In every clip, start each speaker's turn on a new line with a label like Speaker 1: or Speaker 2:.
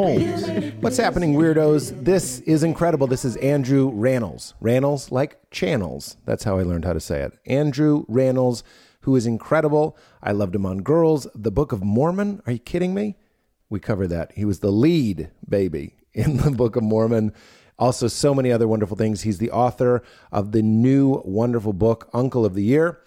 Speaker 1: What's happening, weirdos? This is incredible. This is Andrew Rannells. Rannells like channels. That's how I learned how to say it. Andrew Rannells, who is incredible. I loved him on Girls, The Book of Mormon. Are you kidding me? We covered that. He was the lead baby in the Book of Mormon. Also, so many other wonderful things. He's the author of the new wonderful book, Uncle of the Year.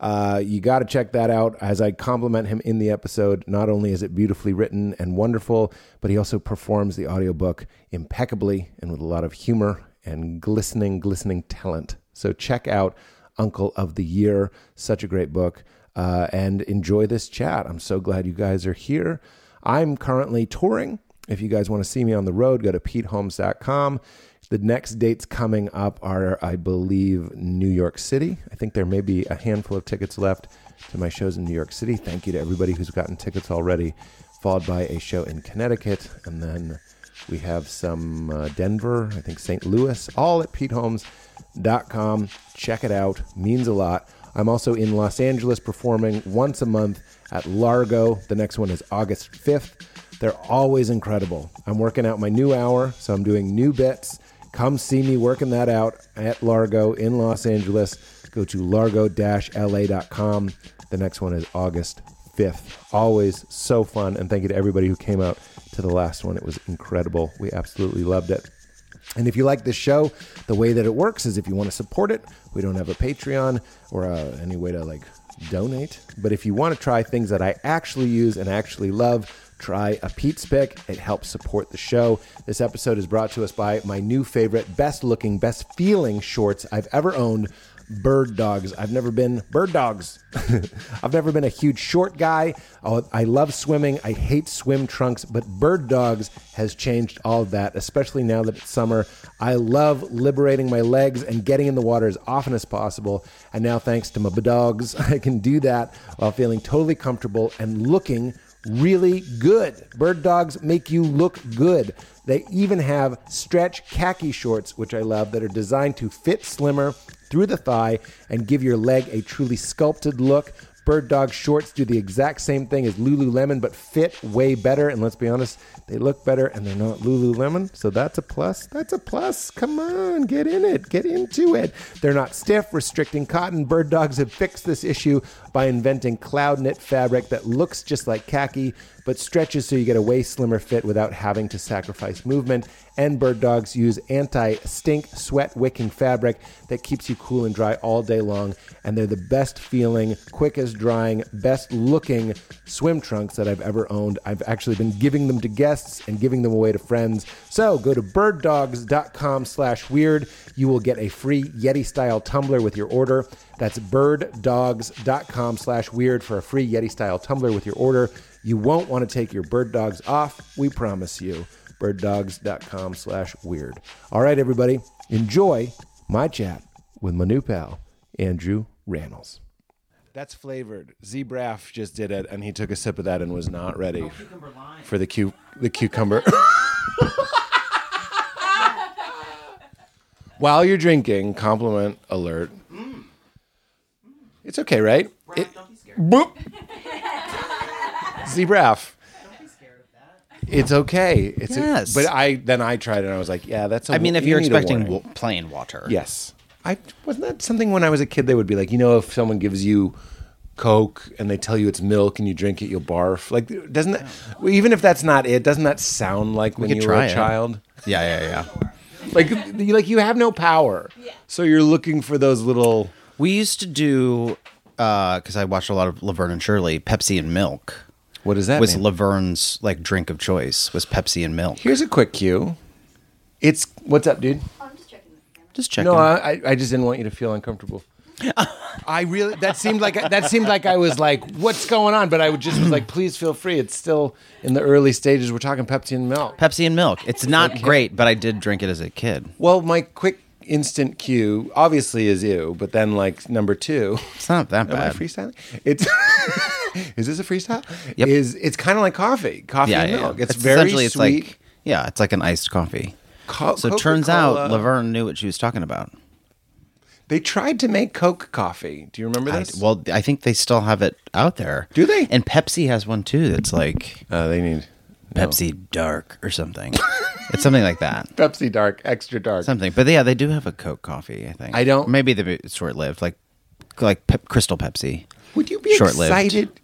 Speaker 1: Uh, you got to check that out. As I compliment him in the episode, not only is it beautifully written and wonderful, but he also performs the audiobook impeccably and with a lot of humor and glistening, glistening talent. So check out Uncle of the Year. Such a great book. Uh, and enjoy this chat. I'm so glad you guys are here. I'm currently touring. If you guys want to see me on the road, go to peteholmes.com. The next dates coming up are, I believe, New York City. I think there may be a handful of tickets left to my shows in New York City. Thank you to everybody who's gotten tickets already, followed by a show in Connecticut. And then we have some uh, Denver, I think St. Louis, all at peteholmes.com. Check it out, means a lot. I'm also in Los Angeles performing once a month at Largo. The next one is August 5th. They're always incredible. I'm working out my new hour, so I'm doing new bits. Come see me working that out at Largo in Los Angeles. Go to largo la.com. The next one is August 5th. Always so fun. And thank you to everybody who came out to the last one. It was incredible. We absolutely loved it. And if you like this show, the way that it works is if you want to support it, we don't have a Patreon or uh, any way to like donate. But if you want to try things that I actually use and actually love, try a Pete's Pick. It helps support the show. This episode is brought to us by my new favorite, best looking, best feeling shorts I've ever owned. Bird dogs. I've never been bird dogs. I've never been a huge short guy. Oh, I love swimming. I hate swim trunks, but bird dogs has changed all of that, especially now that it's summer. I love liberating my legs and getting in the water as often as possible. And now, thanks to my dogs, I can do that while feeling totally comfortable and looking really good. Bird dogs make you look good. They even have stretch khaki shorts, which I love, that are designed to fit slimmer through the thigh and give your leg a truly sculpted look. Bird dog shorts do the exact same thing as Lululemon, but fit way better. And let's be honest, they look better and they're not Lululemon. So that's a plus. That's a plus. Come on, get in it. Get into it. They're not stiff, restricting cotton. Bird dogs have fixed this issue by inventing cloud knit fabric that looks just like khaki, but stretches so you get a way slimmer fit without having to sacrifice movement. And bird dogs use anti stink, sweat wicking fabric that keeps you cool and dry all day long. And they're the best feeling, quickest drying, best looking swim trunks that I've ever owned. I've actually been giving them to guests and giving them away to friends. So go to birddogs.com slash weird. You will get a free Yeti style tumbler with your order. That's birddogs.com slash weird for a free Yeti style tumbler with your order. You won't want to take your bird dogs off, we promise you. Birddogs.com slash weird. All right, everybody, enjoy my chat with my new pal, Andrew Rannells. That's flavored. Z Braff just did it, and he took a sip of that and was not ready for the cu- the cucumber. While you're drinking, compliment alert. It's okay, right? It-
Speaker 2: Mm. Don't be scared.
Speaker 1: Boop. Zebraff.
Speaker 2: Don't be scared of that.
Speaker 1: It's okay. It's a-
Speaker 3: Yes.
Speaker 1: but I then I tried it and I was like, yeah, that's. I
Speaker 3: I mean, if you're expecting
Speaker 1: warning.
Speaker 3: w- plain water,
Speaker 1: yes, I wasn't that something when I was a kid they would be like, you know, if someone gives you Coke and they tell you it's milk and you drink it, you'll barf. Like, doesn't that well, even if that's not it, doesn't that sound like when
Speaker 3: could
Speaker 1: you were
Speaker 3: try
Speaker 1: a
Speaker 3: it.
Speaker 1: child?
Speaker 3: yeah, yeah, yeah.
Speaker 1: Like, you, like you have no power. Yeah. So you're looking for those little.
Speaker 3: We used to do because I watched a lot of Laverne and Shirley. Pepsi and milk
Speaker 1: What does that
Speaker 3: was
Speaker 1: mean?
Speaker 3: Laverne's like drink of choice was Pepsi and milk.
Speaker 1: Here's a quick cue. It's what's up, dude.
Speaker 4: I'm just checking the camera.
Speaker 3: Just checking.
Speaker 1: No, I, I- I just didn't want you to feel uncomfortable. I really that seemed like that seemed like I was like, what's going on? But I would just was like, please feel free. It's still in the early stages. We're talking Pepsi and milk.
Speaker 3: Pepsi and milk. It's not great, but I did drink it as a kid.
Speaker 1: Well, my quick instant cue obviously is you, but then like number two.
Speaker 3: It's not that
Speaker 1: Am I
Speaker 3: bad.
Speaker 1: freestyling? It's is this a freestyle?
Speaker 3: Yep.
Speaker 1: Is it's kind of like coffee, coffee
Speaker 3: yeah,
Speaker 1: and
Speaker 3: yeah,
Speaker 1: milk.
Speaker 3: yeah.
Speaker 1: It's, very
Speaker 3: essentially
Speaker 1: sweet.
Speaker 3: it's like yeah, it's like an iced coffee.
Speaker 1: Co-
Speaker 3: So it turns out
Speaker 1: Coca-Cola.
Speaker 3: Laverne knew what she was talking about.
Speaker 1: they tried to make Coke coffee. Do you remember
Speaker 3: I,
Speaker 1: this?
Speaker 3: well, I think they still have it out there.
Speaker 1: Do they?
Speaker 3: And Pepsi has one too. That's like
Speaker 1: uh, they need
Speaker 3: Pepsi Dark or something. it's something like that.
Speaker 1: Pepsi Dark, extra dark.
Speaker 3: Something. But yeah, they do have a Coke coffee, I think.
Speaker 1: I don't-
Speaker 3: Maybe they're short lived, like like pep- Crystal Pepsi.
Speaker 1: Would you be
Speaker 3: Short-lived.
Speaker 1: excited?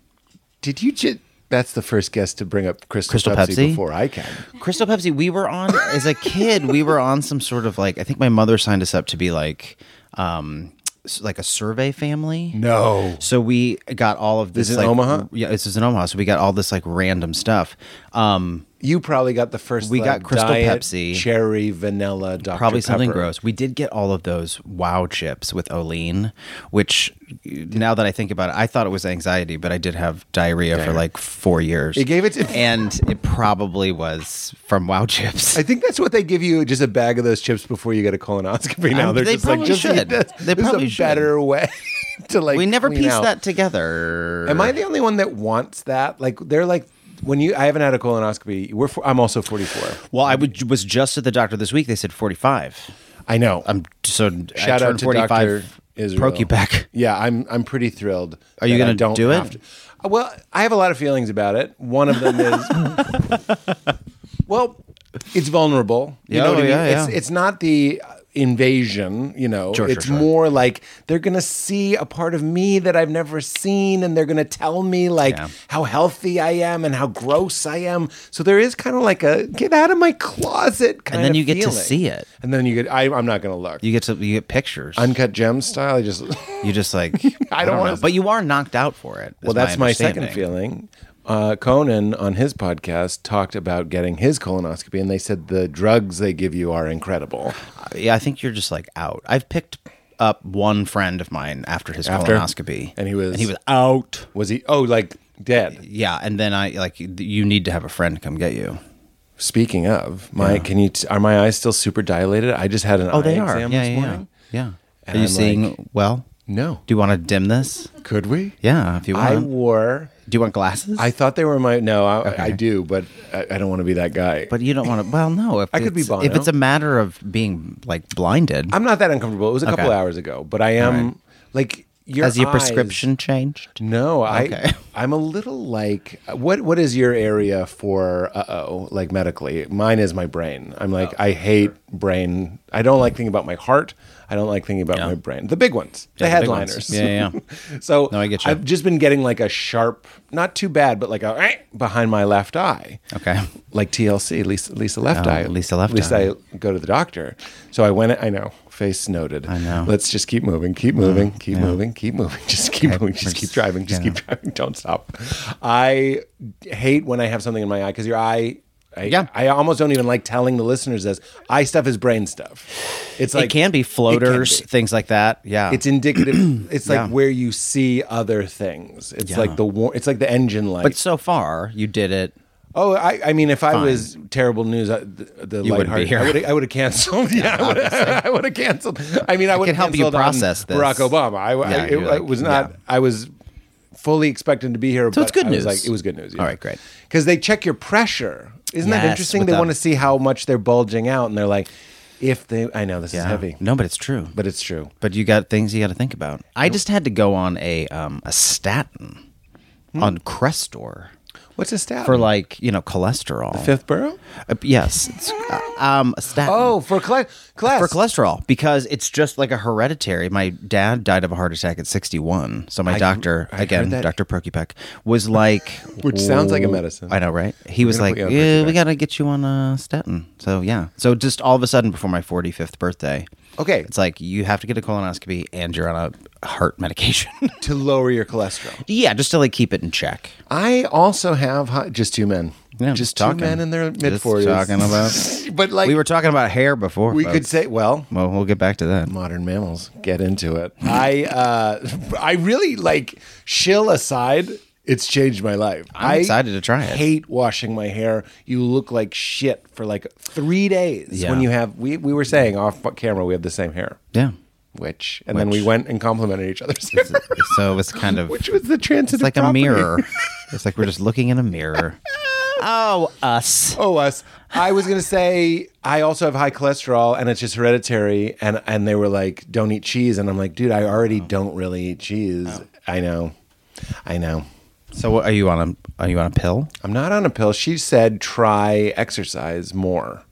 Speaker 1: Did you just? That's the first guest to bring up Crystal,
Speaker 3: Crystal
Speaker 1: Pepsi,
Speaker 3: Pepsi?
Speaker 1: before I can.
Speaker 3: Crystal Pepsi, we were on as a kid, we were on some sort of like I think my mother signed us up to be like um s- like a survey family.
Speaker 1: No.
Speaker 3: So we got all of this,
Speaker 1: is
Speaker 3: like,
Speaker 1: Omaha?
Speaker 3: Yeah, this is in Omaha. So we got all this like random stuff. Um
Speaker 1: You probably got the first.
Speaker 3: We
Speaker 1: like,
Speaker 3: got Crystal
Speaker 1: diet
Speaker 3: Pepsi.
Speaker 1: cherry, vanilla, Dr.
Speaker 3: probably something
Speaker 1: Pepper.
Speaker 3: gross. We did get all of those wow chips with Olean, which now that I think about it, I thought it was anxiety, but I did have diarrhea, for like four years.
Speaker 1: It gave it to-
Speaker 3: and it probably was from wow chips.
Speaker 1: I think that's what they give you, just a bag of those chips before you get a colonoscopy. Now
Speaker 3: Um,
Speaker 1: they're
Speaker 3: they
Speaker 1: just like,
Speaker 3: probably
Speaker 1: just eat
Speaker 3: should.
Speaker 1: this.
Speaker 3: They
Speaker 1: This is
Speaker 3: probably
Speaker 1: a
Speaker 3: should.
Speaker 1: better way to like.
Speaker 3: we never
Speaker 1: clean
Speaker 3: pieced
Speaker 1: out.
Speaker 3: that together.
Speaker 1: Am I the only one that wants that? Like they're like when you. I haven't had a colonoscopy. We're. For, I'm also 44.
Speaker 3: Well, I would, was just at the doctor this week. They said forty-five.
Speaker 1: I know.
Speaker 3: I'm so
Speaker 1: Oh. Shout
Speaker 3: I
Speaker 1: out
Speaker 3: turned
Speaker 1: to
Speaker 3: 45
Speaker 1: Dr. Israel.
Speaker 3: Procupac.
Speaker 1: Yeah, I'm I'm pretty thrilled. Are
Speaker 3: you
Speaker 1: going to
Speaker 3: gonna
Speaker 1: don't
Speaker 3: do it?
Speaker 1: have to- Uh, Well, I have a lot of feelings about it. One of them is well, it's vulnerable. You
Speaker 3: Yeah,
Speaker 1: know what I
Speaker 3: oh,
Speaker 1: mean?
Speaker 3: yeah,
Speaker 1: it's
Speaker 3: yeah.
Speaker 1: it's not the uh, invasion, you know.
Speaker 3: Sure, sure,
Speaker 1: it's
Speaker 3: sure.
Speaker 1: more like they're going to see a part of me that I've never seen and they're going to tell me like
Speaker 3: Yeah.
Speaker 1: how healthy I am and how gross I am. So there is kind of like a get out of my closet kind
Speaker 3: then
Speaker 1: of
Speaker 3: you get to
Speaker 1: feeling.
Speaker 3: see it.
Speaker 1: And then you get I I'm not going to look
Speaker 3: You get to you get pictures.
Speaker 1: uncut gem style. I just well,
Speaker 3: you just like
Speaker 1: I don't wanna-
Speaker 3: know. but you are knocked out for it. Well,
Speaker 1: that's my second feeling. Uh, Conan on his podcast talked about getting his colonoscopy, and they said the drugs they give you are incredible.
Speaker 3: Yeah, I think you're just like out. I've picked up one friend of mine after his
Speaker 1: After?
Speaker 3: colonoscopy,
Speaker 1: And he was-
Speaker 3: and he was out.
Speaker 1: Was he? Oh, like dead.
Speaker 3: Yeah, and then I like you need to have a friend come get you.
Speaker 1: Speaking of, my can you? T- are my eyes still super dilated? I just had an eye Oh, exam
Speaker 3: Oh, Yeah,
Speaker 1: this
Speaker 3: yeah, yeah,
Speaker 1: morning.
Speaker 3: yeah.
Speaker 1: And
Speaker 3: Are you
Speaker 1: I'm
Speaker 3: seeing well?
Speaker 1: No,
Speaker 3: Do you want to dim this?
Speaker 1: could we?
Speaker 3: Yeah, if you want.
Speaker 1: I wore.
Speaker 3: Do you want glasses?
Speaker 1: I thought they were my. No, I, I do, but I, I don't want to be that guy.
Speaker 3: but you don't want to. Well, no. If
Speaker 1: I could be
Speaker 3: it's-
Speaker 1: Bono.
Speaker 3: If it's a matter of being like blinded,
Speaker 1: I'm not that uncomfortable. It was a couple
Speaker 3: Okay.
Speaker 1: hours ago, but I am like your
Speaker 3: has your
Speaker 1: eyes-
Speaker 3: prescription changed?
Speaker 1: No, I
Speaker 3: Okay.
Speaker 1: I'm a little like what what is your area for uh oh like medically? Mine is my brain. I'm
Speaker 3: Oh,
Speaker 1: like I hate brain. I don't like thinking about my heart. I don't like thinking about my brain. The big ones, the
Speaker 3: Yeah, the big ones.
Speaker 1: headliners.
Speaker 3: Yeah, yeah. yeah.
Speaker 1: so
Speaker 3: No, I get you.
Speaker 1: I've just been getting like a sharp, not too bad, but like a "Eh," behind my left eye.
Speaker 3: okay.
Speaker 1: Like TLC, Lisa, Lisa Left
Speaker 3: Oh,
Speaker 1: Eye.
Speaker 3: Lisa Left
Speaker 1: Lisa,
Speaker 3: Eye.
Speaker 1: I go to the doctor. So I went, I know, face noted. I
Speaker 3: know.
Speaker 1: Let's just keep moving, keep moving, keep moving, keep moving. Just keep moving, just
Speaker 3: We're
Speaker 1: keep
Speaker 3: just-
Speaker 1: driving, just keep driving. Don't stop. I hate when I have something in my eye because your eye. I,
Speaker 3: Yeah.
Speaker 1: I almost don't even like telling the listeners this. Eye stuff is brain stuff. It's like
Speaker 3: it can be floaters,
Speaker 1: be.
Speaker 3: things like that. Yeah.
Speaker 1: It's indicative. It's like
Speaker 3: Yeah.
Speaker 1: where you see other things. It's like the war, it's like the engine light.
Speaker 3: but so far, you did it.
Speaker 1: Oh, I, I mean, if I was terrible news, I, the, the
Speaker 3: You wouldn't
Speaker 1: lighthearted-
Speaker 3: be here.
Speaker 1: I would I would have canceled. Yeah, I would've- I would have canceled. I mean, I would have
Speaker 3: help you
Speaker 1: canceled on
Speaker 3: process this.
Speaker 1: Barack Obama. I, I-
Speaker 3: Yeah,
Speaker 1: it,
Speaker 3: you're like,
Speaker 1: it was not.
Speaker 3: yeah.
Speaker 1: I was fully expecting to be here. So
Speaker 3: it's good
Speaker 1: I was
Speaker 3: news.
Speaker 1: like, it was good news.
Speaker 3: All right, great.
Speaker 1: Because they check your pressure. Isn't that
Speaker 3: Yes,
Speaker 1: interesting?
Speaker 3: with
Speaker 1: They
Speaker 3: that-
Speaker 1: want to see how much they're bulging out, and they're like, if they. I know this is
Speaker 3: Yeah.
Speaker 1: heavy,
Speaker 3: No, but it's true. But
Speaker 1: but it's true.
Speaker 3: but you got things you got to think about. I just had to go on a um a statin on Crestor
Speaker 1: What's a stat
Speaker 3: for like you know cholesterol.
Speaker 1: fifth borough?
Speaker 3: Uh, yes, it's, uh, um a statin.
Speaker 1: Oh, for cl- class.
Speaker 3: For cholesterol, because it's just like a hereditary. My dad died of a heart attack at 61. So my doctor,
Speaker 1: I heard
Speaker 3: again,
Speaker 1: that.
Speaker 3: Dr. Perkypek, was like,
Speaker 1: Which sounds like a medicine.
Speaker 3: I know, right? He was
Speaker 1: gonna
Speaker 3: like,
Speaker 1: put you on
Speaker 3: yeah, we
Speaker 1: Percocet."
Speaker 3: got to get you on a statin. So yeah. So just all of a sudden, before my 45th birthday,
Speaker 1: Okay.
Speaker 3: it's like you have to get a colonoscopy and you're on a heart medication.
Speaker 1: to lower your cholesterol.
Speaker 3: yeah, just to like keep it in check.
Speaker 1: I also have hot, just two men.
Speaker 3: Yeah,
Speaker 1: just
Speaker 3: talking.
Speaker 1: two men in their
Speaker 3: Just
Speaker 1: mid forties.
Speaker 3: talking about-
Speaker 1: but like
Speaker 3: we were talking about hair before.
Speaker 1: we
Speaker 3: folks.
Speaker 1: could say, well,
Speaker 3: Well, we'll get back to that.
Speaker 1: modern mammals. Get into it. I uh, I really like shill aside. It's changed my life. I'm
Speaker 3: excited to try it.
Speaker 1: Hate washing my hair. You look like shit for like three days
Speaker 3: Yeah.
Speaker 1: when you have. We we were saying off camera we have the same hair,
Speaker 3: Yeah.
Speaker 1: which and then we went and complimented each other's hair,
Speaker 3: So it was kind of.
Speaker 1: which was the transitive.
Speaker 3: It's like
Speaker 1: property.
Speaker 3: a mirror. it's like we're just looking in a mirror. Oh, us.
Speaker 1: Oh, us. I was gonna say I also have high cholesterol and it's just hereditary. And and they were like, "Don't eat cheese," and I'm like, "Dude, I already don't really eat cheese." I know, I know.
Speaker 3: So what, are you on a are you on a pill?
Speaker 1: I'm not on a pill. She said try exercise more.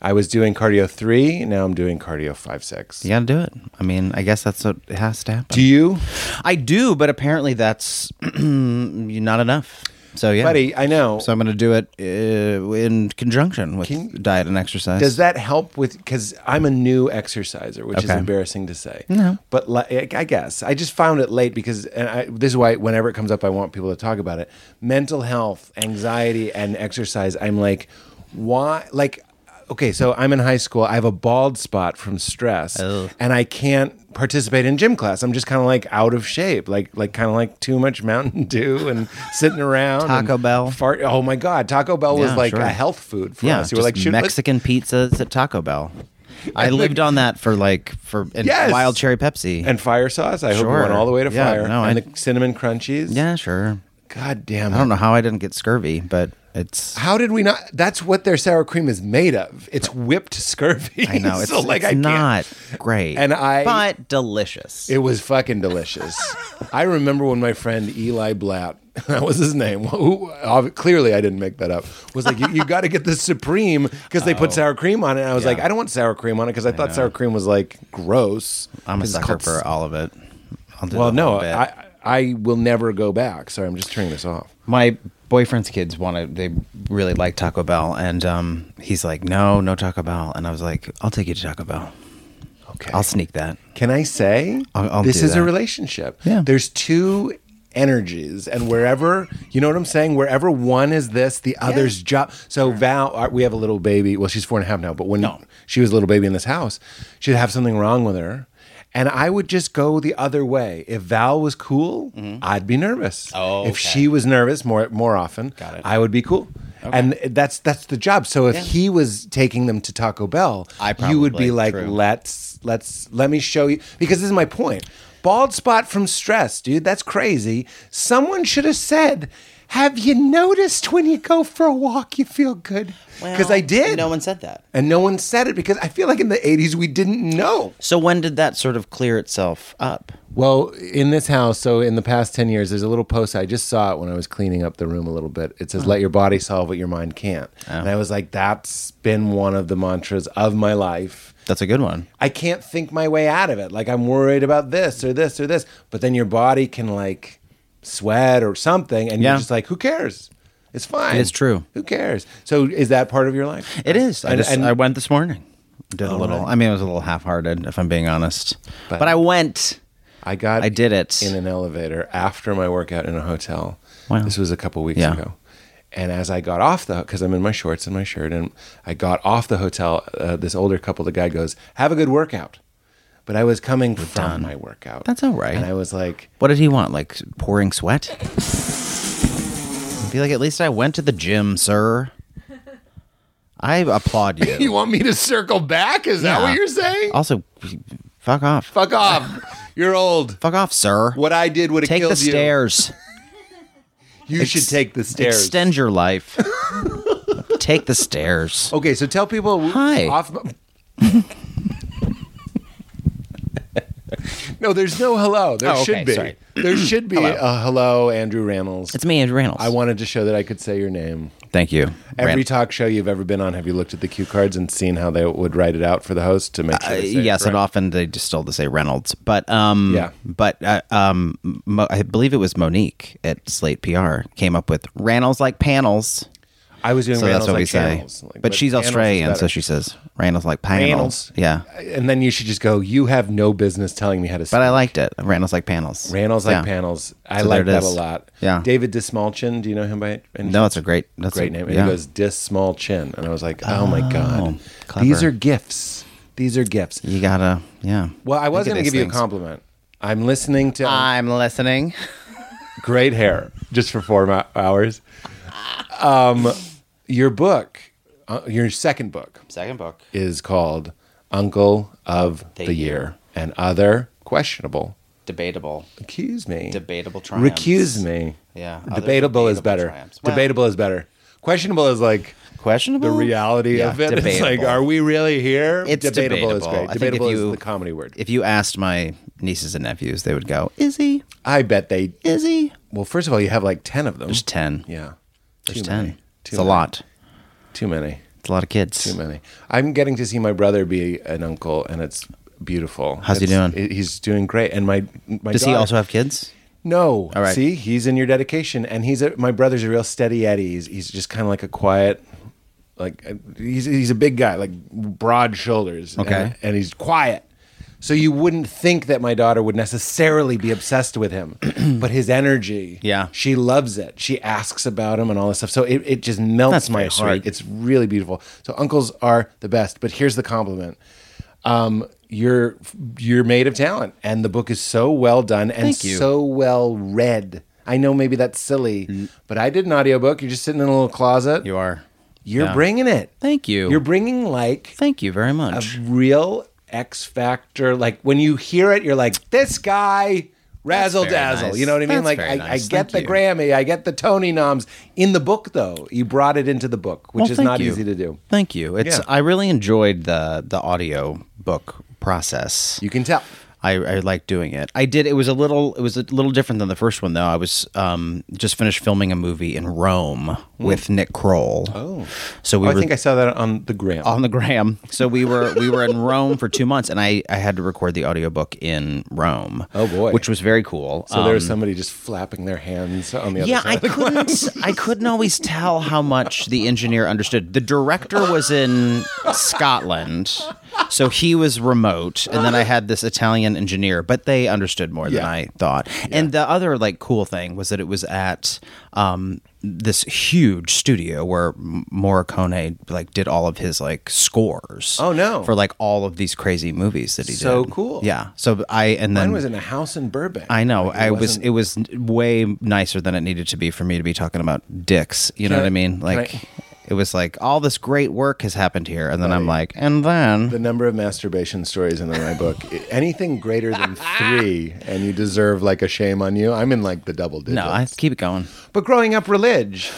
Speaker 1: I was doing cardio three. Now I'm doing cardio five, six.
Speaker 3: You got to do it. I mean, I guess that's what has to happen.
Speaker 1: Do you,
Speaker 3: I do, but apparently that's not enough. So yeah,
Speaker 1: buddy? I know.
Speaker 3: So I'm going to do it uh, in conjunction with diet and exercise.
Speaker 1: Does that help with? Because I'm a new exerciser, which is
Speaker 3: Okay.
Speaker 1: embarrassing to say. No, but like, I guess I just found it late because, and I, this is why whenever it comes up, I want people to talk about it. Mental health, anxiety, and exercise. I'm like, why? Like, okay, so I'm in high school. I have a bald spot from stress,
Speaker 3: Oh.
Speaker 1: and I can't participate in gym class. I'm just kind of like out of shape, like like kind of like too much Mountain Dew and sitting around.
Speaker 3: Taco
Speaker 1: and
Speaker 3: Bell.
Speaker 1: fart- Oh my God, Taco Bell was
Speaker 3: Yeah,
Speaker 1: like
Speaker 3: sure.
Speaker 1: a health food for
Speaker 3: yeah,
Speaker 1: us. You were
Speaker 3: just
Speaker 1: like, shoot, let's-
Speaker 3: Mexican pizzas at Taco Bell. I lived on that for like for and
Speaker 1: Yes!
Speaker 3: wild cherry Pepsi.
Speaker 1: and fire sauce. I hope you
Speaker 3: Sure.
Speaker 1: went all the way to
Speaker 3: Yeah,
Speaker 1: fire.
Speaker 3: no,
Speaker 1: and
Speaker 3: I-
Speaker 1: the cinnamon crunchies.
Speaker 3: yeah, sure.
Speaker 1: God damn.
Speaker 3: I don't know how I didn't get scurvy, but it's
Speaker 1: How did we not? That's what their sour cream is made of. It's whipped scurvy.
Speaker 3: I know it's,
Speaker 1: so like
Speaker 3: it's
Speaker 1: I can't-
Speaker 3: not great,
Speaker 1: And I-
Speaker 3: but delicious.
Speaker 1: It was fucking delicious. I remember when my friend Eli Blatt, that was his name. Who, ob- clearly, I didn't make that up. Was like, you, you got to get the supreme because they
Speaker 3: Oh.
Speaker 1: put sour cream on it. And I was like, I don't want sour cream on it because I, thought sour cream was like gross.
Speaker 3: I'm a
Speaker 1: 'Cause it's
Speaker 3: sucker
Speaker 1: called
Speaker 3: for all of it. I'll do
Speaker 1: Well,
Speaker 3: the whole
Speaker 1: no,
Speaker 3: bit.
Speaker 1: I I will never go back. Sorry, I'm just turning this off.
Speaker 3: my boyfriend's kids want to. They really like Taco Bell, and um, he's like, "No, no Taco Bell." And I was like, "I'll take you to Taco Bell.
Speaker 1: Okay.
Speaker 3: I'll sneak that."
Speaker 1: Can I say
Speaker 3: I'll- I'll
Speaker 1: this
Speaker 3: do
Speaker 1: is a
Speaker 3: that.
Speaker 1: relationship?
Speaker 3: Yeah.
Speaker 1: There's two energies, and wherever you know what I'm saying, wherever one is this, the other's job. So Val, uh, we have a little baby. Well, she's four and a half now, but when she was a little baby in this house, she'd have something wrong with her. And I would just go the other way. If Val was cool, I'd be nervous.
Speaker 3: Mm-hmm. Oh,
Speaker 1: If
Speaker 3: okay.
Speaker 1: she was nervous more more often,
Speaker 3: Got it.
Speaker 1: I would be cool. And that's that's the job. So if he was taking them to Taco Bell,
Speaker 3: I
Speaker 1: you would be
Speaker 3: probably-
Speaker 1: like,
Speaker 3: true.
Speaker 1: let's let's let me show you because this is my point. Bald spot from stress, dude. That's crazy. Someone should have said, "Have you noticed when you go for a walk, you feel good?" Because I did,
Speaker 3: No one said that.
Speaker 1: and no one said it because I feel like in the '80s we didn't know.
Speaker 3: So when did that sort of clear itself up?
Speaker 1: Well, in this house, so in the past 10 years, there's a little post. I just saw it when I was cleaning up the room a little bit. It says, Let your body solve what your mind can't. And I was like, That's been one of the mantras of my life.
Speaker 3: That's a good one.
Speaker 1: I can't think my way out of it. Like, I'm worried about this or this or this. But then your body can, like, sweat or something. And
Speaker 3: Yeah.
Speaker 1: you're just like, Who cares? It's fine.
Speaker 3: It's true.
Speaker 1: Who cares? So, is that part of your life?
Speaker 3: It is. I
Speaker 1: And-
Speaker 3: just
Speaker 1: and-
Speaker 3: I went this morning. Did a little. I mean, it was a little half-hearted, if I'm being honest. But, I went.
Speaker 1: I got
Speaker 3: I did it.
Speaker 1: in an elevator after my workout in a hotel.
Speaker 3: Wow.
Speaker 1: This was a couple weeks
Speaker 3: Yeah.
Speaker 1: ago. And as I got off the, because I'm in my shorts and my shirt, and I got off the hotel, uh, this older couple, the guy goes, "Have a good workout." But I was coming from my workout.
Speaker 3: That's all right.
Speaker 1: And I was like,
Speaker 3: What did he want? Like pouring sweat? Be like, at least I went to the gym, sir. I applaud you.
Speaker 1: "You want me to circle back? Is that
Speaker 3: Yeah.
Speaker 1: what you're saying?
Speaker 3: Also, fuck off.
Speaker 1: Oh, Fuck off. you're old.
Speaker 3: Fuck off, sir.
Speaker 1: What I did would have
Speaker 3: Take
Speaker 1: killed
Speaker 3: the
Speaker 1: you.
Speaker 3: stairs.
Speaker 1: You should take the stairs.
Speaker 3: Extend your life. Take the stairs.
Speaker 1: Okay, so tell people
Speaker 3: Hi.
Speaker 1: off. no, there's no hello. There
Speaker 3: Oh, okay,
Speaker 1: should be.
Speaker 3: sorry.
Speaker 1: There should be a hello, Andrew Rannells.
Speaker 3: It's me, Andrew Reynolds.
Speaker 1: I wanted to show that I could say your name.
Speaker 3: Thank you.
Speaker 1: Every
Speaker 3: Ran-
Speaker 1: talk show you've ever been on, have you looked at the cue cards and seen how they would write it out for the host to make sure?
Speaker 3: Uh,
Speaker 1: they say it
Speaker 3: yes, and
Speaker 1: correct?
Speaker 3: often they just still to say Reynolds, but um,
Speaker 1: Yeah.
Speaker 3: but uh, um, Mo- I believe it was Monique at Slate PR came up with Reynolds like panels,
Speaker 1: I was doing
Speaker 3: so
Speaker 1: Rannells
Speaker 3: that's what
Speaker 1: like
Speaker 3: we say.
Speaker 1: channels, like,
Speaker 3: but, she's
Speaker 1: Rannells is
Speaker 3: Australian,
Speaker 1: better.
Speaker 3: so she says Reynolds like panels.
Speaker 1: Rannells.
Speaker 3: Yeah,
Speaker 1: And then you should just go. You have no business telling me how to.
Speaker 3: but I liked it. Reynolds like panels.
Speaker 1: Rannells like
Speaker 3: Yeah.
Speaker 1: panels. I
Speaker 3: So there
Speaker 1: like
Speaker 3: it
Speaker 1: that a
Speaker 3: is.
Speaker 1: lot.
Speaker 3: Yeah.
Speaker 1: David Dismalchin. Do you know him by? any
Speaker 3: No, it's a great, that's
Speaker 1: great
Speaker 3: a,
Speaker 1: name. And
Speaker 3: Yeah.
Speaker 1: he goes, Dis Small Chin. And I was like, oh, my God.
Speaker 3: clever.
Speaker 1: These are gifts. These are gifts.
Speaker 3: you gotta, yeah.
Speaker 1: Well, I was
Speaker 3: Think
Speaker 1: going
Speaker 3: of
Speaker 1: to
Speaker 3: these
Speaker 1: give you a
Speaker 3: things.
Speaker 1: compliment. I'm listening to
Speaker 3: I'm listening.
Speaker 1: great hair just for four mo- hours. Um, your book, uh, your second book,
Speaker 3: Second book.
Speaker 1: is called Uncle of the,
Speaker 3: The
Speaker 1: year.
Speaker 3: Year.
Speaker 1: and Other Questionable.
Speaker 3: debatable,
Speaker 1: Accuse me.
Speaker 3: debatable triumphs.
Speaker 1: Recuse me.
Speaker 3: Yeah, other
Speaker 1: Debatable, is
Speaker 3: debatable
Speaker 1: better.
Speaker 3: triumphs. Well-
Speaker 1: debatable is better. Questionable is like
Speaker 3: Questionable.
Speaker 1: the reality
Speaker 3: Yeah,
Speaker 1: of it. It's like,
Speaker 3: debatable.
Speaker 1: are we really here?
Speaker 3: It's
Speaker 1: is
Speaker 3: debatable. I
Speaker 1: great.
Speaker 3: think if
Speaker 1: Debatable
Speaker 3: you-
Speaker 1: is the comedy word.
Speaker 3: If you asked my nieces and nephews, they would go, "Is he?
Speaker 1: I bet they.
Speaker 3: Is he?"
Speaker 1: Well, first of all, you have like ten of them.
Speaker 3: There's ten.
Speaker 1: Yeah,
Speaker 3: There's
Speaker 1: Too
Speaker 3: ten.
Speaker 1: many.
Speaker 3: It's
Speaker 1: Too
Speaker 3: a
Speaker 1: many.
Speaker 3: lot.
Speaker 1: Too many.
Speaker 3: It's a lot of kids.
Speaker 1: Too many. I'm getting to see my brother be an uncle, and it's beautiful.
Speaker 3: How's he
Speaker 1: It's-
Speaker 3: doing?
Speaker 1: he- He's doing great. And my my
Speaker 3: Does he
Speaker 1: daughter-
Speaker 3: also have kids?
Speaker 1: No.
Speaker 3: All right.
Speaker 1: See, he's in your dedication, and he's a, my brother's a real steady Eddie. He's, he's just kind of like a quiet, like uh, he's he's a big guy, like broad shoulders.
Speaker 3: Okay.
Speaker 1: and, and he's quiet. So you wouldn't think that my daughter would necessarily be obsessed with him, but his energy,
Speaker 3: Yeah.
Speaker 1: she loves it. She asks about him and all this stuff. So it, it just melts
Speaker 3: That's
Speaker 1: my
Speaker 3: very
Speaker 1: heart.
Speaker 3: sweet.
Speaker 1: It's really beautiful. So uncles are the best. But here's the compliment. Um, you're you're made of talent, and the book is so well done and
Speaker 3: Thank you.
Speaker 1: so well read. I know maybe that's silly, but I did an audiobook. You're just sitting in a little closet.
Speaker 3: Mm. You are.
Speaker 1: You're
Speaker 3: Yeah.
Speaker 1: bringing it.
Speaker 3: Thank you.
Speaker 1: You're bringing like
Speaker 3: Thank you very
Speaker 1: a
Speaker 3: much.
Speaker 1: real X factor. Like when you hear it, you're like, this guy razzle
Speaker 3: very
Speaker 1: dazzle.
Speaker 3: nice.
Speaker 1: You know what I mean?
Speaker 3: That's
Speaker 1: like
Speaker 3: very
Speaker 1: I,
Speaker 3: nice.
Speaker 1: I get
Speaker 3: Thank
Speaker 1: the
Speaker 3: you.
Speaker 1: Grammy, I get the Tony noms. In the book, though, you brought it into the book, which
Speaker 3: Well,
Speaker 1: is
Speaker 3: thank
Speaker 1: not
Speaker 3: you.
Speaker 1: easy to do.
Speaker 3: Thank you. It's
Speaker 1: Yeah.
Speaker 3: I really enjoyed the the audio book process.
Speaker 1: You can tell.
Speaker 3: I, I like doing it. I did. It was a little. It was a little different than the first one, though. I was um, just finished filming a movie in Rome with Nick Kroll. Oh, so we
Speaker 1: Hmm. Oh, I
Speaker 3: were Um,
Speaker 1: think I saw that on the gram.
Speaker 3: on the gram. So we were we were in Rome for two months, and I I had to record the audiobook in Rome.
Speaker 1: Oh, boy.
Speaker 3: which was very cool. Um,
Speaker 1: so there was somebody just flapping their hands on the other
Speaker 3: Yeah,
Speaker 1: side.
Speaker 3: I couldn't. I couldn't always tell how much the engineer understood. The director was in Scotland, so he was remote, and then I had this Italian engineer, but they understood more than
Speaker 1: Yeah.
Speaker 3: I thought. And the other like cool thing was that it was at um, this huge studio where M- Morricone like did all of his like scores.
Speaker 1: Oh, no.
Speaker 3: For like all of these crazy movies that he
Speaker 1: So
Speaker 3: did.
Speaker 1: cool.
Speaker 3: Yeah. So I and then
Speaker 1: Mine was in a house in Burbank.
Speaker 3: I know.
Speaker 1: Like,
Speaker 3: I was.
Speaker 1: wasn't-
Speaker 3: It was n- way nicer than it needed to be for me to be talking about dicks. You know
Speaker 1: Can
Speaker 3: what
Speaker 1: I-
Speaker 3: I mean?
Speaker 1: can
Speaker 3: Like,
Speaker 1: I-
Speaker 3: it was like all this great work has happened here, and then I'm like, and then
Speaker 1: the number of masturbation stories in my book. i- Anything greater than three, and you deserve like a shame on you. I'm in like the double digits.
Speaker 3: no, I keep it going.
Speaker 1: But growing up, religion.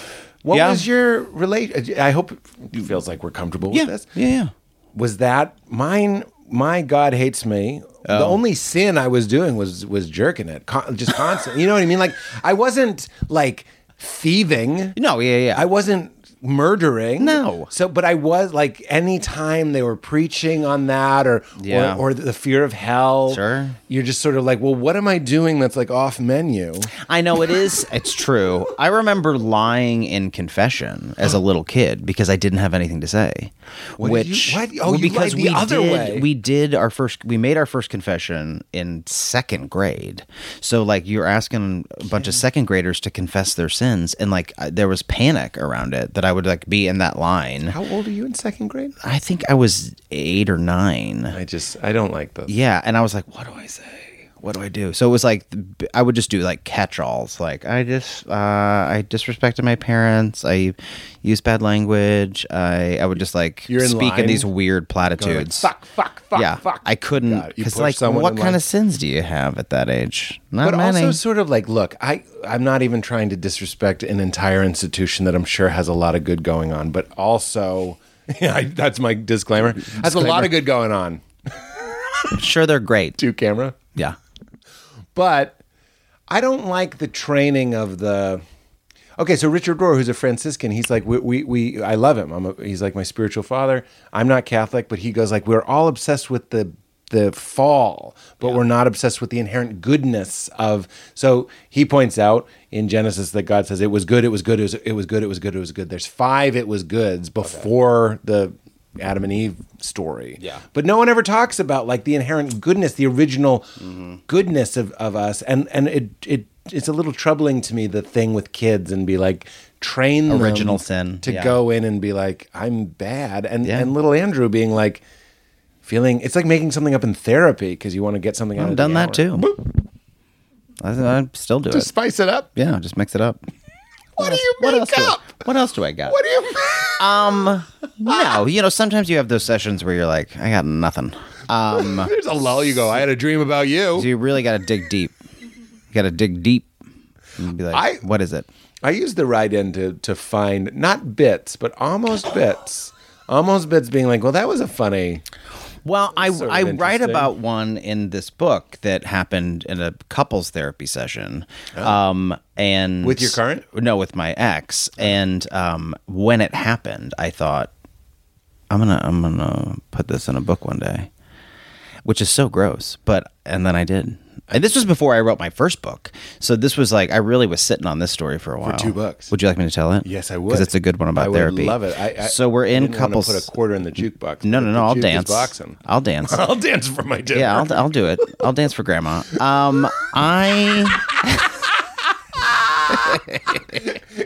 Speaker 1: What
Speaker 3: Yeah.
Speaker 1: was your relation? I hope it feels like we're comfortable
Speaker 3: Yeah,
Speaker 1: with this.
Speaker 3: yeah, yeah.
Speaker 1: Was that mine? My God hates me. The
Speaker 3: Oh.
Speaker 1: only sin I was doing was was jerking it, con- just constant. you know what I mean? Like I wasn't like thieving.
Speaker 3: No, yeah, yeah.
Speaker 1: I wasn't murdering.
Speaker 3: No.
Speaker 1: So, but I was like, anytime they were preaching on that or,
Speaker 3: Yeah.
Speaker 1: or, or the fear of hell,
Speaker 3: Sure.
Speaker 1: you're just sort of like, well, what am I doing that's like off menu?
Speaker 3: I know it is. It's true. I remember lying in confession as a little kid because I didn't have anything to say.
Speaker 1: did you-
Speaker 3: which
Speaker 1: what? Oh, you lied the
Speaker 3: we
Speaker 1: other
Speaker 3: did,
Speaker 1: way.
Speaker 3: We did our first. We made our first confession in second grade. So like you're asking a bunch of second graders to confess their sins, and like I, there was panic around it that I would like be in that line.
Speaker 1: How old are you in second grade?
Speaker 3: I think I was eight or nine.
Speaker 1: I just, I don't like those.
Speaker 3: Yeah, and I was like, what do I say? What do I do? So it was like th- I would just do like catch-alls, like I just uh, I disrespected my parents. I used bad language. I I would just like
Speaker 1: You're in
Speaker 3: speak
Speaker 1: line?
Speaker 3: in these weird platitudes.
Speaker 1: Fuck, fuck, fuck,
Speaker 3: yeah,
Speaker 1: fuck.
Speaker 3: I
Speaker 1: Got
Speaker 3: couldn't
Speaker 1: it. You
Speaker 3: because
Speaker 1: push
Speaker 3: like
Speaker 1: someone
Speaker 3: what
Speaker 1: in
Speaker 3: kind
Speaker 1: line.
Speaker 3: of sins do you have at that age? Not
Speaker 1: But
Speaker 3: many.
Speaker 1: also, sort of like, look, I, I'm not even trying to disrespect an entire institution that I'm sure has a lot of good going on, but also, yeah, I, that's my disclaimer. Has a lot of good going on.
Speaker 3: sure, they're great.
Speaker 1: Two camera.
Speaker 3: Yeah,
Speaker 1: but I don't like the training of the. Okay, so Richard Rohr, who's a Franciscan, he's like, we, we, we I love him. I'm a, he's like my spiritual father. I'm not Catholic, but he goes like, we're all obsessed with the the fall, but we're not obsessed with the inherent goodness of. So he points out in Genesis that God says it was good, it was good, it was, it was good, it was good, it was good. There's five it was goods before the Adam and Eve story.
Speaker 3: Yeah.
Speaker 1: But no one ever talks about like the inherent goodness, the original goodness of, of us. And and it it it's a little troubling to me the thing with kids and be like train them
Speaker 3: Original sin,
Speaker 1: to
Speaker 3: yeah.
Speaker 1: go in and be like I'm bad and
Speaker 3: Yeah.
Speaker 1: and little Andrew being like feeling it's like making something up in therapy because you want to get something out
Speaker 3: I've
Speaker 1: of the
Speaker 3: done that
Speaker 1: hour.
Speaker 3: too. I, I still do
Speaker 1: Just
Speaker 3: it.
Speaker 1: spice it up.
Speaker 3: Yeah, just mix it up.
Speaker 1: What, do
Speaker 3: else-
Speaker 1: you
Speaker 3: what
Speaker 1: make
Speaker 3: else do I-
Speaker 1: up?
Speaker 3: what else do I got?
Speaker 1: What do you?
Speaker 3: Um, no, you know, sometimes you have those sessions where you're like, I got nothing. Um,
Speaker 1: There's a lull. You go. I had a dream about you.
Speaker 3: so you really got to dig deep. You got to dig deep and be like,
Speaker 1: I-
Speaker 3: what is it?
Speaker 1: I use the ride in to to find not bits, but almost bits. Almost bits being like, well, that was a funny.
Speaker 3: Well, I,
Speaker 1: sort of
Speaker 3: I write
Speaker 1: interesting.
Speaker 3: about one in this book that happened in a couples therapy session. Um, and
Speaker 1: Oh. With your current?
Speaker 3: No, with my ex. And um, when it happened, I thought, I'm gonna I'm gonna put this in a book one day, which is so gross. But and then I did. And this was before I wrote my first book, so this was like I really was sitting on this story for a while.
Speaker 1: two books.
Speaker 3: Would you like me to tell it?
Speaker 1: Yes, I would.
Speaker 3: Because it's a good one about
Speaker 1: I would
Speaker 3: therapy.
Speaker 1: love it. I, I,
Speaker 3: so we're
Speaker 1: I
Speaker 3: in
Speaker 1: didn't wanna
Speaker 3: couples.
Speaker 1: Put a quarter in the jukebox.
Speaker 3: no,
Speaker 1: but
Speaker 3: no, no.
Speaker 1: the
Speaker 3: I'll
Speaker 1: juke is
Speaker 3: dance.
Speaker 1: Boxing.
Speaker 3: I'll dance.
Speaker 1: I'll dance for my dinner.
Speaker 3: Yeah, I'll, I'll do it. I'll dance for grandma. Um, I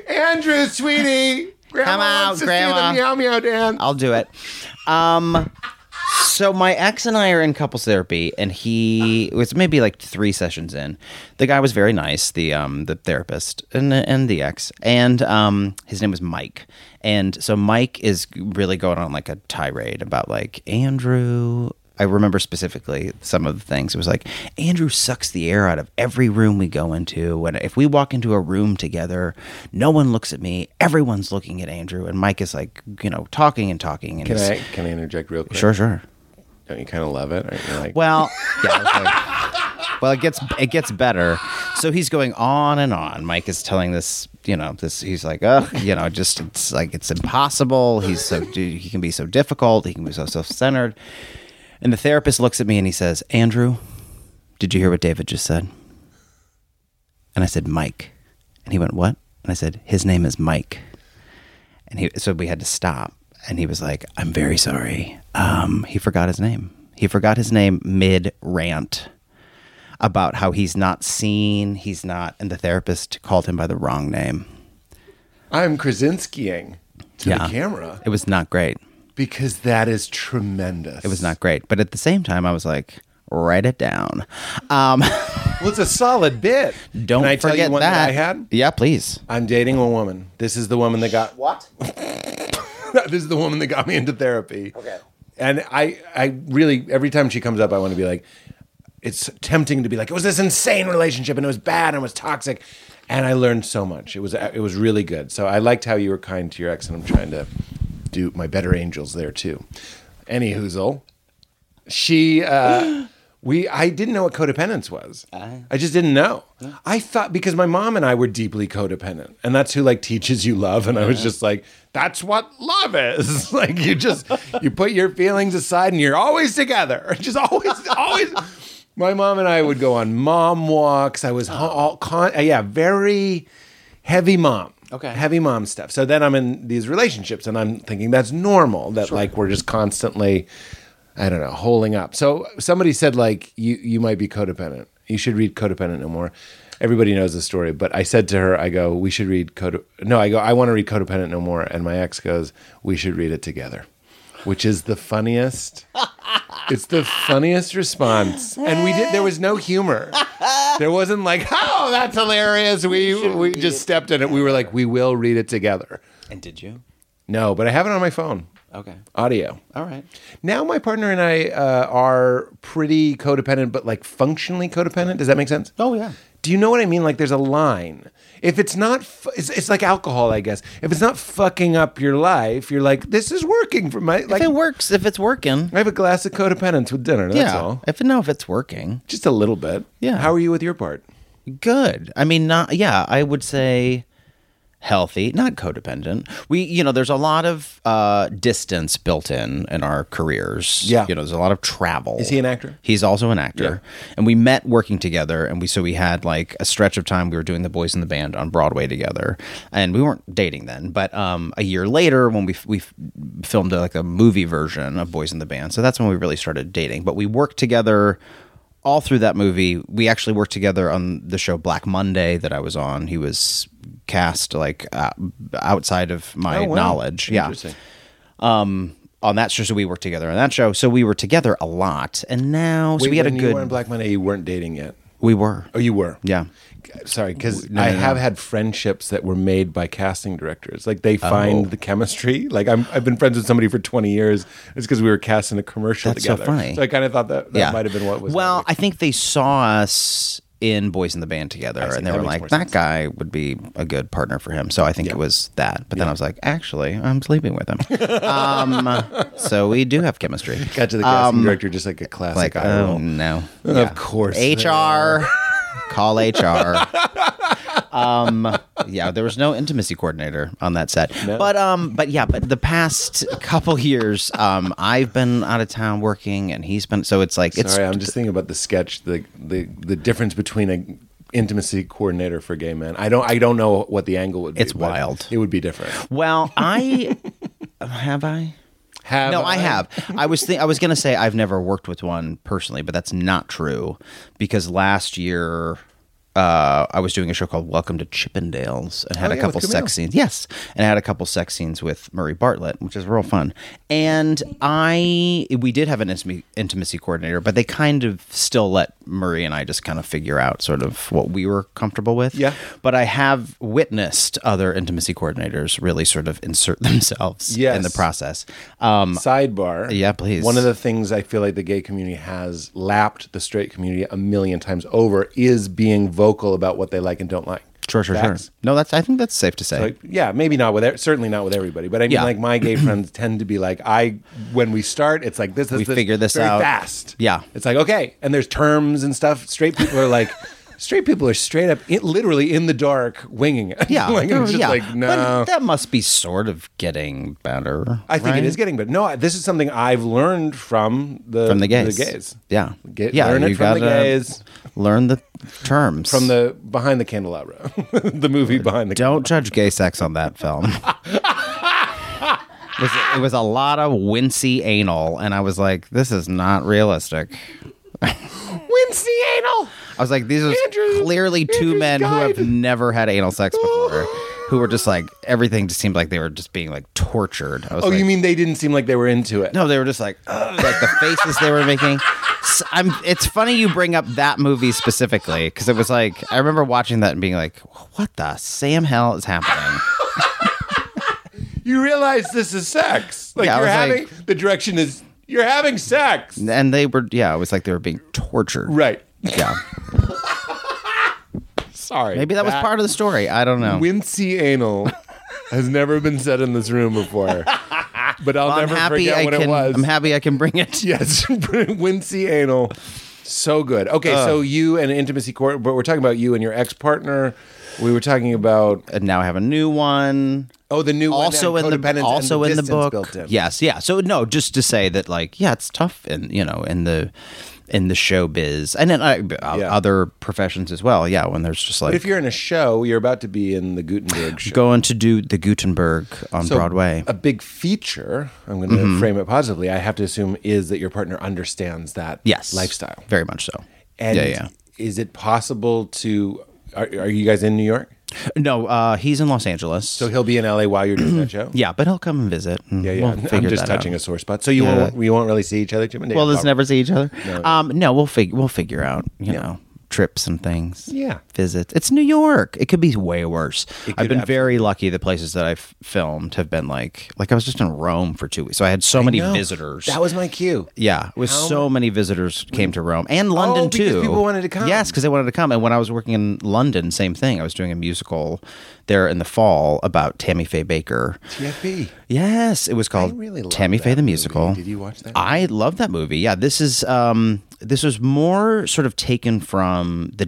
Speaker 1: Andrew, sweetie, grandma
Speaker 3: Come out,
Speaker 1: wants to
Speaker 3: Grandma.
Speaker 1: see the meow meow dance.
Speaker 3: I'll do it. Um, so my ex and I are in couples therapy, and he it was maybe like three sessions in. The guy was very nice, the um the therapist and and the ex, and um his name was Mike. And so Mike is really going on like a tirade about like Andrew I remember specifically some of the things. It was like Andrew sucks the air out of every room we go into, and if we walk into a room together, no one looks at me. Everyone's looking at Andrew, and Mike is like, you know, talking and talking. And
Speaker 1: Can
Speaker 3: he's-
Speaker 1: I can I interject real quick?
Speaker 3: Sure, sure.
Speaker 1: Don't you kind of love it? Aren't you like,
Speaker 3: Well, yeah. okay. well, it gets it gets better. So he's going on and on. Mike is telling this, you know, this. He's like, oh, you know, just it's like it's impossible. He's so he can be so difficult. He can be so self centered. And the therapist looks at me and he says, Andrew, did you hear what David just said? And I said, Mike. And he went, What? And I said, His name is Mike. And he, so we had to stop. And he was like, I'm very sorry. Um, he forgot his name. He forgot his name mid rant about how he's not seen, he's not, and the therapist called him by the wrong name.
Speaker 1: I'm Krasinskiing to the camera
Speaker 3: It was not great.
Speaker 1: because that is tremendous.
Speaker 3: It was not great. But at the same time, I was like, write it down. Um,
Speaker 1: Well, it's a solid bit.
Speaker 3: don't
Speaker 1: Can I
Speaker 3: forget
Speaker 1: tell you one that.
Speaker 3: that.
Speaker 1: I had?
Speaker 3: Yeah, please.
Speaker 1: I'm dating a woman. This is the woman that got
Speaker 5: What?
Speaker 1: this is the woman that got me into therapy. Okay. And I, I really every time she comes up, I want to be like, it's tempting to be like, it was this insane relationship and it was bad and it was toxic, and I learned so much. It was, it was really good. So I liked how you were kind to your ex, and I'm trying to do my better angels there too. Any hoozle. She, uh, we, I didn't know what codependence was. I just didn't know. I thought because my mom and I were deeply codependent, and that's who like teaches you love. And I was just like, that's what love is. like you just you put your feelings aside, and you're always together. Just always, always. My mom and I would go on mom walks. I was ho- all con, uh, yeah, very heavy mom.
Speaker 3: Okay.
Speaker 1: Heavy mom stuff. So then I'm in these relationships and I'm thinking that's normal that like we're just constantly I don't know, holding up. So somebody said like you you might be codependent. You should read Codependent No More. Everybody knows the story, but I said to her, I go, we should read Code No, I go, I want to read Codependent No More and my ex goes, we should read it together. Which is the funniest. It's the funniest response. And we did there was no humor. There wasn't like, oh, that's hilarious. We we just stepped in it. We were like, we will read it together.
Speaker 3: And did you?
Speaker 1: No, but I have it on my phone.
Speaker 3: Okay.
Speaker 1: Audio.
Speaker 3: All right.
Speaker 1: Now my partner and I uh, are pretty codependent, but like functionally codependent. Does that make sense?
Speaker 3: Oh, yeah.
Speaker 1: Do you know what I mean? Like, there's a line. If it's not, f- it's, it's like alcohol, I guess. If it's not fucking up your life, you're like, this is working for my. Like,
Speaker 3: if it works, if it's working.
Speaker 1: I have a glass of codependence with dinner. That's
Speaker 3: yeah.
Speaker 1: all.
Speaker 3: If no, if it's working,
Speaker 1: Just a little bit.
Speaker 3: Yeah.
Speaker 1: How are you with your part?
Speaker 3: good. I mean, not yeah. I would say healthy, not codependent. We, you know, there's a lot of uh, distance built in in our careers.
Speaker 1: Yeah.
Speaker 3: you know, there's a lot of travel.
Speaker 1: Is he an actor?
Speaker 3: He's also an actor, and we met working together, and we so we had like a stretch of time we were doing the boys in the band on Broadway together, and we weren't dating then, but um, a year later when we we filmed like a movie version of Boys in the Band, so that's when we really started dating. But we worked together all through that movie. We actually worked together on the show Black Monday that I was on. He was cast like uh, outside of my
Speaker 1: Oh, wow.
Speaker 3: knowledge, yeah
Speaker 1: Interesting.
Speaker 3: on that show. So we worked together on that show. So we were together a lot, and now so
Speaker 1: Wait,
Speaker 3: we had a
Speaker 1: when You
Speaker 3: good.
Speaker 1: were on Black Monday. You weren't dating yet.
Speaker 3: we were.
Speaker 1: Oh, you were.
Speaker 3: Yeah.
Speaker 1: Sorry, because I have had friendships that were made by casting directors. Like they
Speaker 3: Oh.
Speaker 1: find the chemistry. Like I'm, I've been friends with somebody for 20 years. It's because we were casting a commercial
Speaker 3: That's so
Speaker 1: together.
Speaker 3: funny.
Speaker 1: I kind of thought that that
Speaker 3: yeah.
Speaker 1: might have been what was.
Speaker 3: Well,
Speaker 1: happening.
Speaker 3: I think they saw us in Boys in the Band together, and they
Speaker 6: that
Speaker 3: were
Speaker 6: makes
Speaker 3: like,
Speaker 6: more
Speaker 3: "That guy would be a good partner for him." So I think it was that. But then I was like, "Actually, I'm sleeping with him." um, so we do have chemistry.
Speaker 1: Got to the casting director just like a classic
Speaker 3: um, Like,
Speaker 1: eye
Speaker 3: oh
Speaker 1: roll.
Speaker 3: no,
Speaker 1: Of course.
Speaker 3: HR. Call HR. um, yeah, there was no intimacy coordinator on that set. But um, but yeah, but the past couple years, um, I've been out of town working, and he's been. So it's like it's
Speaker 1: Sorry, I'm just thinking about the sketch, the the the difference between a intimacy coordinator for gay men. I don't I don't know what the angle would be.
Speaker 3: It's
Speaker 1: but
Speaker 3: wild.
Speaker 1: It would be different.
Speaker 3: well, I have I.
Speaker 1: Have
Speaker 3: no, I have. I was think I was gonna say I've never worked with one personally, but that's not true because last year uh, I was doing a show called Welcome to Chippendales and had
Speaker 6: Oh,
Speaker 3: a
Speaker 6: yeah,
Speaker 3: couple
Speaker 6: with Kumail.
Speaker 3: sex scenes. Yes, and I had a couple sex scenes with Murray Bartlett, which is real fun. And I we did have an intimacy, intimacy coordinator, but they kind of still let Murray and I just kind of figure out sort of what we were comfortable with.
Speaker 1: Yeah.
Speaker 3: But I have witnessed other intimacy coordinators really sort of insert themselves in the
Speaker 1: Yes.
Speaker 3: process. Um,
Speaker 1: Sidebar.
Speaker 3: Yeah, please.
Speaker 1: One of the things I feel like the gay community has lapped the straight community a million times over is being vocal about what they like and don't like.
Speaker 3: Sure, sure,
Speaker 1: Facts.
Speaker 3: sure. No, that's. I think that's safe to say.
Speaker 1: Like, yeah, maybe not with e- certainly not with everybody, but I mean,
Speaker 3: Yeah.
Speaker 1: like my gay friends tend to be like, I when we start, it's like this, this
Speaker 3: We
Speaker 1: this,
Speaker 3: figure this
Speaker 1: very
Speaker 3: out.
Speaker 1: fast.
Speaker 3: Yeah.
Speaker 1: it's like okay, and there's terms and stuff. Straight people are like, straight people are straight up, in, literally in the dark, winging it.
Speaker 3: yeah,
Speaker 1: like, it's just
Speaker 3: yeah.
Speaker 1: like no.
Speaker 3: But that must be sort of getting better.
Speaker 1: I think
Speaker 3: right?
Speaker 1: it is getting better. No, I- this is something I've learned from the
Speaker 3: from the gays.
Speaker 1: The gays.
Speaker 3: Yeah.
Speaker 1: Get-
Speaker 3: yeah.
Speaker 1: learn it
Speaker 3: you
Speaker 1: from the
Speaker 3: gotta
Speaker 1: gays.
Speaker 3: Learn the terms
Speaker 1: From the Behind the Candelabra, the movie Behind the
Speaker 3: Don't judge gay sex on that film. it, was, it was a lot of wincy anal, and I was like, "This is not realistic."
Speaker 1: Wincy Anal.
Speaker 3: I was like, these are
Speaker 1: Andrew-
Speaker 3: clearly two
Speaker 1: Andrew's
Speaker 3: men who have
Speaker 1: died.
Speaker 3: never had anal sex before, who were just like everything just seemed like they were just being like tortured. I was
Speaker 1: Oh,
Speaker 3: like,
Speaker 1: you mean they didn't seem like they were into it?
Speaker 3: No, they were just like "Ugh," like the faces they were making. S- I'm. It's funny you bring up that movie specifically because it was like I remember watching that and being like, "What the Sam hell is happening?"
Speaker 1: you realize this is sex. Like
Speaker 3: Yeah, I
Speaker 1: you're
Speaker 3: was
Speaker 1: having
Speaker 3: like-
Speaker 1: the direction is you're having sex.
Speaker 3: And they were, yeah, it was like they were being tortured.
Speaker 1: Right.
Speaker 3: Yeah.
Speaker 1: Sorry.
Speaker 3: Maybe that was part of the story. I don't know.
Speaker 1: Wincy anal has never been said in this room before. But I'll
Speaker 3: I'm
Speaker 1: never
Speaker 3: happy
Speaker 1: forget
Speaker 3: I
Speaker 1: what
Speaker 3: can.
Speaker 1: it was.
Speaker 3: I'm happy I can bring it.
Speaker 1: yes, Wincy anal. So good. Okay, so
Speaker 3: Uh.
Speaker 1: you and intimacy court, but we're talking about you and your ex partner. We were talking about
Speaker 3: And now I have a new one.
Speaker 1: oh the new
Speaker 3: also
Speaker 1: one,
Speaker 3: in
Speaker 1: codependence
Speaker 3: the
Speaker 1: and
Speaker 3: also in the
Speaker 1: distance
Speaker 3: book.
Speaker 1: built in.
Speaker 3: Yes, yeah. So no, just to say that like yeah, it's tough and you know in the in the showbiz and then uh,
Speaker 1: Yeah.
Speaker 3: other professions as well. Yeah, when there's just
Speaker 1: But
Speaker 3: like
Speaker 1: if you're in a show, you're about to be in the Gutenberg show.
Speaker 3: going to do the Gutenberg on
Speaker 1: So, uh,
Speaker 3: Broadway. Mm-hmm.
Speaker 1: A big feature, I'm going to frame it positively, I have to assume, is that your partner understands that
Speaker 3: yes,
Speaker 1: lifestyle.
Speaker 3: Very much so.
Speaker 1: And
Speaker 3: yeah, yeah.
Speaker 1: is it possible to, are, are you guys in New York?
Speaker 3: No, uh, he's in Los Angeles.
Speaker 1: So he'll be in LA while you're doing that show?
Speaker 3: yeah, but he'll come and visit. and
Speaker 1: Yeah, yeah.
Speaker 3: We'll
Speaker 1: I'm
Speaker 3: figure
Speaker 1: just
Speaker 3: that
Speaker 1: touching
Speaker 3: out.
Speaker 1: a sore spot. So you, won't, we won't really see each other. Jim and Dave
Speaker 3: Well, let's
Speaker 1: probably.
Speaker 3: never see each other. um, no, we'll figure we'll figure out. You know, trips and things.
Speaker 1: Yeah.
Speaker 3: visits. It's New York. It could be way worse. I've
Speaker 1: could
Speaker 3: been
Speaker 1: absolutely-
Speaker 3: very lucky. The places that I've filmed have been like like I was just in Rome for two weeks, so I had so many
Speaker 1: No,
Speaker 3: visitors.
Speaker 1: That was my cue.
Speaker 3: yeah, it was so many visitors came to Rome and London
Speaker 1: Oh, because
Speaker 3: too.
Speaker 1: people wanted to come.
Speaker 3: Yes, because they wanted to come. And when I was working in London, same thing. I was doing a musical there in the fall about Tammy Faye Baker.
Speaker 1: TFB.
Speaker 3: Yes, it was called
Speaker 1: really love
Speaker 3: Tammy
Speaker 1: that
Speaker 3: Faye the
Speaker 1: movie.
Speaker 3: Musical.
Speaker 1: Did you watch that?
Speaker 3: I love that movie. Yeah, this is um, this was more sort of taken from the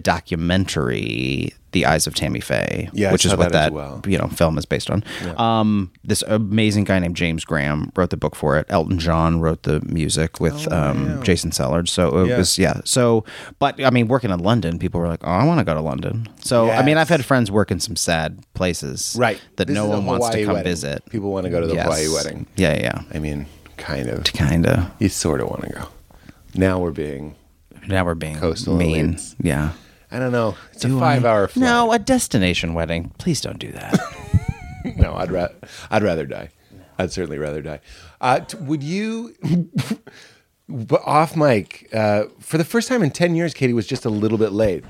Speaker 3: documentary "The Eyes of Tammy Faye,"
Speaker 1: Yeah, I
Speaker 3: which is
Speaker 1: saw
Speaker 3: what
Speaker 1: that as
Speaker 3: that
Speaker 1: well.
Speaker 3: you know film is based on. Um, this amazing guy named James Graham wrote the book for it. Elton John wrote the music with um, Jason Sellers. So it
Speaker 1: Oh, Yeah.
Speaker 3: was yeah. So, but I mean, working in London, people were like, "Oh, I want to go to London." So I mean,
Speaker 1: Yes.
Speaker 3: I've had friends work in some sad places,
Speaker 1: Right.
Speaker 3: That
Speaker 1: This
Speaker 3: no
Speaker 1: is a
Speaker 3: one wants to
Speaker 1: Hawaii
Speaker 3: come
Speaker 1: wedding.
Speaker 3: visit.
Speaker 1: People want to go to the
Speaker 3: Yes.
Speaker 1: Hawaii wedding.
Speaker 3: Yeah, yeah.
Speaker 1: I mean, kind of.
Speaker 3: Kind of.
Speaker 1: You sort of want to go. Now we're being,
Speaker 3: Now we're being
Speaker 1: Coastal
Speaker 3: mean.
Speaker 1: elites.
Speaker 3: Yeah.
Speaker 1: I don't know. It's a five hour flight.
Speaker 3: No, a destination wedding. Please don't do that.
Speaker 1: No, I'd ra- I'd rather die. I'd certainly rather die. Uh, t- would you? but off mic, uh, for the first time in ten years, Katie was just a little bit late.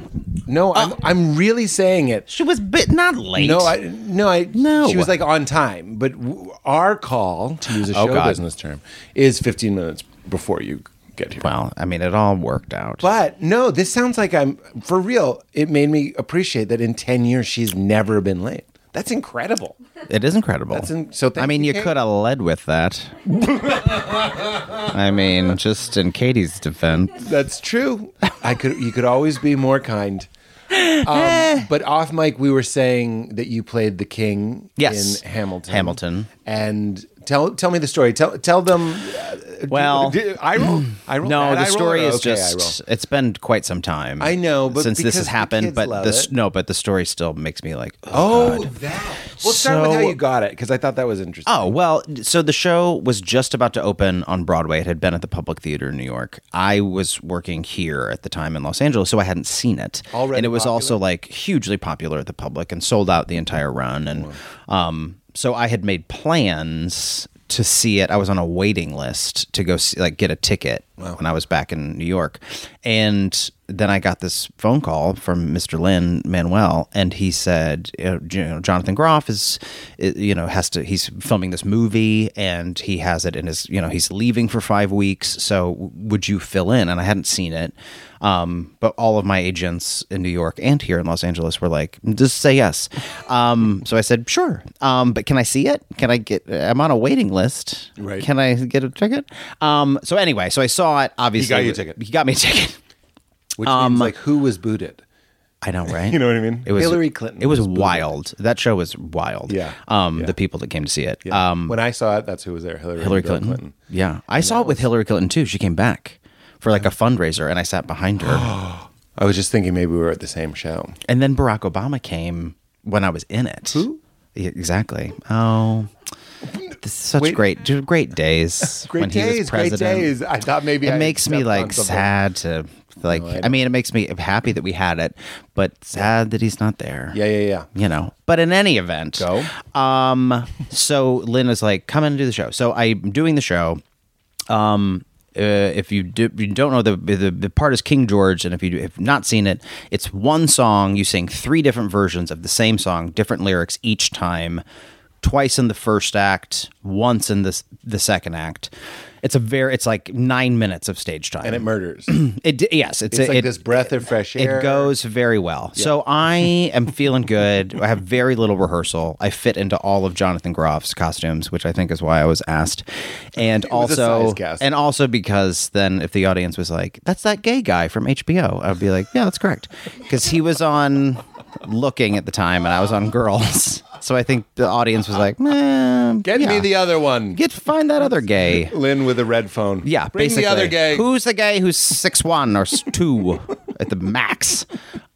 Speaker 1: No,
Speaker 3: Uh,
Speaker 1: I'm I'm really saying it.
Speaker 3: she was bit not late.
Speaker 1: No, I no I
Speaker 3: No.
Speaker 1: She was like on time, but w- our call to use a show
Speaker 3: Oh, God.
Speaker 1: business term is fifteen minutes before you Good. Here.
Speaker 3: Well, I mean, it all worked out.
Speaker 1: But no, this sounds like I'm for real. It made me appreciate that in 10 years she's never been late. That's incredible.
Speaker 3: It is incredible.
Speaker 1: That's in- so thank
Speaker 3: I mean,
Speaker 1: you,
Speaker 3: you
Speaker 1: Kate.
Speaker 3: could have led with that. I mean, just in Katie's defense.
Speaker 1: That's true. I could you could always be more kind.
Speaker 3: Eh.
Speaker 1: Um, but off mic, we were saying that you played the king
Speaker 3: Yes.
Speaker 1: in Hamilton.
Speaker 3: Hamilton.
Speaker 1: And tell tell me the story. Tell tell them. uh,
Speaker 3: Well,
Speaker 1: d- I roll. I roll.
Speaker 3: no,
Speaker 1: bad
Speaker 3: the
Speaker 1: eye roll
Speaker 3: story
Speaker 1: or
Speaker 3: is
Speaker 1: okay, I roll?
Speaker 3: just it's been quite some time.
Speaker 1: I know, but
Speaker 3: since this
Speaker 1: because
Speaker 3: has
Speaker 1: the
Speaker 3: happened,
Speaker 1: kids
Speaker 3: but
Speaker 1: love
Speaker 3: this
Speaker 1: it.
Speaker 3: no, but the story still makes me like, oh,
Speaker 1: Oh, that. We'll start with how
Speaker 3: So-
Speaker 1: you got it because I thought that was interesting.
Speaker 3: Oh, well, so the show was just about to open on Broadway. It had been at the Public Theater in New York. I was working here at the time in Los Angeles, so I hadn't seen it.
Speaker 1: Already
Speaker 3: and it was
Speaker 1: popular?
Speaker 3: also like hugely popular at the public and sold out the entire run and um so I had made plans to see it. I was on a waiting list to go see, like get a ticket when I was back in New York. And then I got this phone call from Mr. Lynn Manuel, and he said, uh, you know, Jonathan Groff is, i- you know, has to, he's filming this movie and he has it in his, you know, he's leaving for five weeks. So w- would you fill in? And I hadn't seen it. Um, but all of my agents in New York and here in Los Angeles were like, just say yes. Um, so I said, sure. Um, but can I see it? Can I get, I'm on a waiting list.
Speaker 1: Right.
Speaker 3: Can I get a ticket? Um, so anyway, so I saw it. Obviously,
Speaker 1: you a ticket.
Speaker 3: He got me a ticket.
Speaker 1: Which
Speaker 3: um,
Speaker 1: means like who was booted?
Speaker 3: I know, right?
Speaker 1: You know what I mean?
Speaker 3: It was
Speaker 1: Hillary Clinton
Speaker 3: It was,
Speaker 1: was booted.
Speaker 3: wild. That show was wild.
Speaker 1: Yeah.
Speaker 3: Um,
Speaker 1: Yeah.
Speaker 3: the people that came to see it. Um,
Speaker 1: when I saw it, that's who was there. Hillary,
Speaker 3: Hillary
Speaker 1: Bill
Speaker 3: Clinton. Yeah, I saw it with Hillary Clinton too. She came back for like a fundraiser, and I sat behind her.
Speaker 1: I was just thinking maybe we were at the same show.
Speaker 3: and then Barack Obama came when I was in it.
Speaker 1: Who?
Speaker 3: Yeah, exactly. Oh, this is such
Speaker 1: Wait.
Speaker 3: great, great days.
Speaker 1: Great
Speaker 3: when he was
Speaker 1: days, great
Speaker 3: president.
Speaker 1: days. I thought maybe
Speaker 3: it
Speaker 1: I
Speaker 3: makes me
Speaker 1: stepped on
Speaker 3: like
Speaker 1: something.
Speaker 3: sad to like
Speaker 1: I
Speaker 3: I,
Speaker 1: know.
Speaker 3: mean it makes me happy that we had it but sad that he's not there
Speaker 1: Yeah, yeah, yeah.
Speaker 3: you know but in any event
Speaker 1: Go.
Speaker 3: um so lynn was like come and do the show so i'm doing the show um uh, if you do, you don't know the, the the part is King George, and if you do, have not seen it, it's one song. You sing three different versions of the same song, different lyrics each time, twice in the first act, once in the s- the second act. It's a very it's like nine minutes of stage time.
Speaker 1: And it murders.
Speaker 3: It d- yes, it's,
Speaker 1: It's
Speaker 3: a,
Speaker 1: like
Speaker 3: it,
Speaker 1: this breath of fresh air.
Speaker 3: It goes very well. So I am feeling good. I have very little rehearsal. I fit into all of Jonathan Groff's costumes, which I think is why I was asked. And
Speaker 1: was a
Speaker 3: also,
Speaker 1: size cast.
Speaker 3: and also because then if the audience was like, "That's that gay guy from HBO," I'd be like, "Yeah, that's correct," because he was on Looking at the time, and I was on Girls. So I think the audience was like, eh,
Speaker 1: Get me
Speaker 3: yeah.
Speaker 1: the other one.
Speaker 3: get find that other gay."
Speaker 1: Lynn with a red phone.
Speaker 3: Yeah,
Speaker 1: Bring
Speaker 3: basically.
Speaker 1: the other gay.
Speaker 3: Who's the guy who's six one or s- two at the max?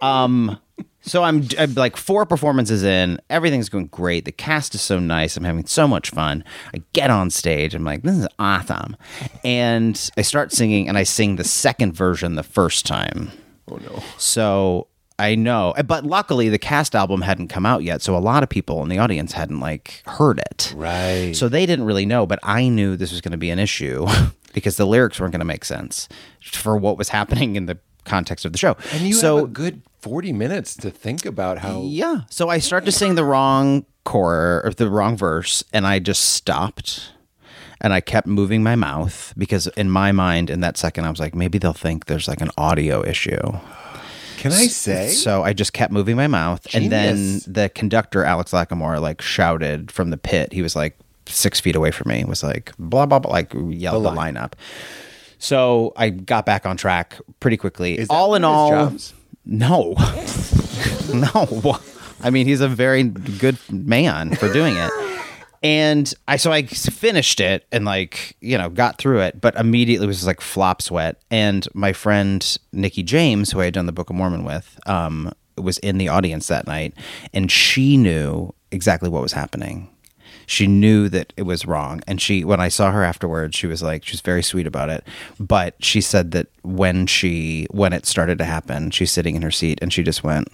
Speaker 3: Um, so I'm, I'm like four performances in. Everything's going great. The cast is so nice. I'm having so much fun. I get on stage. I'm like, this is awesome, and I start singing, and I sing the second version the first time.
Speaker 1: oh no.
Speaker 3: So I know, but luckily the cast album hadn't come out yet, so a lot of people in the audience hadn't like heard it.
Speaker 1: Right.
Speaker 3: So they didn't really know, but I knew this was going to be an issue because the lyrics weren't going to make sense for what was happening in the context of the show.
Speaker 1: And you
Speaker 3: so
Speaker 1: have a good 40 minutes to think about how
Speaker 3: yeah, so I start to sing the wrong chor or the wrong verse, and I just stopped. And I kept moving my mouth because, in my mind, in that second, I was like, maybe they'll think there's like an audio issue.
Speaker 1: Can I say?
Speaker 3: So I just kept moving my mouth, and
Speaker 1: Genius.
Speaker 3: then the conductor Alex Lackamore like shouted from the pit. He was like six feet away from me. Was like blah blah blah, like yelled the, line lineup. So I got back on track pretty quickly.
Speaker 1: Is that
Speaker 3: all in all,
Speaker 1: one of his jobs?
Speaker 3: no, no. I mean, he's a very good man for doing it. And I so I finished it and like you know got through it, but immediately was just like flop sweat. And my friend Nikki James, who I had done the Book of Mormon with, um, was in the audience that night, and she knew exactly what was happening. She knew that it was wrong, and she when I saw her afterwards, she was like she was very sweet about it. But she said that when she when it started to happen, she's sitting in her seat and she just went.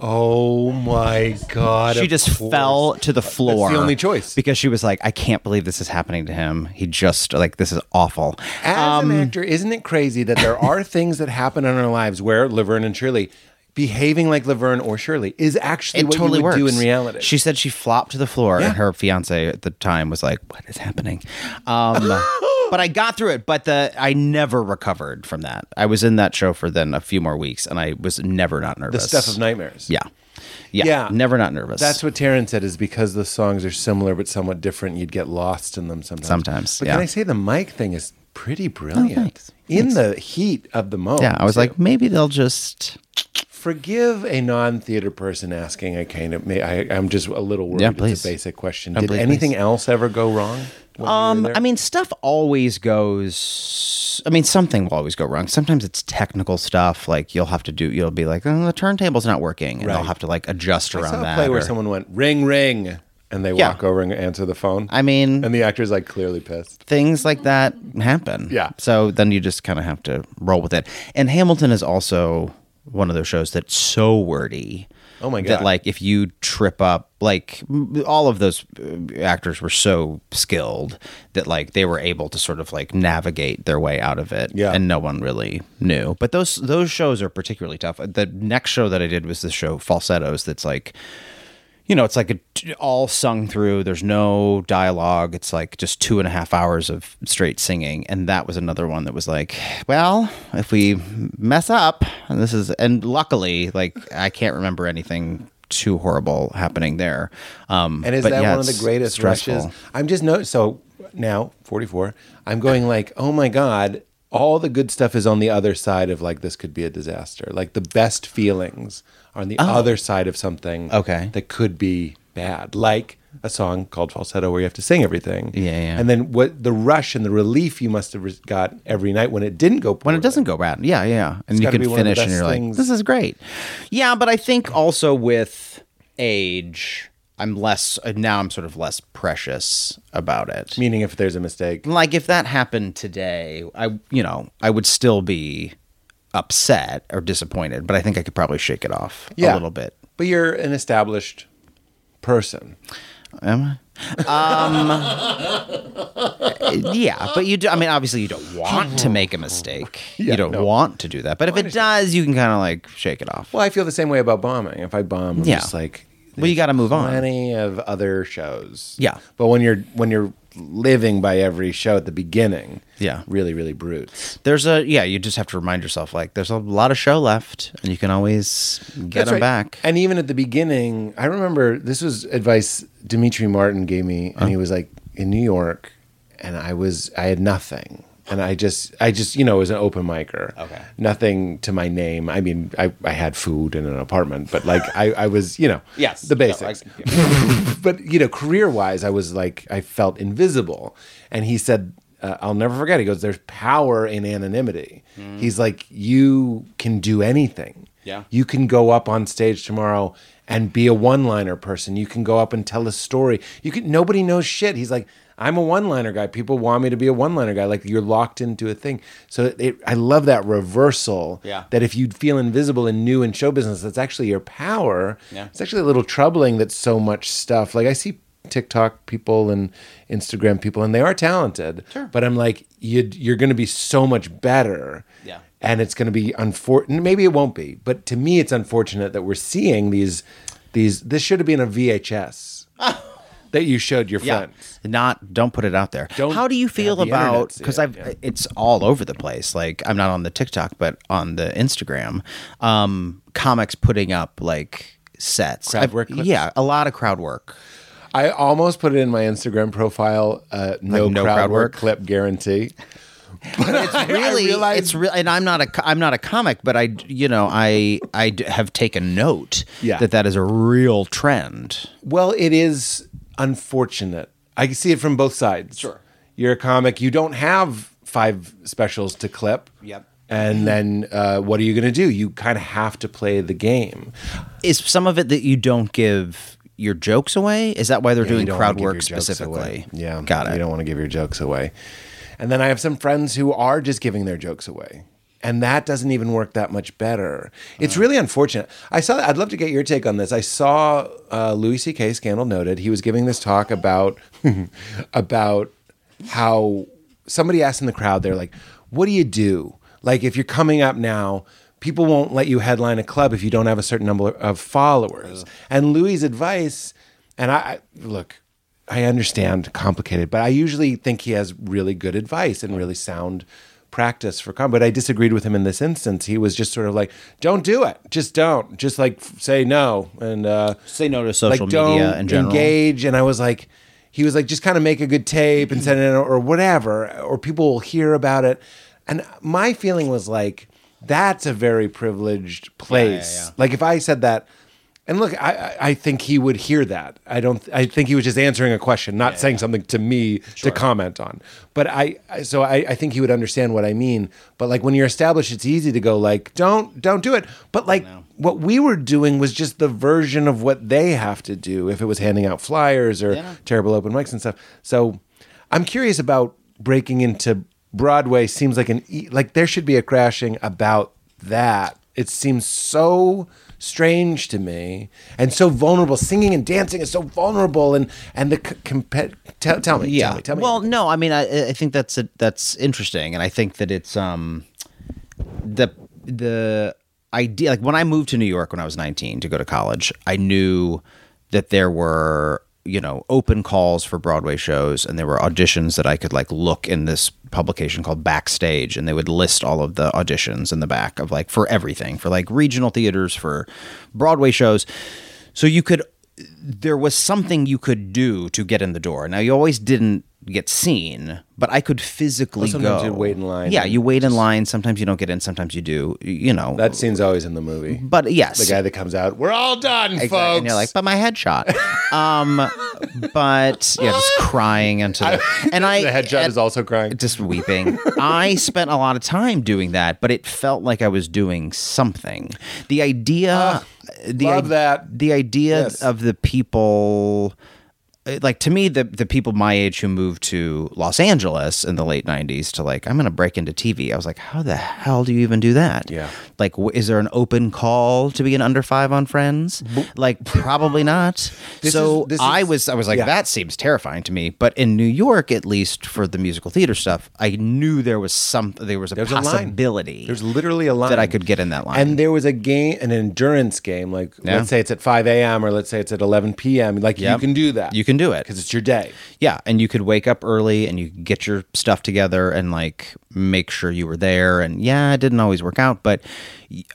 Speaker 1: Oh my God.
Speaker 3: she
Speaker 1: of
Speaker 3: just
Speaker 1: course.
Speaker 3: fell to the floor.
Speaker 1: only choice.
Speaker 3: because she was like, "I can't believe this is happening to him. He just like this is awful." Um,
Speaker 1: As an actor, isn't it crazy that there are things that happen in our lives where Laverne and Shirley behaving like Laverne or Shirley is actually
Speaker 3: It
Speaker 1: what
Speaker 3: totally
Speaker 1: you would
Speaker 3: works.
Speaker 1: do in reality?
Speaker 3: she said she flopped to the floor,
Speaker 1: Yeah.
Speaker 3: and her fiance at the time was like, "What is happening?" Um, but I got through it. But the I never recovered from that. I was in that show for then a few more weeks, and I was never not
Speaker 1: the
Speaker 3: nervous.
Speaker 1: stuff of nightmares.
Speaker 3: yeah, yeah,
Speaker 1: Yeah.
Speaker 3: never not nervous.
Speaker 1: That's what Taryn said is because the songs are similar but somewhat different, you'd get lost in them sometimes.
Speaker 3: Sometimes,
Speaker 1: But
Speaker 3: yeah. Oh,
Speaker 1: can I say the mic thing is pretty brilliant.
Speaker 3: thanks.
Speaker 1: In the heat of the moment.
Speaker 3: yeah. I was
Speaker 1: too.
Speaker 3: like, maybe they'll just
Speaker 1: forgive a non-theater person asking I kind of may I I'm just a little worried
Speaker 3: Yeah,
Speaker 1: it's
Speaker 3: please.
Speaker 1: a basic question.
Speaker 3: Oh,
Speaker 1: Did
Speaker 3: please,
Speaker 1: anything
Speaker 3: please.
Speaker 1: else ever go wrong? while you were
Speaker 3: Um,
Speaker 1: there?
Speaker 3: I mean, stuff always goes. I mean, something will always go wrong. Sometimes it's technical stuff, like you'll have to do. You'll be like, oh, the turntable's not working, and they'll
Speaker 1: Right.
Speaker 3: have to like adjust
Speaker 1: I
Speaker 3: around
Speaker 1: saw a
Speaker 3: that.
Speaker 1: play where
Speaker 3: or-
Speaker 1: someone went ring ring and they
Speaker 3: Yeah.
Speaker 1: walk over and answer the phone.
Speaker 3: I mean,
Speaker 1: and the actor's like clearly pissed.
Speaker 3: things like that happen.
Speaker 1: Yeah.
Speaker 3: So then you just kind of have to roll with it. And Hamilton is also one of those shows that's so wordy.
Speaker 1: Oh my God.
Speaker 3: That like if you trip up, like m- all of those uh, actors were so skilled that like they were able to sort of like navigate their way out of it.
Speaker 1: Yeah.
Speaker 3: And no one really knew. But those those shows are particularly tough. The next show that I did was the show Falsettos. That's like you know, it's like a, all sung through. There's no dialogue. It's like just two and a half hours of straight singing. And that was another one that was like, well, if we mess up, and this is, and luckily, like I can't remember anything too horrible happening there. Um,
Speaker 1: And is
Speaker 3: but
Speaker 1: that
Speaker 3: yeah,
Speaker 1: one of the
Speaker 3: it's
Speaker 1: greatest
Speaker 3: stressful.
Speaker 1: rushes? I'm just no so now 44. I'm going like, oh my god, all the good stuff is on the other side of like this could be a disaster. Like the best feelings are on the other side of something.
Speaker 3: Oh. Okay.
Speaker 1: that could be bad, like a song called Falsetto where you have to sing everything.
Speaker 3: Yeah, yeah.
Speaker 1: And then what the rush and the relief you must have re- got every night when it didn't go
Speaker 3: when it doesn't go bad. Yeah, yeah, yeah. And you
Speaker 1: gotta
Speaker 3: can
Speaker 1: be one of the
Speaker 3: finish and
Speaker 1: best
Speaker 3: you're
Speaker 1: things.
Speaker 3: like, this is great. Yeah, but I think also with age, I'm less, now I'm sort of less precious about it.
Speaker 1: meaning if there's a mistake.
Speaker 3: like if that happened today i you know i would still be upset or disappointed but i think i could probably shake it off
Speaker 1: Yeah.
Speaker 3: a little bit
Speaker 1: But you're an established person.
Speaker 3: am I? um yeah but you do i mean obviously you don't want to make a mistake you don't want to do that but if it does you can kind of like shake it off
Speaker 1: Well, I feel the same way about bombing. If I bomb, I'm
Speaker 3: Yeah.
Speaker 1: just like,
Speaker 3: Well, you gotta
Speaker 1: there's
Speaker 3: move on.
Speaker 1: Plenty of other shows.
Speaker 3: Yeah.
Speaker 1: but when you're when you're living by every show at the beginning,
Speaker 3: Yeah.
Speaker 1: really, really brutes.
Speaker 3: there's a yeah you just have to remind yourself like there's a lot of show left and you can always get
Speaker 1: That's
Speaker 3: them
Speaker 1: right.
Speaker 3: back
Speaker 1: And even at the beginning, I remember this was advice Dimitri Martin gave me, and he was like in New York, and I was I had nothing. And I just, I just, you know, was an open micer.
Speaker 3: Okay.
Speaker 1: Nothing to my name. I mean, I, I had food in an apartment, but like I, I was, you know, the basics. but you know, career wise, I was like, I felt invisible. And he said, uh, I'll never forget. He goes, "There's power in anonymity." He's like, "You can do anything.
Speaker 3: Mm. Yeah.
Speaker 1: you can go up on stage tomorrow and be a one-liner person. You can go up and tell a story. You can. Nobody knows shit." He's like. I'm a one-liner guy. People want me to be a one-liner guy. Like you're locked into a thing. So it, I love that reversal.
Speaker 3: Yeah.
Speaker 1: That if you feel invisible and new in show business, that's actually your power.
Speaker 3: Yeah.
Speaker 1: It's actually a little troubling that so much stuff. Like I see TikTok people and Instagram people, and they are talented. Sure. But I'm like, you, you're going to be so much better.
Speaker 3: Yeah.
Speaker 1: And it's going to be unfortunate. Maybe it won't be, but to me, it's unfortunate that we're seeing these. These. This should have been a VHS that you showed your
Speaker 3: yeah.
Speaker 1: friends.
Speaker 3: Not don't put it out there.
Speaker 1: Don't
Speaker 3: How do you
Speaker 1: have
Speaker 3: feel
Speaker 1: the internet
Speaker 3: about
Speaker 1: see
Speaker 3: because
Speaker 1: it,
Speaker 3: I've it's all over the place. Like I'm not on the TikTok, but on the Instagram, um, comics putting up like sets.
Speaker 1: Crowd
Speaker 3: I've-
Speaker 1: work clips?
Speaker 3: Yeah, a lot of crowd work.
Speaker 1: I almost put it in my Instagram profile. Uh, no,
Speaker 3: no
Speaker 1: crowd,
Speaker 3: crowd
Speaker 1: work
Speaker 3: work?
Speaker 1: clip guarantee.
Speaker 3: It's really,
Speaker 1: realized-
Speaker 3: it's real, and I'm not a, co- I'm not a comic, but I, d- you know, I, I d- have taken note
Speaker 1: Yeah.
Speaker 3: that that is a real trend.
Speaker 1: Well, it is unfortunate. I can see it from both sides. Sure. You're a comic, you don't have five specials to clip.
Speaker 3: Yep.
Speaker 1: And then uh, what are you going to do? You kind of have to play the game.
Speaker 3: Is some of it that you don't give your jokes away? Is that why they're doing
Speaker 1: You don't wanna
Speaker 3: crowd
Speaker 1: give
Speaker 3: work
Speaker 1: your jokes
Speaker 3: specifically?
Speaker 1: away. Yeah.
Speaker 3: got it.
Speaker 1: You don't want to give your jokes away. And then I have some friends who are just giving their jokes away. And that doesn't even work that much better. It's
Speaker 3: Uh-huh.
Speaker 1: really unfortunate. I saw I'd love to get your take on this. I saw uh, Louis C.K. Scandal noted he was giving this talk about about how somebody asked in the crowd, they're like, "What do you do? Like, if you're coming up now, people won't let you headline a club if you don't have a certain number of followers." And Louis's advice, and I, I look, I understand complicated, but I usually think he has really good advice and really sound practice for comedy. But I disagreed with him in this instance. He was just sort of like, "Don't do it. Just don't. Just like f- say no and uh,
Speaker 3: Say no to social
Speaker 1: like, don't
Speaker 3: media in general.
Speaker 1: Engage." And I was like, he was like, "Just kind of make a good tape and send it in or whatever, or people will hear about it." And my feeling was like, "That's a very privileged place."
Speaker 3: yeah.
Speaker 1: Like if I said that. And look, I, I- I think he would hear that. I don't. I think he was just answering a question, not saying something to me to comment on. But I, I so I, I think he would understand what I mean. But like when you're established, it's easy to go like, don't, don't do it. But like what we were doing was just the version of what they have to do if it was handing out flyers or
Speaker 3: Yeah.
Speaker 1: terrible open mics and stuff. So I'm curious about breaking into Broadway. Seems like an e- like there should be a crashing about that. It seems so strange to me and so vulnerable. Singing and dancing is so vulnerable and and the c- compet. Tell, tell me,
Speaker 3: yeah.
Speaker 1: Tell me, tell me.
Speaker 3: well, no, I mean, I, I think that's a, that's interesting, and I think that it's um the the idea. Like when I moved to New York when I was 19 to go to college, I knew that there were you know open calls for Broadway shows, and there were auditions that I could like look in this publication called Backstage, and they would list all of the auditions in the back of like for everything for like regional theaters for Broadway shows. So you could there was something you could do to get in the door. Now you always didn't get seen, but I could physically
Speaker 1: sometimes
Speaker 3: go.
Speaker 1: you'd wait in line
Speaker 3: Yeah,
Speaker 1: and
Speaker 3: you wait in line. Sometimes you don't get in. Sometimes you do. You know.
Speaker 1: that scene's always in the movie.
Speaker 3: but yes,
Speaker 1: the guy that comes out, we're all done,
Speaker 3: Exactly.
Speaker 1: folks.
Speaker 3: And you're like, but my headshot. um, but yeah, just crying into the, and I
Speaker 1: the headshot
Speaker 3: and-
Speaker 1: is also crying.
Speaker 3: just weeping. I spent a lot of time doing that, but it felt like I was doing something. The idea, the
Speaker 1: Ah, love
Speaker 3: i-
Speaker 1: that.
Speaker 3: the idea
Speaker 1: Yes.
Speaker 3: of the people. uh, Like to me, the the people my age who moved to Los Angeles in the late '90s to like, I'm gonna break into TV. I was like, how the hell do you even do that?
Speaker 1: Yeah.
Speaker 3: Like, wh- is there an open call to be an under five on Friends? Like, probably not.
Speaker 1: This
Speaker 3: so
Speaker 1: is- this
Speaker 3: I
Speaker 1: is-
Speaker 3: was I was like,
Speaker 1: Yeah.
Speaker 3: that seems terrifying to me. But in New York, at least for the musical theater stuff, I knew there was some there was a
Speaker 1: There's a line.
Speaker 3: possibility.
Speaker 1: There's literally a line
Speaker 3: that I could get in that line.
Speaker 1: And there was a game, an endurance game. Like
Speaker 3: Yeah.
Speaker 1: let's say it's at 5 a.m. or let's say it's at 11 p.m. Like
Speaker 3: Yep.
Speaker 1: you can do that.
Speaker 3: You can do it.
Speaker 1: because it's your day.
Speaker 3: Yeah, and you could wake up early and you could get your stuff together and like make sure you were there. And yeah, it didn't always work out, but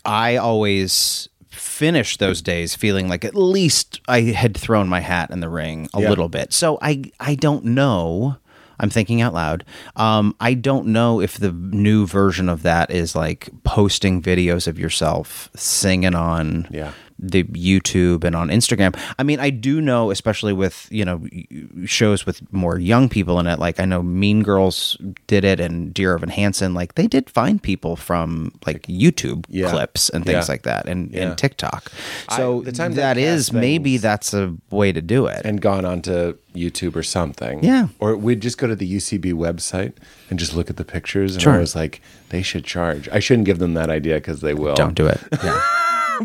Speaker 3: I always finished those days feeling like at least I had thrown my hat in the ring a little bit. So I I don't know. I'm thinking out loud. Um, I don't know if the new version of that is like posting videos of yourself singing on
Speaker 1: Yeah.
Speaker 3: the YouTube and on Instagram. I mean, I do know, especially with you know y- y- shows with more young people in it. Like I know Mean Girls did it, and Dear Evan Hansen. Like they did find people from like YouTube
Speaker 1: Yeah.
Speaker 3: clips and things
Speaker 1: Yeah.
Speaker 3: like that, and,
Speaker 1: Yeah.
Speaker 3: and TikTok.
Speaker 1: I-
Speaker 3: So
Speaker 1: the times
Speaker 3: that
Speaker 1: I've
Speaker 3: is
Speaker 1: cast
Speaker 3: maybe
Speaker 1: things-
Speaker 3: that's a way to do it.
Speaker 1: and gone onto YouTube or something.
Speaker 3: Yeah.
Speaker 1: Or we'd just go to the UCB website and just look at the pictures. And I
Speaker 3: Sure.
Speaker 1: was like, they should charge. I shouldn't give them that idea because they will.
Speaker 3: don't do it. Yeah.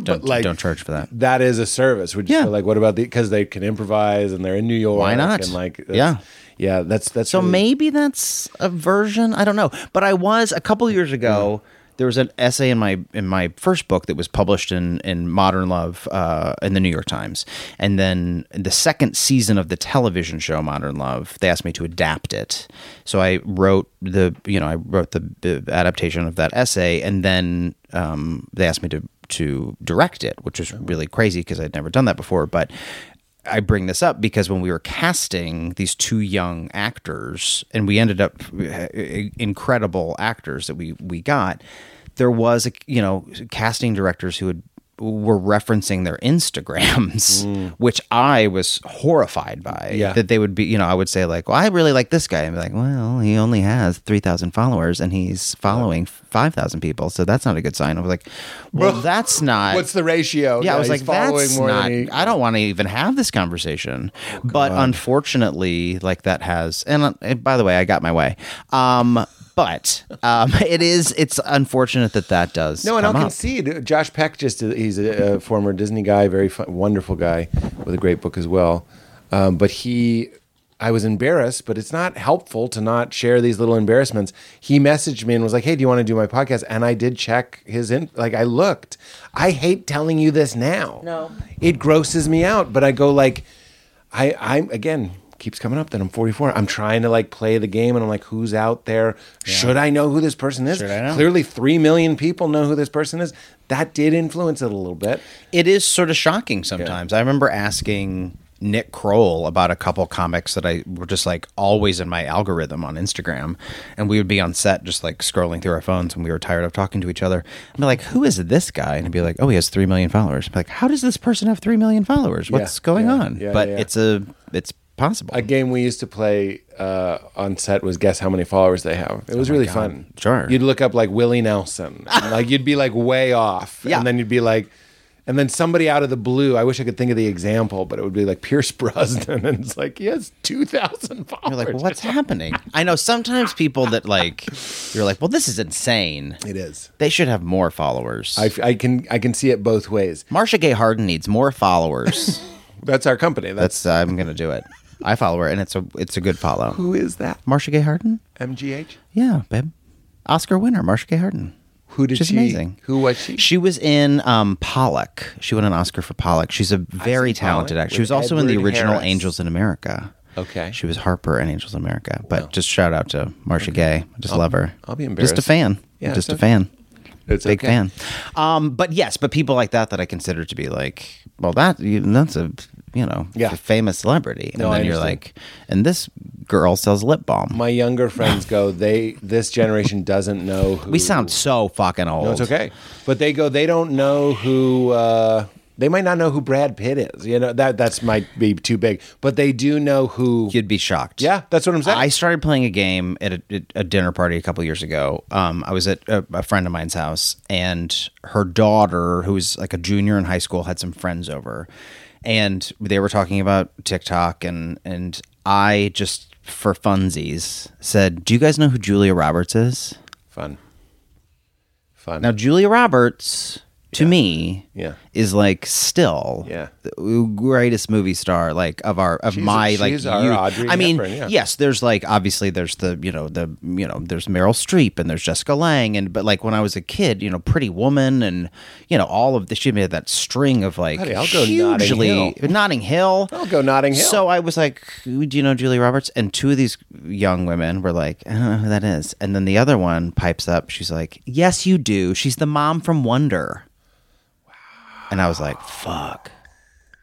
Speaker 3: don't
Speaker 1: like-
Speaker 3: don't charge for that.
Speaker 1: That is a service. We're just
Speaker 3: Yeah.
Speaker 1: go like, what about the, because they can improvise and they're in New York.
Speaker 3: Why not?
Speaker 1: And like, that's-
Speaker 3: Yeah.
Speaker 1: Yeah. That's, that's,
Speaker 3: So
Speaker 1: really-
Speaker 3: maybe that's a version. I don't know. But I was a couple years ago. There was an essay in my in my first book that was published in in Modern Love uh, in the New York Times, and then the second season of the television show Modern Love, they asked me to adapt it. So I wrote the you know I wrote the, the adaptation of that essay, and then um, they asked me to to direct it, which was really crazy because I'd never done that before. But I bring this up because when we were casting these two young actors, and we ended up uh, incredible actors that we we got, there was a you know casting directors who had were referencing their Instagrams, which I was horrified by.
Speaker 1: Mm. Yeah.
Speaker 3: That they would be, you know, I would say like, "Well, I really like this guy," and be like, "Well, he only has three thousand followers, and he's following five thousand people, so that's not a good sign." I was like, "Well, that's not."
Speaker 1: what's the ratio?
Speaker 3: yeah, I was
Speaker 1: he's
Speaker 3: like, that's not.
Speaker 1: he-
Speaker 3: I don't want to even have this conversation.
Speaker 1: Oh,
Speaker 3: but unfortunately, like that has. And, uh, and by the way, I got my way. Um, but um, it is. It's unfortunate that that does.
Speaker 1: No, and I'll
Speaker 3: come up.
Speaker 1: concede. uh, Josh Peck just—he's a, a former Disney guy, very fun, wonderful guy with a great book as well. Um, but he—I was embarrassed, but it's not helpful to not share these little embarrassments. He messaged me and was like, "Hey, do you want to do my podcast?" And I did check his in. Like I looked. I hate telling you this now. No, it grosses me out. But I go like, I, I'm again
Speaker 6: keeps coming up that I'm 44. I'm trying to like play the game and I'm like, who's out there? Should I know who this person is?
Speaker 3: Should I know?
Speaker 6: Clearly, 3 million people know who this person is. That did influence it a little bit.
Speaker 3: it is sort of shocking sometimes. I remember asking Nick Kroll about a couple comics that I were just like always in my algorithm on Instagram, and we would be on set just like scrolling through our phones when we were tired of talking to each other. I'd be like, "Who is this guy?" And he'd be like, "Oh, he has three million followers." I'd be like, "How does this person have three million followers? What's going
Speaker 6: yeah,
Speaker 3: on?"
Speaker 6: yeah,
Speaker 3: but
Speaker 6: yeah.
Speaker 3: it's a it's possible.
Speaker 6: A game we used to play uh, on set was guess how many followers they have. It was really fun.
Speaker 3: Oh Sure.
Speaker 6: You'd look up like Willie Nelson. and, like you'd be like way off.
Speaker 3: Yeah.
Speaker 6: And then you'd be like, and then somebody out of the blue, I wish I could think of the example, but it would be like Pierce Brosnan. And it's like, he has 2,000 followers.
Speaker 3: You're like, well, what's happening? I know sometimes people that like, you're like, well, this is insane.
Speaker 6: It is.
Speaker 3: They should have more followers.
Speaker 6: I, I can I can see it both ways.
Speaker 3: Marsha Gay Harden needs more followers.
Speaker 6: That's our company. That's
Speaker 3: That's I'm gonna do it. I follow her, and it's a it's a good follow.
Speaker 6: who is that?
Speaker 3: Marsha Gay Harden,
Speaker 6: MGH.
Speaker 3: yeah, babe, Oscar winner Marsha Gay Harden.
Speaker 6: Who did
Speaker 3: She's
Speaker 6: she?
Speaker 3: amazing.
Speaker 6: Who was she?
Speaker 3: She was in um, Pollock. She won an Oscar for Pollock. She's a very talented
Speaker 6: Pollock
Speaker 3: actress.
Speaker 6: with
Speaker 3: She was also in the
Speaker 6: Edward
Speaker 3: original
Speaker 6: Harris.
Speaker 3: Angels in America.
Speaker 6: Okay. Oh.
Speaker 3: She was Harper in Angels in America. But just shout out to Marsha Gay. I just love her.
Speaker 6: I'll be
Speaker 3: Just a
Speaker 6: embarrassed.
Speaker 3: fan.
Speaker 6: Yeah, it's
Speaker 3: just a
Speaker 6: okay.
Speaker 3: fan.
Speaker 6: It's
Speaker 3: Big
Speaker 6: okay.
Speaker 3: fan. Um, but yes, but people like that that I consider to be like, well, that you- that's a you know
Speaker 6: Yeah.
Speaker 3: a famous celebrity, and
Speaker 6: No, I
Speaker 3: then you're
Speaker 6: understand.
Speaker 3: like, and this girl sells lip balm.
Speaker 6: My younger friends go. They this generation doesn't know. Who,
Speaker 3: we sound so fucking old.
Speaker 6: No, it's okay. But they go. They don't know who. Uh, they might not know who Brad Pitt is. You know that that's might be too big. But they do know who.
Speaker 3: You'd be shocked.
Speaker 6: yeah, that's what I'm saying.
Speaker 3: I started playing a game at a, at a dinner party a couple years ago. Um, I was at a, a friend of mine's house, and her daughter, who's like a junior in high school, had some friends over, and they were talking about TikTok, and and I just for funsies said, "Do you guys know who Julia Roberts is?"
Speaker 6: fun. Fun.
Speaker 3: Now, Julia Roberts, to me,
Speaker 6: Yeah.
Speaker 3: is like still
Speaker 6: Yeah.
Speaker 3: the greatest movie star like of our of my like
Speaker 6: she's our
Speaker 3: youth.
Speaker 6: Audrey
Speaker 3: I mean,
Speaker 6: Hepburn, yeah.
Speaker 3: yes, there's like obviously there's the you know the you know there's Meryl Streep and there's Jessica Lange and but like when I was a kid, you know, Pretty Woman and you know all of the she made that string of like
Speaker 6: Buddy, I'll go Notting
Speaker 3: hugely
Speaker 6: Hill.
Speaker 3: Notting Hill.
Speaker 6: I'll go Notting Hill.
Speaker 3: So I was like, "Who- "Do you know Julie Roberts?" And two of these young women were like, "I don't know who that is." And then the other one pipes up. She's like, "Yes, you do. She's the mom from Wonder." And I was like, "Fuck."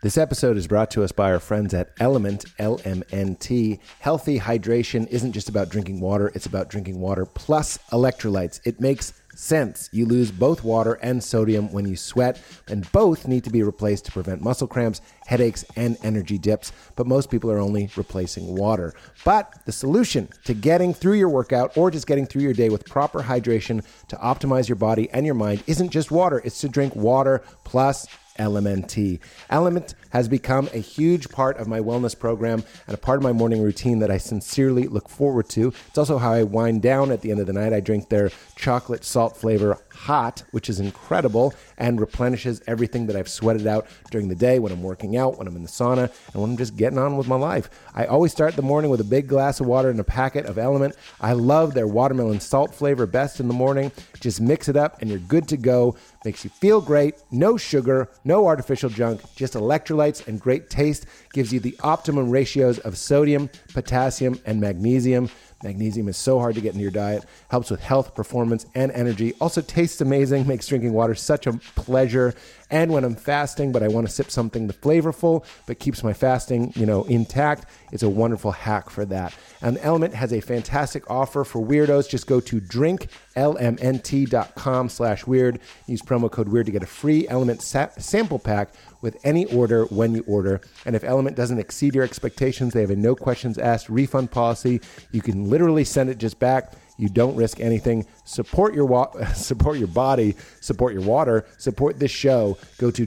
Speaker 1: This episode is brought to us by our friends at Element, LMNT. Healthy hydration isn't just about drinking water, it's about drinking water plus electrolytes. It makes sense. You lose both water and sodium when you sweat, and both need to be replaced to prevent muscle cramps, headaches, and energy dips. But most people are only replacing water. But the solution to getting through your workout or just getting through your day with proper hydration to optimize your body and your mind isn't just water, it's to drink water plus LMNT. Element has become a huge part of my wellness program and a part of my morning routine that I sincerely look forward to. It's also how I wind down at the end of the night. I drink their chocolate salt flavor hot, which is incredible and replenishes everything that I've sweated out during the day when I'm working out, when I'm in the sauna, and when I'm just getting on with my life. I always start the morning with a big glass of water and a packet of Element. I love their watermelon salt flavor best in the morning. Just mix it up and you're good to go. Makes you feel great, no sugar, no artificial junk, just electrolytes and great taste. Gives you the optimum ratios of sodium, potassium, and magnesium. Magnesium is so hard to get into your diet. Helps with health, performance, and energy. Also tastes amazing, makes drinking water such a pleasure. And when I'm fasting, but I want to sip something flavorful but keeps my fasting, you know, intact, it's a wonderful hack for that. And Element has a fantastic offer for weirdos. Just go to drinklmnt.com slash weird. Use promo code weird to get a free Element sa- sample pack with any order when you order. And if Element doesn't exceed your expectations, they have a no questions asked refund policy. You can literally send it just back. You don't risk anything. Support your wa- support your body, support your water, support this show. Go to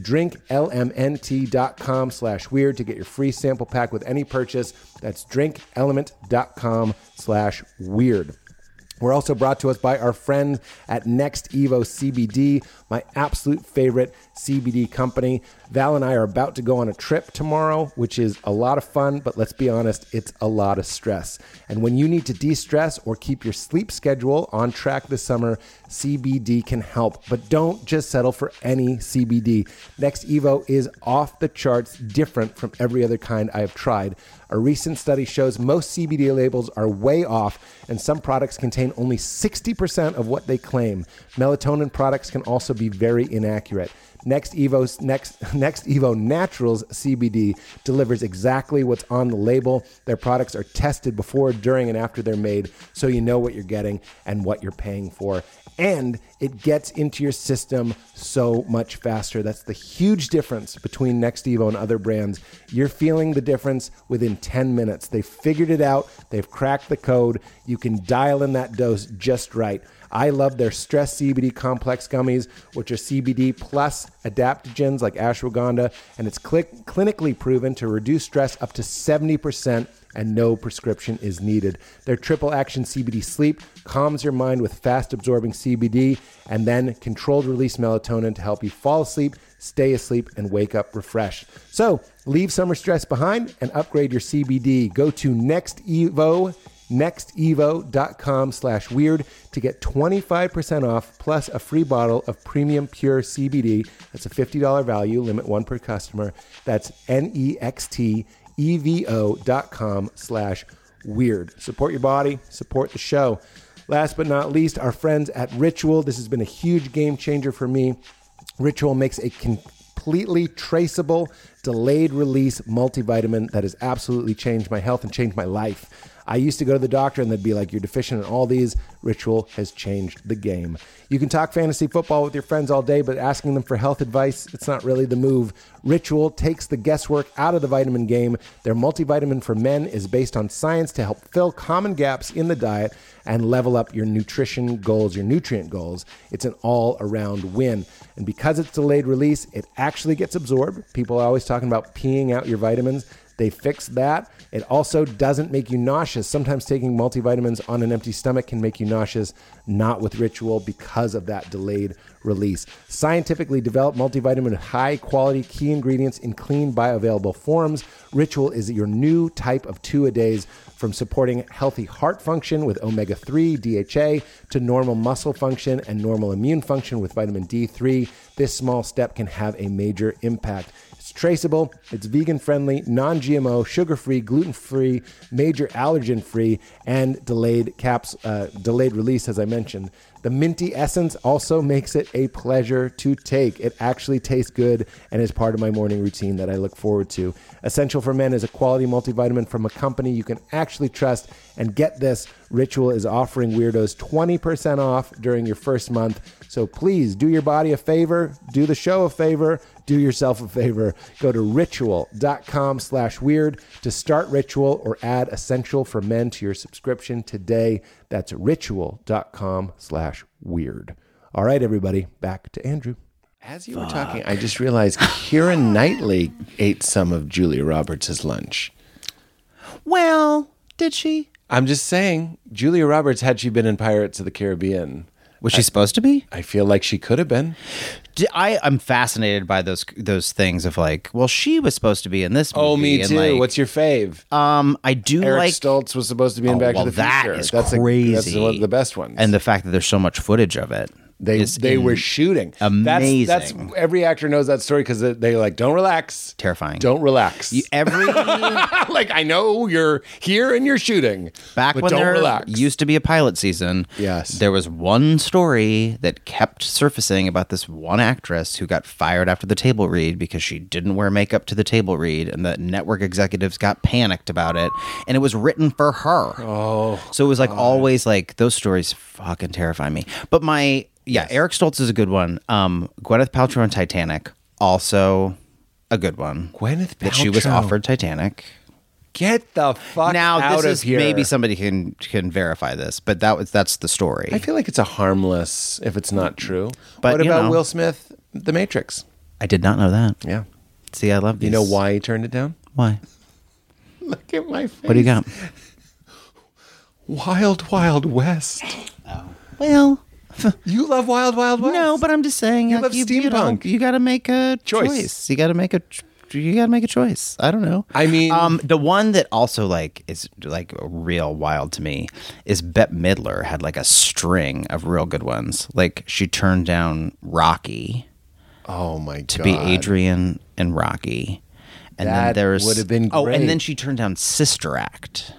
Speaker 1: drinklmnt.com slash weird to get your free sample pack with any purchase. That's drinkelement.com slash weird. We're also brought to us by our friends at Next Evo CBD, my absolute favorite CBD company. Val and I are about to go on a trip tomorrow, which is a lot of fun, but let's be honest, it's a lot of stress. And when you need to de stress or keep your sleep schedule on track this summer, CBD can help. But don't just settle for any CBD. Next Evo is off the charts, different from every other kind I have tried. A recent study shows most CBD labels are way off, and some products contain only 60% of what they claim. Melatonin products can also be very inaccurate. Next Evo's next Next Evo Naturals CBD delivers exactly what's on the label. Their products are tested before, during, and after they're made, so you know what you're getting and what you're paying for. And it gets into your system so much faster. That's the huge difference between Next Evo and other brands. You're feeling the difference within 10 minutes. They figured it out, they've cracked the code. You can dial in that dose just right. I love their stress CBD complex gummies, which are CBD plus adaptogens like ashwagandha, and it's cli- clinically proven to reduce stress up to 70%. And no prescription is needed. Their triple action CBD sleep calms your mind with fast absorbing CBD and then controlled release melatonin to help you fall asleep, stay asleep, and wake up refreshed. So leave summer stress behind and upgrade your CBD. Go to Next Evo nextevo.com slash weird to get 25% off plus a free bottle of premium pure CBD. That's a $50 value, limit one per customer. That's E N-E-X-T-E-V-O E dot com slash weird. Support your body, support the show. Last but not least, our friends at Ritual. This has been a huge game changer for me. Ritual makes a con- completely traceable delayed release multivitamin that has absolutely changed my health and changed my life. I used to go to the doctor and they'd be like, You're deficient in all these. Ritual has changed the game. You can talk fantasy football with your friends all day, but asking them for health advice, it's not really the move. Ritual takes the guesswork out of the vitamin game. Their multivitamin for men is based on science to help fill common gaps in the diet and level up your nutrition goals, your nutrient goals. It's an all around win. And because it's delayed release, it actually gets absorbed. People are always talking about peeing out your vitamins. They fixed that. It also doesn't make you nauseous. Sometimes taking multivitamins on an empty stomach can make you nauseous, not with ritual because of that delayed release. Scientifically developed multivitamin with high quality key ingredients in clean, bioavailable forms. Ritual is your new type of two a days from supporting healthy heart function with omega 3, DHA, to normal muscle function and normal immune function with vitamin D3. This small step can have a major impact. It's traceable, it's vegan friendly, non GMO, sugar free, gluten free, major allergen free, and delayed caps, uh, delayed release, as I mentioned. The minty essence also makes it a pleasure to take. It actually tastes good and is part of my morning routine that I look forward to. Essential for Men is a quality multivitamin from a company you can actually trust. And get this Ritual is offering weirdos 20% off during your first month. So please do your body a favor, do the show a favor, do yourself a favor. Go to ritual.com slash weird to start Ritual or add Essential for Men to your subscription today. That's ritual.com slash weird. All right, everybody, back to Andrew.
Speaker 7: As you were talking, I just realized Kieran Knightley ate some of Julia Roberts' lunch.
Speaker 3: Well, did she?
Speaker 7: I'm just saying, Julia Roberts, had she been in Pirates of the Caribbean,
Speaker 3: Was she supposed to be?
Speaker 7: I feel like she could have been.
Speaker 3: D- I am fascinated by those those things of like, well, she was supposed to be in this. Movie,
Speaker 7: Oh, me
Speaker 3: and,
Speaker 7: too.
Speaker 3: like,
Speaker 7: What's your fave?
Speaker 3: um? I do
Speaker 7: Eric
Speaker 3: like
Speaker 7: Stoltz was supposed to be in
Speaker 3: Oh,
Speaker 7: Back
Speaker 3: well,
Speaker 7: to the
Speaker 3: that
Speaker 7: Future.
Speaker 3: is
Speaker 7: a- that's
Speaker 3: crazy.
Speaker 7: one of the best ones.
Speaker 3: and the fact that there's so much footage of it.
Speaker 7: they
Speaker 3: is
Speaker 7: they
Speaker 3: in-
Speaker 7: were shooting.
Speaker 3: amazing.
Speaker 7: That's, that's every actor knows that story because they, they like don't relax.
Speaker 3: Terrifying.
Speaker 7: Don't relax.
Speaker 3: every
Speaker 7: like I know you're here and you're shooting.
Speaker 3: back
Speaker 7: but
Speaker 3: when
Speaker 7: don't
Speaker 3: there
Speaker 7: relax.
Speaker 3: used to be a pilot season.
Speaker 7: Yes.
Speaker 3: there was one story that kept surfacing about this one actress who got fired after the table read because she didn't wear makeup to the table read, and the network executives got panicked about it, and it was written for her. Oh, so it was like always like those stories fucking terrify me. But my yeah, Eric Stoltz is a good one. Um, Gwyneth Paltrow on Titanic also a good one.
Speaker 7: Gwyneth
Speaker 3: that she was
Speaker 7: Paltrow.
Speaker 3: offered Titanic
Speaker 7: Get the fuck
Speaker 3: now
Speaker 7: out
Speaker 3: this
Speaker 7: of
Speaker 3: is
Speaker 7: here.
Speaker 3: maybe somebody can can verify this, but that was that's the story.
Speaker 7: I feel like it's a harmless if it's not true.
Speaker 3: But,
Speaker 7: what
Speaker 3: you
Speaker 7: about
Speaker 3: know.
Speaker 7: Will Smith, The Matrix?
Speaker 3: I did not know that.
Speaker 7: Yeah.
Speaker 3: See, I love these.
Speaker 7: You know why he turned it down?
Speaker 3: Why?
Speaker 7: Look at my face.
Speaker 3: What do you got?
Speaker 7: Wild Wild West.
Speaker 3: Well,
Speaker 1: You love Wild Wild West.
Speaker 3: no, but I'm just saying. You
Speaker 1: love
Speaker 3: You, don't-
Speaker 1: steampunk.
Speaker 3: you got to make a
Speaker 1: Choice.
Speaker 3: choice. You got to make a. ch- You gotta make a choice. I don't know.
Speaker 1: I mean-
Speaker 3: um, the one that also like is like real wild to me is Bette Midler had like a string of real good ones. Like she turned down Rocky
Speaker 1: oh my god.
Speaker 3: to be Adrian and Rocky, and
Speaker 1: That
Speaker 3: then there's
Speaker 1: would have been
Speaker 3: oh, and then
Speaker 1: great.
Speaker 3: she turned down Sister Act,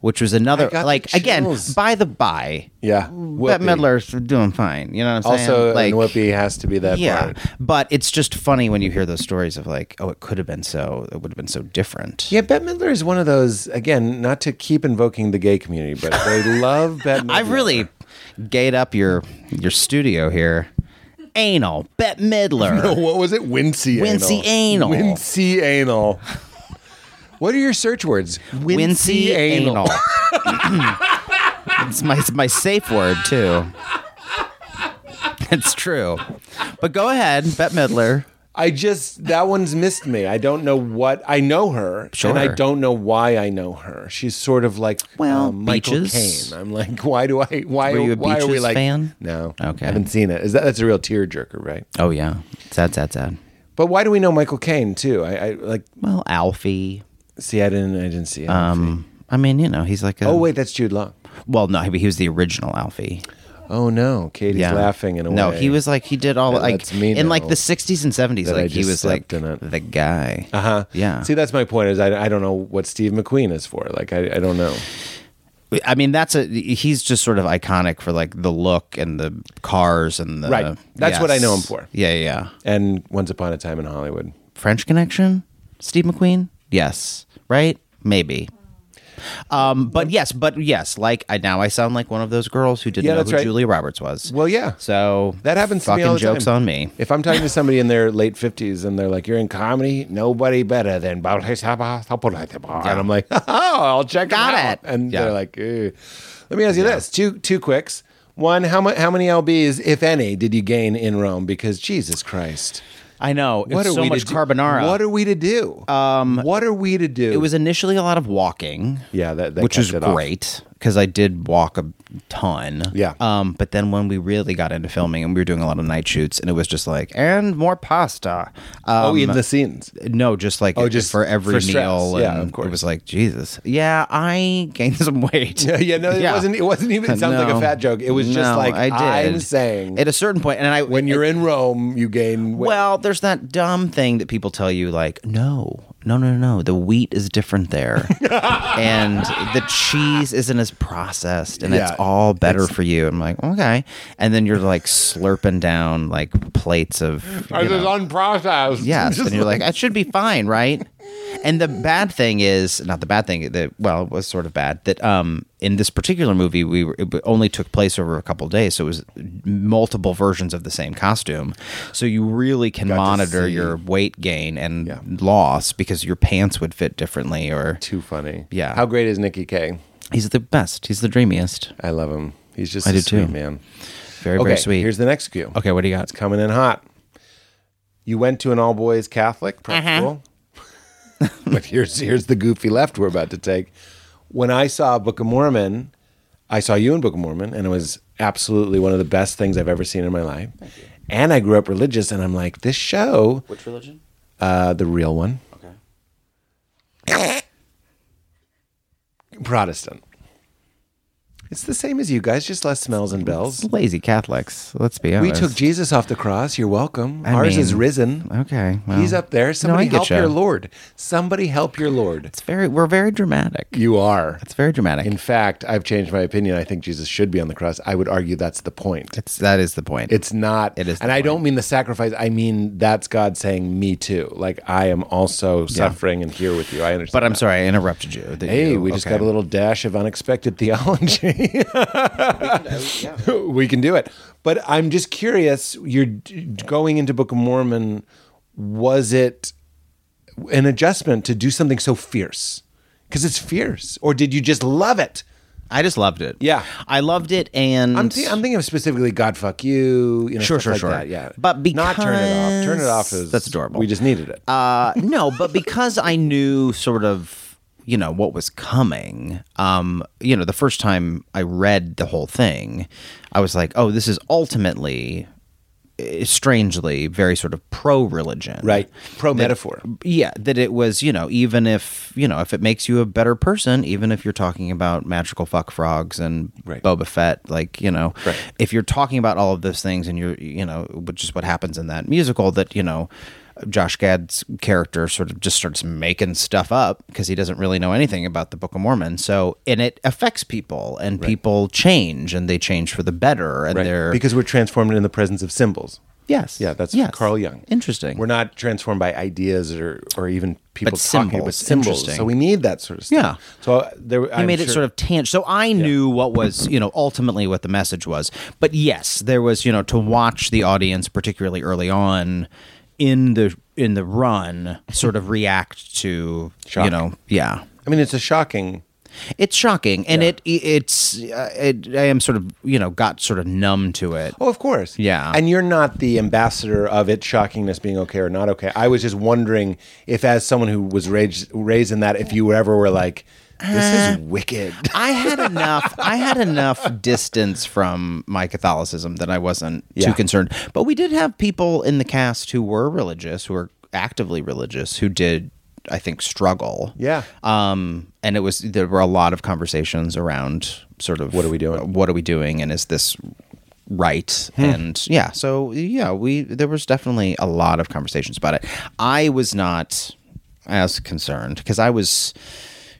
Speaker 3: which was another
Speaker 1: I got the
Speaker 3: like again
Speaker 1: chills.
Speaker 3: by the by.
Speaker 1: Yeah.
Speaker 3: Bette Midler's doing fine. You know what I'm saying?
Speaker 1: Also, like, Whoopi has to be that
Speaker 3: yeah,
Speaker 1: part.
Speaker 3: but it's just funny when you hear those stories of like, oh, it could have been so, it would have been so different.
Speaker 1: Yeah, Bette Midler is one of those again. Not to keep invoking the gay community, but they love Bette. Midler.
Speaker 3: I really gate up your your studio here. Anal, Bette Midler.
Speaker 1: What was it? Wincy.
Speaker 3: Wincy anal.
Speaker 1: Wincy anal. What are your search words?
Speaker 3: Wincy anal. it's my it's my safe word too. It's true. But go ahead, Bette Midler.
Speaker 1: I just that one's missed me. I don't know what I know her, and I
Speaker 3: Sure.
Speaker 1: don't know why I know her. She's sort of like
Speaker 3: Well,
Speaker 1: uh, Michael
Speaker 3: Beaches.
Speaker 1: Caine. I'm like, why do I? Why?
Speaker 3: Were you a
Speaker 1: why are we
Speaker 3: Beaches
Speaker 1: like?
Speaker 3: fan?
Speaker 1: No,
Speaker 3: Okay.
Speaker 1: haven't seen it. Is that that's a real tearjerker, right?
Speaker 3: Oh yeah, sad, sad, sad.
Speaker 1: But why do we know Michael Caine too? I, I like
Speaker 3: Well, Alfie.
Speaker 1: see. I didn't. I didn't see it.
Speaker 3: Um, I mean, you know, he's like a.
Speaker 1: oh wait, that's Jude Law.
Speaker 3: Well, no, he was the original Alfie.
Speaker 1: Oh no, Katie's laughing in a
Speaker 3: no,
Speaker 1: way.
Speaker 3: he was like he did all
Speaker 1: That
Speaker 3: like
Speaker 1: lets me
Speaker 3: in like
Speaker 1: know
Speaker 3: the '60s and '70s.
Speaker 1: I
Speaker 3: Like he
Speaker 1: just
Speaker 3: was like
Speaker 1: stepped in it.
Speaker 3: the guy. Uh
Speaker 1: Uh-huh.
Speaker 3: Yeah.
Speaker 1: See, that's my point. Is I, I don't know what Steve McQueen is for. Like I, I don't know.
Speaker 3: I mean, that's a he's just sort of iconic for like the look and the cars and the
Speaker 1: Right. That's what I know him for.
Speaker 3: Yeah, yeah, yeah.
Speaker 1: And Once Upon a Time in Hollywood.
Speaker 3: French Connection, Steve McQueen. Yes, right? Maybe. Um, but yes, but yes, like I now I sound like one of those girls who didn't
Speaker 1: Yeah,
Speaker 3: know
Speaker 1: that's
Speaker 3: who
Speaker 1: right.
Speaker 3: Julia Roberts was.
Speaker 1: Well, yeah.
Speaker 3: so
Speaker 1: That happens to
Speaker 3: Fucking
Speaker 1: me all the
Speaker 3: jokes
Speaker 1: time.
Speaker 3: on me.
Speaker 1: If I'm talking to somebody in their late 50s and they're like, you're in comedy, nobody better than Bautista Bautista." And I'm like, oh, I'll check 'em
Speaker 3: Got
Speaker 1: out.
Speaker 3: it.
Speaker 1: And
Speaker 3: Yeah.
Speaker 1: they're like, "Ew." let me ask you this. Two two quicks. One, how, mu- how many LBs, if any, did you gain in Rome? Because Jesus Christ.
Speaker 3: I know. What so much
Speaker 1: to do?
Speaker 3: carbonara.
Speaker 1: What are we to do? Um, what are we to do?
Speaker 3: it was initially a lot of walking.
Speaker 1: Yeah, that- that
Speaker 3: which
Speaker 1: kept
Speaker 3: was
Speaker 1: it off.
Speaker 3: great because I did walk a ton.
Speaker 1: Yeah.
Speaker 3: Um, but then when we really got into filming and we were doing a lot of night shoots, and it was just like, and more pasta. Um,
Speaker 1: oh, in the scenes.
Speaker 3: no, just like
Speaker 1: Oh, just
Speaker 3: for every
Speaker 1: for
Speaker 3: meal.
Speaker 1: stress.
Speaker 3: and
Speaker 1: Yeah, of course.
Speaker 3: It was like Jesus. Yeah, I gained some weight.
Speaker 1: Yeah, yeah, no, it wasn't- it wasn't even- it sounds like a
Speaker 3: No.
Speaker 1: fat joke. It was just
Speaker 3: No,
Speaker 1: like,
Speaker 3: I did.
Speaker 1: I'm saying-
Speaker 3: at a certain point, and I
Speaker 1: When you're in Rome, you gain weight.
Speaker 3: well, there's that dumb thing that people tell you, like, no, no, no, no, the wheat is different there, and the cheese isn't as processed, and
Speaker 1: Yeah,
Speaker 3: it's all better for you. I'm like, okay, and then you're like slurping down like plates of you
Speaker 1: This is
Speaker 3: know,
Speaker 1: unprocessed.
Speaker 3: yes,
Speaker 1: Just
Speaker 3: and you're like, that should be fine, right? And the bad thing is, not the bad thing that well, it was sort of bad that um in this particular movie we were, it only took place over a couple days, so it was multiple versions of the same costume. So you really can monitor
Speaker 1: see.
Speaker 3: your weight gain and loss because your pants would fit differently. Or
Speaker 1: too funny.
Speaker 3: Yeah.
Speaker 1: How great is Nikki K?
Speaker 3: he's the best. He's the dreamiest.
Speaker 1: I love him. He's just
Speaker 3: I
Speaker 1: a
Speaker 3: do
Speaker 1: sweet
Speaker 3: too.
Speaker 1: man.
Speaker 3: Very
Speaker 1: okay,
Speaker 3: very sweet.
Speaker 1: here's the next cue.
Speaker 3: okay, what do you got?
Speaker 1: It's coming in hot. You went to an all boys Catholic prep school. but here's here's the goofy left we're about to take. When I saw Book of Mormon, I saw you in Book of Mormon, and it was absolutely one of the best things I've ever seen in my life. And I grew up religious, and I'm like, this show. Which religion? Uh, the real one. Okay. Protestant. It's the same as you guys, just less smells and bells.
Speaker 3: Lazy Catholics. Let's be
Speaker 1: We
Speaker 3: honest.
Speaker 1: took Jesus off the cross. You're welcome.
Speaker 3: I
Speaker 1: Ours
Speaker 3: mean,
Speaker 1: is risen.
Speaker 3: Okay, well,
Speaker 1: He's up
Speaker 3: no, I
Speaker 1: there. Somebody
Speaker 3: get
Speaker 1: help
Speaker 3: ya.
Speaker 1: your Lord. Somebody help your Lord.
Speaker 3: It's very. We're very dramatic.
Speaker 1: You are.
Speaker 3: It's very dramatic.
Speaker 1: In fact, I've changed my opinion. I think Jesus should be on the cross. I would argue that's the point.
Speaker 3: It's that is the point.
Speaker 1: It's not.
Speaker 3: It is the
Speaker 1: And I
Speaker 3: point.
Speaker 1: don't mean the sacrifice. I mean that's God saying me too. Like I am also suffering and here with you. I understand.
Speaker 3: But I'm
Speaker 1: that.
Speaker 3: sorry, I interrupted you. That
Speaker 1: Hey,
Speaker 3: you-
Speaker 1: we just
Speaker 3: okay.
Speaker 1: got a little dash of unexpected theology. we can do it. But I'm just curious. You're d- going into Book of Mormon. Was it an adjustment to do something so fierce? Because it's fierce, or did you just love it?
Speaker 3: I just loved it.
Speaker 1: Yeah.
Speaker 3: I loved it, and
Speaker 1: I'm, thi- I'm thinking of specifically God fuck you. you know,
Speaker 3: Sure,
Speaker 1: stuff
Speaker 3: sure,
Speaker 1: like
Speaker 3: sure.
Speaker 1: That. Yeah,
Speaker 3: But
Speaker 1: not turn it off. Turn it off
Speaker 3: because- Uh,
Speaker 1: is
Speaker 3: that's adorable.
Speaker 1: We just needed it.
Speaker 3: uh, no, but because I knew sort of you know what was coming um you know the first time i read the whole thing i was like oh this is ultimately eh, strangely very sort of pro religion
Speaker 1: right? Pro metaphor.
Speaker 3: yeah that it was you know even if you know if it makes you a better person even if you're talking about magical fuck frogs and
Speaker 1: Right.
Speaker 3: boba fett like you know
Speaker 1: Right.
Speaker 3: if you're talking about all of those things and you're you know which is what happens in that musical that you know josh gad's character sort of just starts making stuff up because he doesn't really know anything about the book of mormon so and it affects people and people change and they change for the better and
Speaker 1: Right.
Speaker 3: they're
Speaker 1: Because we're transformed in the presence of symbols.
Speaker 3: yes
Speaker 1: Yeah, that's
Speaker 3: yes.
Speaker 1: Carl Jung.
Speaker 3: interesting
Speaker 1: We're not transformed by ideas or, or even people
Speaker 3: But
Speaker 1: talking, but
Speaker 3: symbols.
Speaker 1: symbols.
Speaker 3: Interesting.
Speaker 1: So we need that sort of stuff.
Speaker 3: Yeah.
Speaker 1: So uh, there,
Speaker 3: He made it sort of tangible. So I knew what was, you know, ultimately what the message was. But yes, there was, you know, to watch the audience, particularly early on in the in the run, sort of react to, you
Speaker 1: Shock.
Speaker 3: know, yeah.
Speaker 1: I mean, it's a shocking.
Speaker 3: It's shocking, and it it it's uh, it, I am sort of you know got sort of numb to it.
Speaker 1: Oh, of course.
Speaker 3: Yeah.
Speaker 1: And you're not the ambassador of it shockingness being okay or not okay. I was just wondering if, as someone who was raised raised in that, if you ever were like, this
Speaker 3: Uh.
Speaker 1: is wicked.
Speaker 3: I had enough. I had enough distance from my Catholicism that I wasn't
Speaker 1: Yeah.
Speaker 3: too concerned. But we did have people in the cast who were religious, who were actively religious, who did, I think, struggle.
Speaker 1: Yeah.
Speaker 3: Um, and it was there were a lot of conversations around sort of what
Speaker 1: are we doing?
Speaker 3: What are we doing? And is this right? And yeah, so yeah, we there was definitely a lot of conversations about it. I was not as concerned because I was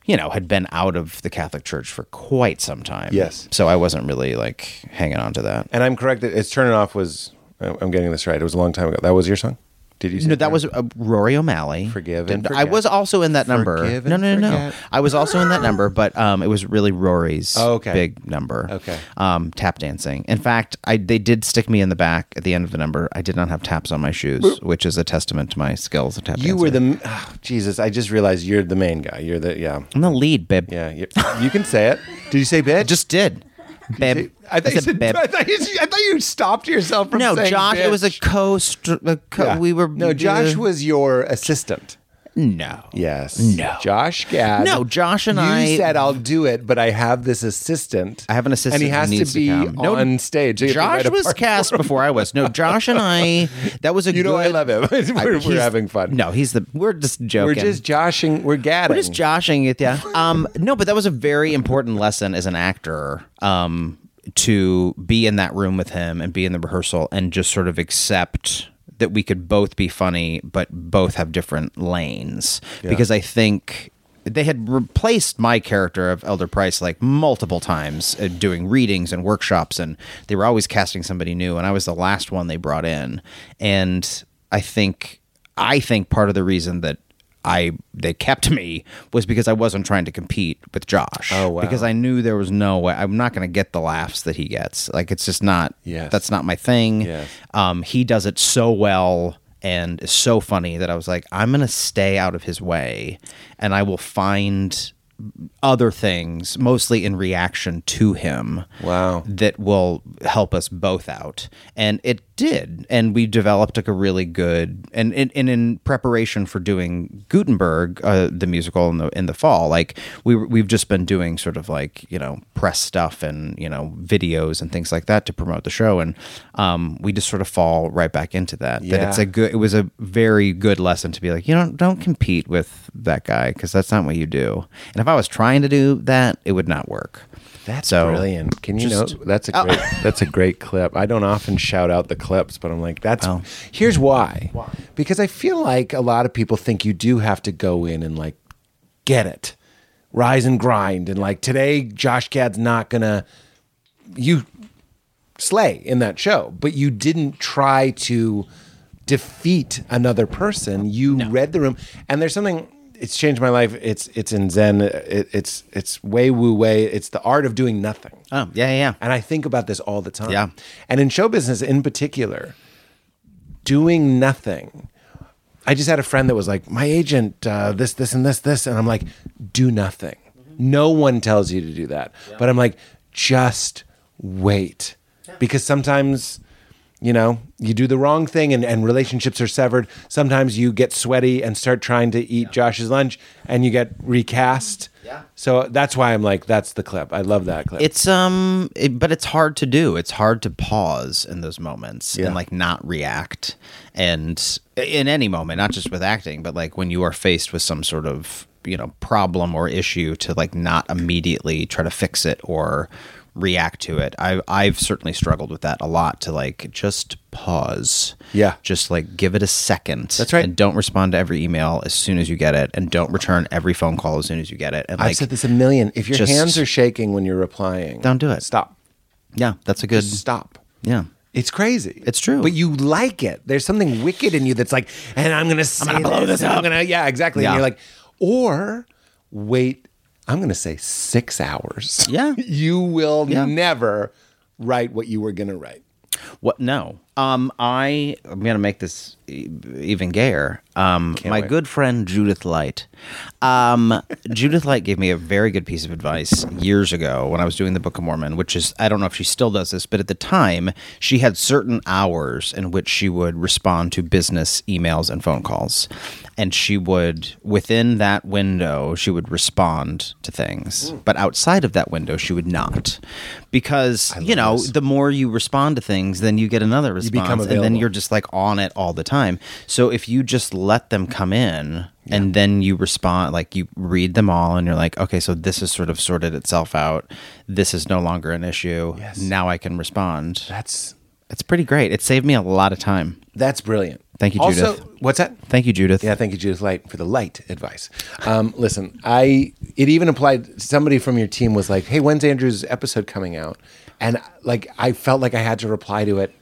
Speaker 3: you know, had been out of the Catholic Church for quite some time.
Speaker 1: Yes.
Speaker 3: So I wasn't really like hanging on to that.
Speaker 1: And I'm correct that it's turning off was. I'm getting this right. It was a long time ago. That was your song. Did you? Say
Speaker 3: No, that was uh, Rory O'Malley.
Speaker 1: Forgive and
Speaker 3: Did- I
Speaker 1: forget.
Speaker 3: was also in that number.
Speaker 1: Forgive and
Speaker 3: no, no, no, no.
Speaker 1: forget.
Speaker 3: I was also in that number, but um, it was really Rory's
Speaker 1: Oh, okay.
Speaker 3: big number.
Speaker 1: Okay.
Speaker 3: Um, tap dancing. In fact, I they did stick me in the back at the end of the number. I did not have taps on my shoes, which is a testament to my skills of tap dancing.
Speaker 1: You were the oh, Jesus. I just realized you're the main guy. You're the yeah
Speaker 3: I'm the lead, babe.
Speaker 1: yeah. You, you can say it. Did you say bitch?
Speaker 3: I just did. Babe.
Speaker 1: I thought, you
Speaker 3: said
Speaker 1: said,
Speaker 3: babe.
Speaker 1: I, thought you, I thought you stopped yourself from
Speaker 3: No,
Speaker 1: saying
Speaker 3: Josh, it was a
Speaker 1: bitch.
Speaker 3: co. St- a co-
Speaker 1: Yeah.
Speaker 3: We were
Speaker 1: no. Josh
Speaker 3: uh,
Speaker 1: was your assistant.
Speaker 3: No.
Speaker 1: Yes.
Speaker 3: No.
Speaker 1: Josh Gad.
Speaker 3: No, Josh and
Speaker 1: you
Speaker 3: I-
Speaker 1: You said I'll do it, but I have this assistant.
Speaker 3: I have an assistant
Speaker 1: and he
Speaker 3: who
Speaker 1: has
Speaker 3: needs
Speaker 1: to
Speaker 3: to
Speaker 1: be
Speaker 3: come. No,
Speaker 1: on stage. You have to
Speaker 3: Josh
Speaker 1: write a
Speaker 3: was
Speaker 1: part-
Speaker 3: cast before I was. No, Josh and I. That was a.
Speaker 1: You know
Speaker 3: good-
Speaker 1: I love him.
Speaker 3: I-
Speaker 1: we're, we're
Speaker 3: he's-
Speaker 1: having fun.
Speaker 3: No, he's the. We're just joking.
Speaker 1: we're just joshing. We're gadding.
Speaker 3: We're just joshing it. Yeah. Um. No, but that was a very important lesson as an actor. Um. To be in that room with him and be in the rehearsal and just sort of accept that we could both be funny, but both have different lanes. Because I think they had replaced my character of Elder Price like multiple times uh, doing readings and workshops, and they were always casting somebody new, and I was the last one they brought in. And I think I think part of the reason that I they kept me was because I wasn't trying to compete with Josh. Oh
Speaker 1: wow.
Speaker 3: Because I knew there was no way I'm not going to get the laughs that he gets. Like it's just not.
Speaker 1: Yes.
Speaker 3: That's not my thing.
Speaker 1: Yes.
Speaker 3: Um, he does it so well and is so funny that I was like, I'm going to stay out of his way and I will find other things, mostly in reaction to him.
Speaker 1: Wow.
Speaker 3: That will help us both out. And it did. And we developed like a really good and, and, and in preparation for doing Gutenberg, uh, the musical in the in the fall, like we were- we've just been doing sort of like, you know, press stuff and, you know, videos and things like that to promote the show. And um, we just sort of fall right back into that. That it's
Speaker 1: Yeah.
Speaker 3: a good it was a very good lesson to be like, you don't don't compete with that guy because that's not what you do. And if I was trying to do that, it would not work.
Speaker 1: That's
Speaker 3: So,
Speaker 1: brilliant. Can you
Speaker 3: just-
Speaker 1: know Oh. that's a great that's a great clip. I don't often shout out the clips, but I'm like, that's here's why. Why? Because I feel like a lot of people think you do have to go in and like get it. Rise and grind. And like today, Josh Gad's not gonna you slay in that show, but you didn't try to defeat another person. You read the room, and there's something. It's changed my life. It's it's in Zen. It, it's it's Wei Wu Wei. It's the art of doing nothing.
Speaker 3: Oh, yeah, yeah, yeah.
Speaker 1: And I think about this all the time.
Speaker 3: Yeah.
Speaker 1: And in show business in particular, doing nothing. I just had a friend that was like, my agent, uh, this, this, and this, this. And I'm like, do nothing. No one tells you to do that. But I'm like, just wait. Because sometimes You know, you do the wrong thing and, and relationships are severed. Sometimes you get sweaty and start trying to eat Josh's lunch and you get recast.
Speaker 3: Yeah.
Speaker 1: So that's why I'm like, that's the clip. I love that clip.
Speaker 3: It's um, it, but it's hard to do. It's hard to pause in those moments
Speaker 1: Yeah.
Speaker 3: and like not react, and in any moment, not just with acting, but like when you are faced with some sort of you know problem or issue, to like not immediately try to fix it or react to it. I I've certainly struggled with that a lot. To like just pause.
Speaker 1: Yeah.
Speaker 3: Just like give it a second.
Speaker 1: That's right.
Speaker 3: And don't respond to every email as soon as you get it, and don't return every phone call as soon as you get it. And
Speaker 1: I've
Speaker 3: like,
Speaker 1: said this a million. If your
Speaker 3: just-
Speaker 1: hands are shaking when you're replying,
Speaker 3: Don't do it.
Speaker 1: Stop.
Speaker 3: yeah, that's a good.
Speaker 1: Stop.
Speaker 3: Yeah.
Speaker 1: It's crazy.
Speaker 3: It's true.
Speaker 1: But you like it. There's something wicked in you that's like, and I'm gonna say
Speaker 3: gonna blow this
Speaker 1: and I'm
Speaker 3: up.
Speaker 1: gonna yeah, exactly.
Speaker 3: Yeah.
Speaker 1: And you're like, or wait, I'm gonna say six hours.
Speaker 3: Yeah.
Speaker 1: you will
Speaker 3: Yeah.
Speaker 1: never write what you were gonna write.
Speaker 3: What? No. Um, I I'm gonna make this e- even gayer. Um, my good friend Judith Light. Um, Judith Light gave me a very good piece of advice years ago when I was doing the Book of Mormon, which is I don't know if she still does this, but at the time she had certain hours in which she would respond to business emails and phone calls, and she would within that window she would respond to things,
Speaker 1: Hmm.
Speaker 3: but outside of that window she would not, because you know the more you respond to things, then you get another response,
Speaker 1: become
Speaker 3: and then
Speaker 1: available.
Speaker 3: you're just like on it all the time. So if you just let them come in and then you respond, like you read them all, and you're like, okay, so this has sort of sorted itself out. This is no longer an issue. Now I can respond.
Speaker 1: That's
Speaker 3: It's pretty great. It saved me a lot of time.
Speaker 1: that's brilliant.
Speaker 3: Thank you,
Speaker 1: also,
Speaker 3: Judith.
Speaker 1: What's that?
Speaker 3: Thank you, Judith.
Speaker 1: Yeah, thank you, Judith Light, for the light advice. Um, listen, I it even applied. Somebody from your team was like, "Hey, when's Andrew's episode coming out?" And like, I felt like I had to reply to it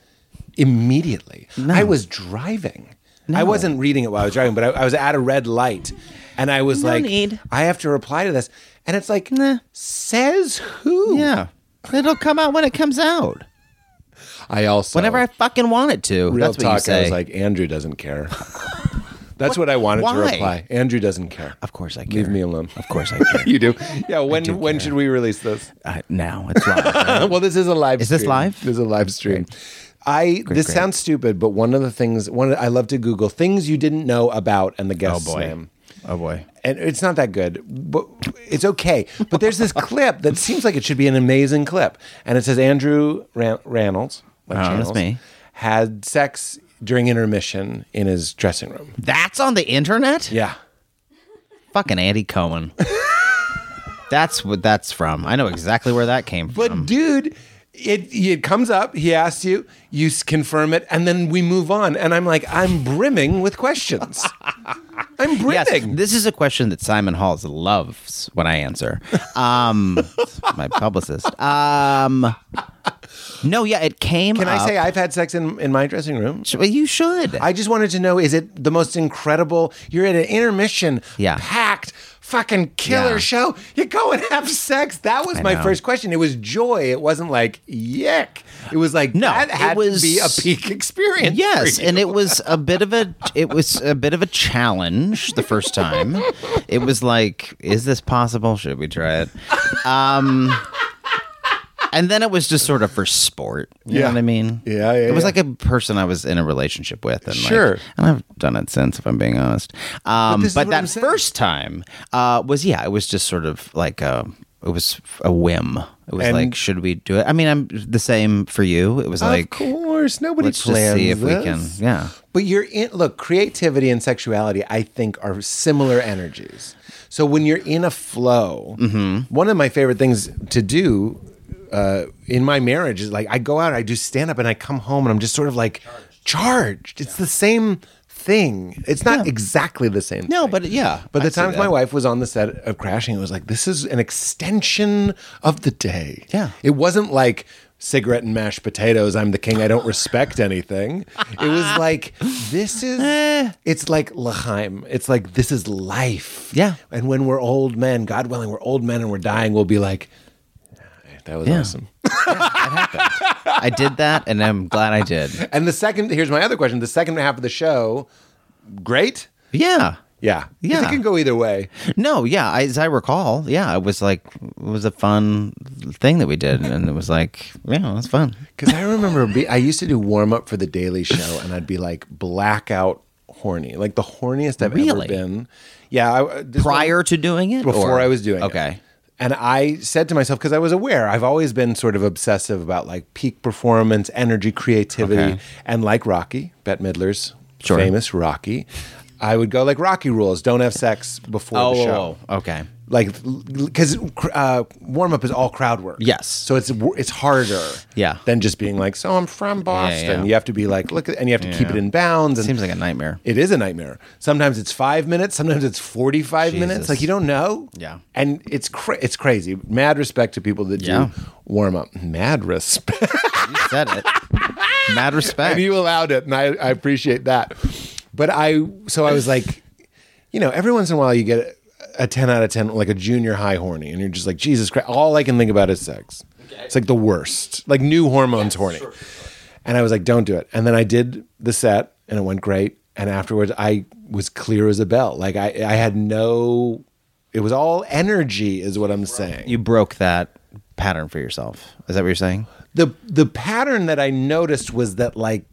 Speaker 1: immediately. I was driving. I wasn't reading it while I was driving, but I, I was at a red light, and I was
Speaker 3: No
Speaker 1: like,
Speaker 3: need.
Speaker 1: "I have to reply to this." And it's like,
Speaker 3: Nah.
Speaker 1: says who?
Speaker 3: Yeah. It'll come out when it comes out.
Speaker 1: I also
Speaker 3: Whenever I fucking want it to.
Speaker 1: real
Speaker 3: That's what
Speaker 1: talk,
Speaker 3: you say.
Speaker 1: I was like, Andrew doesn't care. That's what I wanted to
Speaker 3: Why?
Speaker 1: reply. Andrew doesn't care.
Speaker 3: of course I care.
Speaker 1: Leave me alone.
Speaker 3: Of course I care.
Speaker 1: you do. Yeah. When when should we release this?
Speaker 3: uh, now it's live.
Speaker 1: Uh, well, this is a live.
Speaker 3: Is this
Speaker 1: stream.
Speaker 3: live?
Speaker 1: This is a live stream. I this
Speaker 3: great.
Speaker 1: sounds stupid, but one of the things one I love to Google things you didn't know about and the guest's
Speaker 3: boy.
Speaker 1: name.
Speaker 3: oh boy.
Speaker 1: And it's not that good, but it's okay. But there's this clip that seems like it should be an amazing clip, and it says Andrew Ran- Rannells, like
Speaker 3: Oh, that's
Speaker 1: Channels,
Speaker 3: me.
Speaker 1: had sex during intermission in his dressing room.
Speaker 3: That's on the internet?
Speaker 1: Yeah.
Speaker 3: Fucking Andy Cohen. that's what that's from. I know exactly where that came from.
Speaker 1: But dude, it it comes up. He asks you, you s- confirm it, and then we move on. And I'm like, I'm brimming with questions. I'm
Speaker 3: Yes,
Speaker 1: brimming.
Speaker 3: this is a question that Simon Halls loves when I answer. Um, my publicist. Um, no, yeah, it came.
Speaker 1: Can I say
Speaker 3: up-
Speaker 1: I've had sex in in my dressing room?
Speaker 3: Well, you should.
Speaker 1: I just wanted to know: is it the most incredible? You're at an intermission,
Speaker 3: Yeah.
Speaker 1: packed, fucking killer
Speaker 3: Yeah.
Speaker 1: show. You go and have sex. That was my
Speaker 3: know.
Speaker 1: first question. It was joy. It wasn't like yuck. It was like
Speaker 3: No,
Speaker 1: that
Speaker 3: it
Speaker 1: had
Speaker 3: was-
Speaker 1: to be a peak experience.
Speaker 3: Yes,
Speaker 1: for you.
Speaker 3: and it was a bit of a it was a bit of a challenge the first time. It was like, is this possible? Should we try it? Um, and then it was just sort of for sport. You
Speaker 1: Yeah.
Speaker 3: know what I mean?
Speaker 1: Yeah, yeah,
Speaker 3: It was
Speaker 1: yeah.
Speaker 3: like a person I was in a relationship with, and like-
Speaker 1: Sure.
Speaker 3: and I've done it since, if I'm being honest. Um,
Speaker 1: this is
Speaker 3: but
Speaker 1: what I'm
Speaker 3: that
Speaker 1: saying.
Speaker 3: first time uh, was yeah, it was just sort of like a it was a whim. It was
Speaker 1: And-
Speaker 3: like, should we do it? I mean, I'm the same for you. It was
Speaker 1: of
Speaker 3: like.
Speaker 1: course nobody
Speaker 3: let's just see
Speaker 1: plans
Speaker 3: if we
Speaker 1: this.
Speaker 3: can- yeah.
Speaker 1: but you're in look creativity and sexuality i think are similar energies so when you're in a flow
Speaker 3: Mm-hmm.
Speaker 1: one of my favorite things to do uh, in my marriage is like i go out i do stand up and i come home and i'm just sort of like charged, it's the same thing it's not exactly the same
Speaker 3: No,
Speaker 1: thing.
Speaker 3: but yeah,
Speaker 1: But
Speaker 3: I
Speaker 1: the
Speaker 3: see
Speaker 1: times my
Speaker 3: that.
Speaker 1: wife was on the set of Crashing, it was like, this is an extension of the day.
Speaker 3: Yeah.
Speaker 1: It wasn't like cigarette and mashed potatoes, I'm the king, I don't respect anything. It was like, this is,
Speaker 3: Eh.
Speaker 1: it's like Lachaim. It's like, this is life.
Speaker 3: Yeah.
Speaker 1: And when we're old men, God willing, we're old men and we're dying, we'll be like, that was
Speaker 3: Yeah.
Speaker 1: awesome.
Speaker 3: I did that, and I'm glad I did.
Speaker 1: And the second, here's my other question the second half of the show, great.
Speaker 3: Yeah.
Speaker 1: Yeah. 'Cause
Speaker 3: Yeah.
Speaker 1: It can go either way.
Speaker 3: No, yeah, I, as I recall, yeah, it was like it was a fun thing that we did, and it was like, yeah, it was fun.
Speaker 1: Because I remember be, I used to do warm up for the Daily Show, and I'd be like blackout horny, like the horniest I've
Speaker 3: Really?
Speaker 1: ever been. Yeah, I, this
Speaker 3: Prior to doing it,
Speaker 1: before
Speaker 3: or-
Speaker 1: I was doing it.
Speaker 3: okay.
Speaker 1: And I said to myself because I was aware I've always been sort of obsessive about like peak performance, energy, creativity,
Speaker 3: Okay.
Speaker 1: and like Rocky, Bette Midler's
Speaker 3: Sure.
Speaker 1: famous Rocky. I would go like Rocky rules: don't have sex before the show
Speaker 3: Oh, okay.
Speaker 1: like because uh, warm up is all crowd work.
Speaker 3: Yes.
Speaker 1: so it's it's harder.
Speaker 3: Yeah.
Speaker 1: than just being like, so I'm from Boston.
Speaker 3: yeah.
Speaker 1: You have to be like, look, at, and you have to keep it in bounds. And
Speaker 3: Seems like a nightmare.
Speaker 1: It is a nightmare. Sometimes it's five minutes. Sometimes it's forty five
Speaker 3: Jesus.
Speaker 1: minutes. Like you don't know.
Speaker 3: Yeah.
Speaker 1: and it's cra- it's crazy. Mad respect to people that
Speaker 3: Yeah.
Speaker 1: do warm up. Mad respect.
Speaker 3: You said it. Mad respect.
Speaker 1: and you allowed it, and I, I appreciate that. But I, so I was like, you know, every once in a while you get a ten out of ten, like a junior high horny, and you're just like, Jesus Christ! All I can think about is sex. It's like the worst, like new hormones horny. And I was like, don't do it. And then I did the set, and it went great. And afterwards, I was clear as a bell. Like I, I had no. It was all energy, is what I'm saying.
Speaker 3: you broke that pattern for yourself. Is that what you're saying?
Speaker 1: the the pattern that I noticed was that like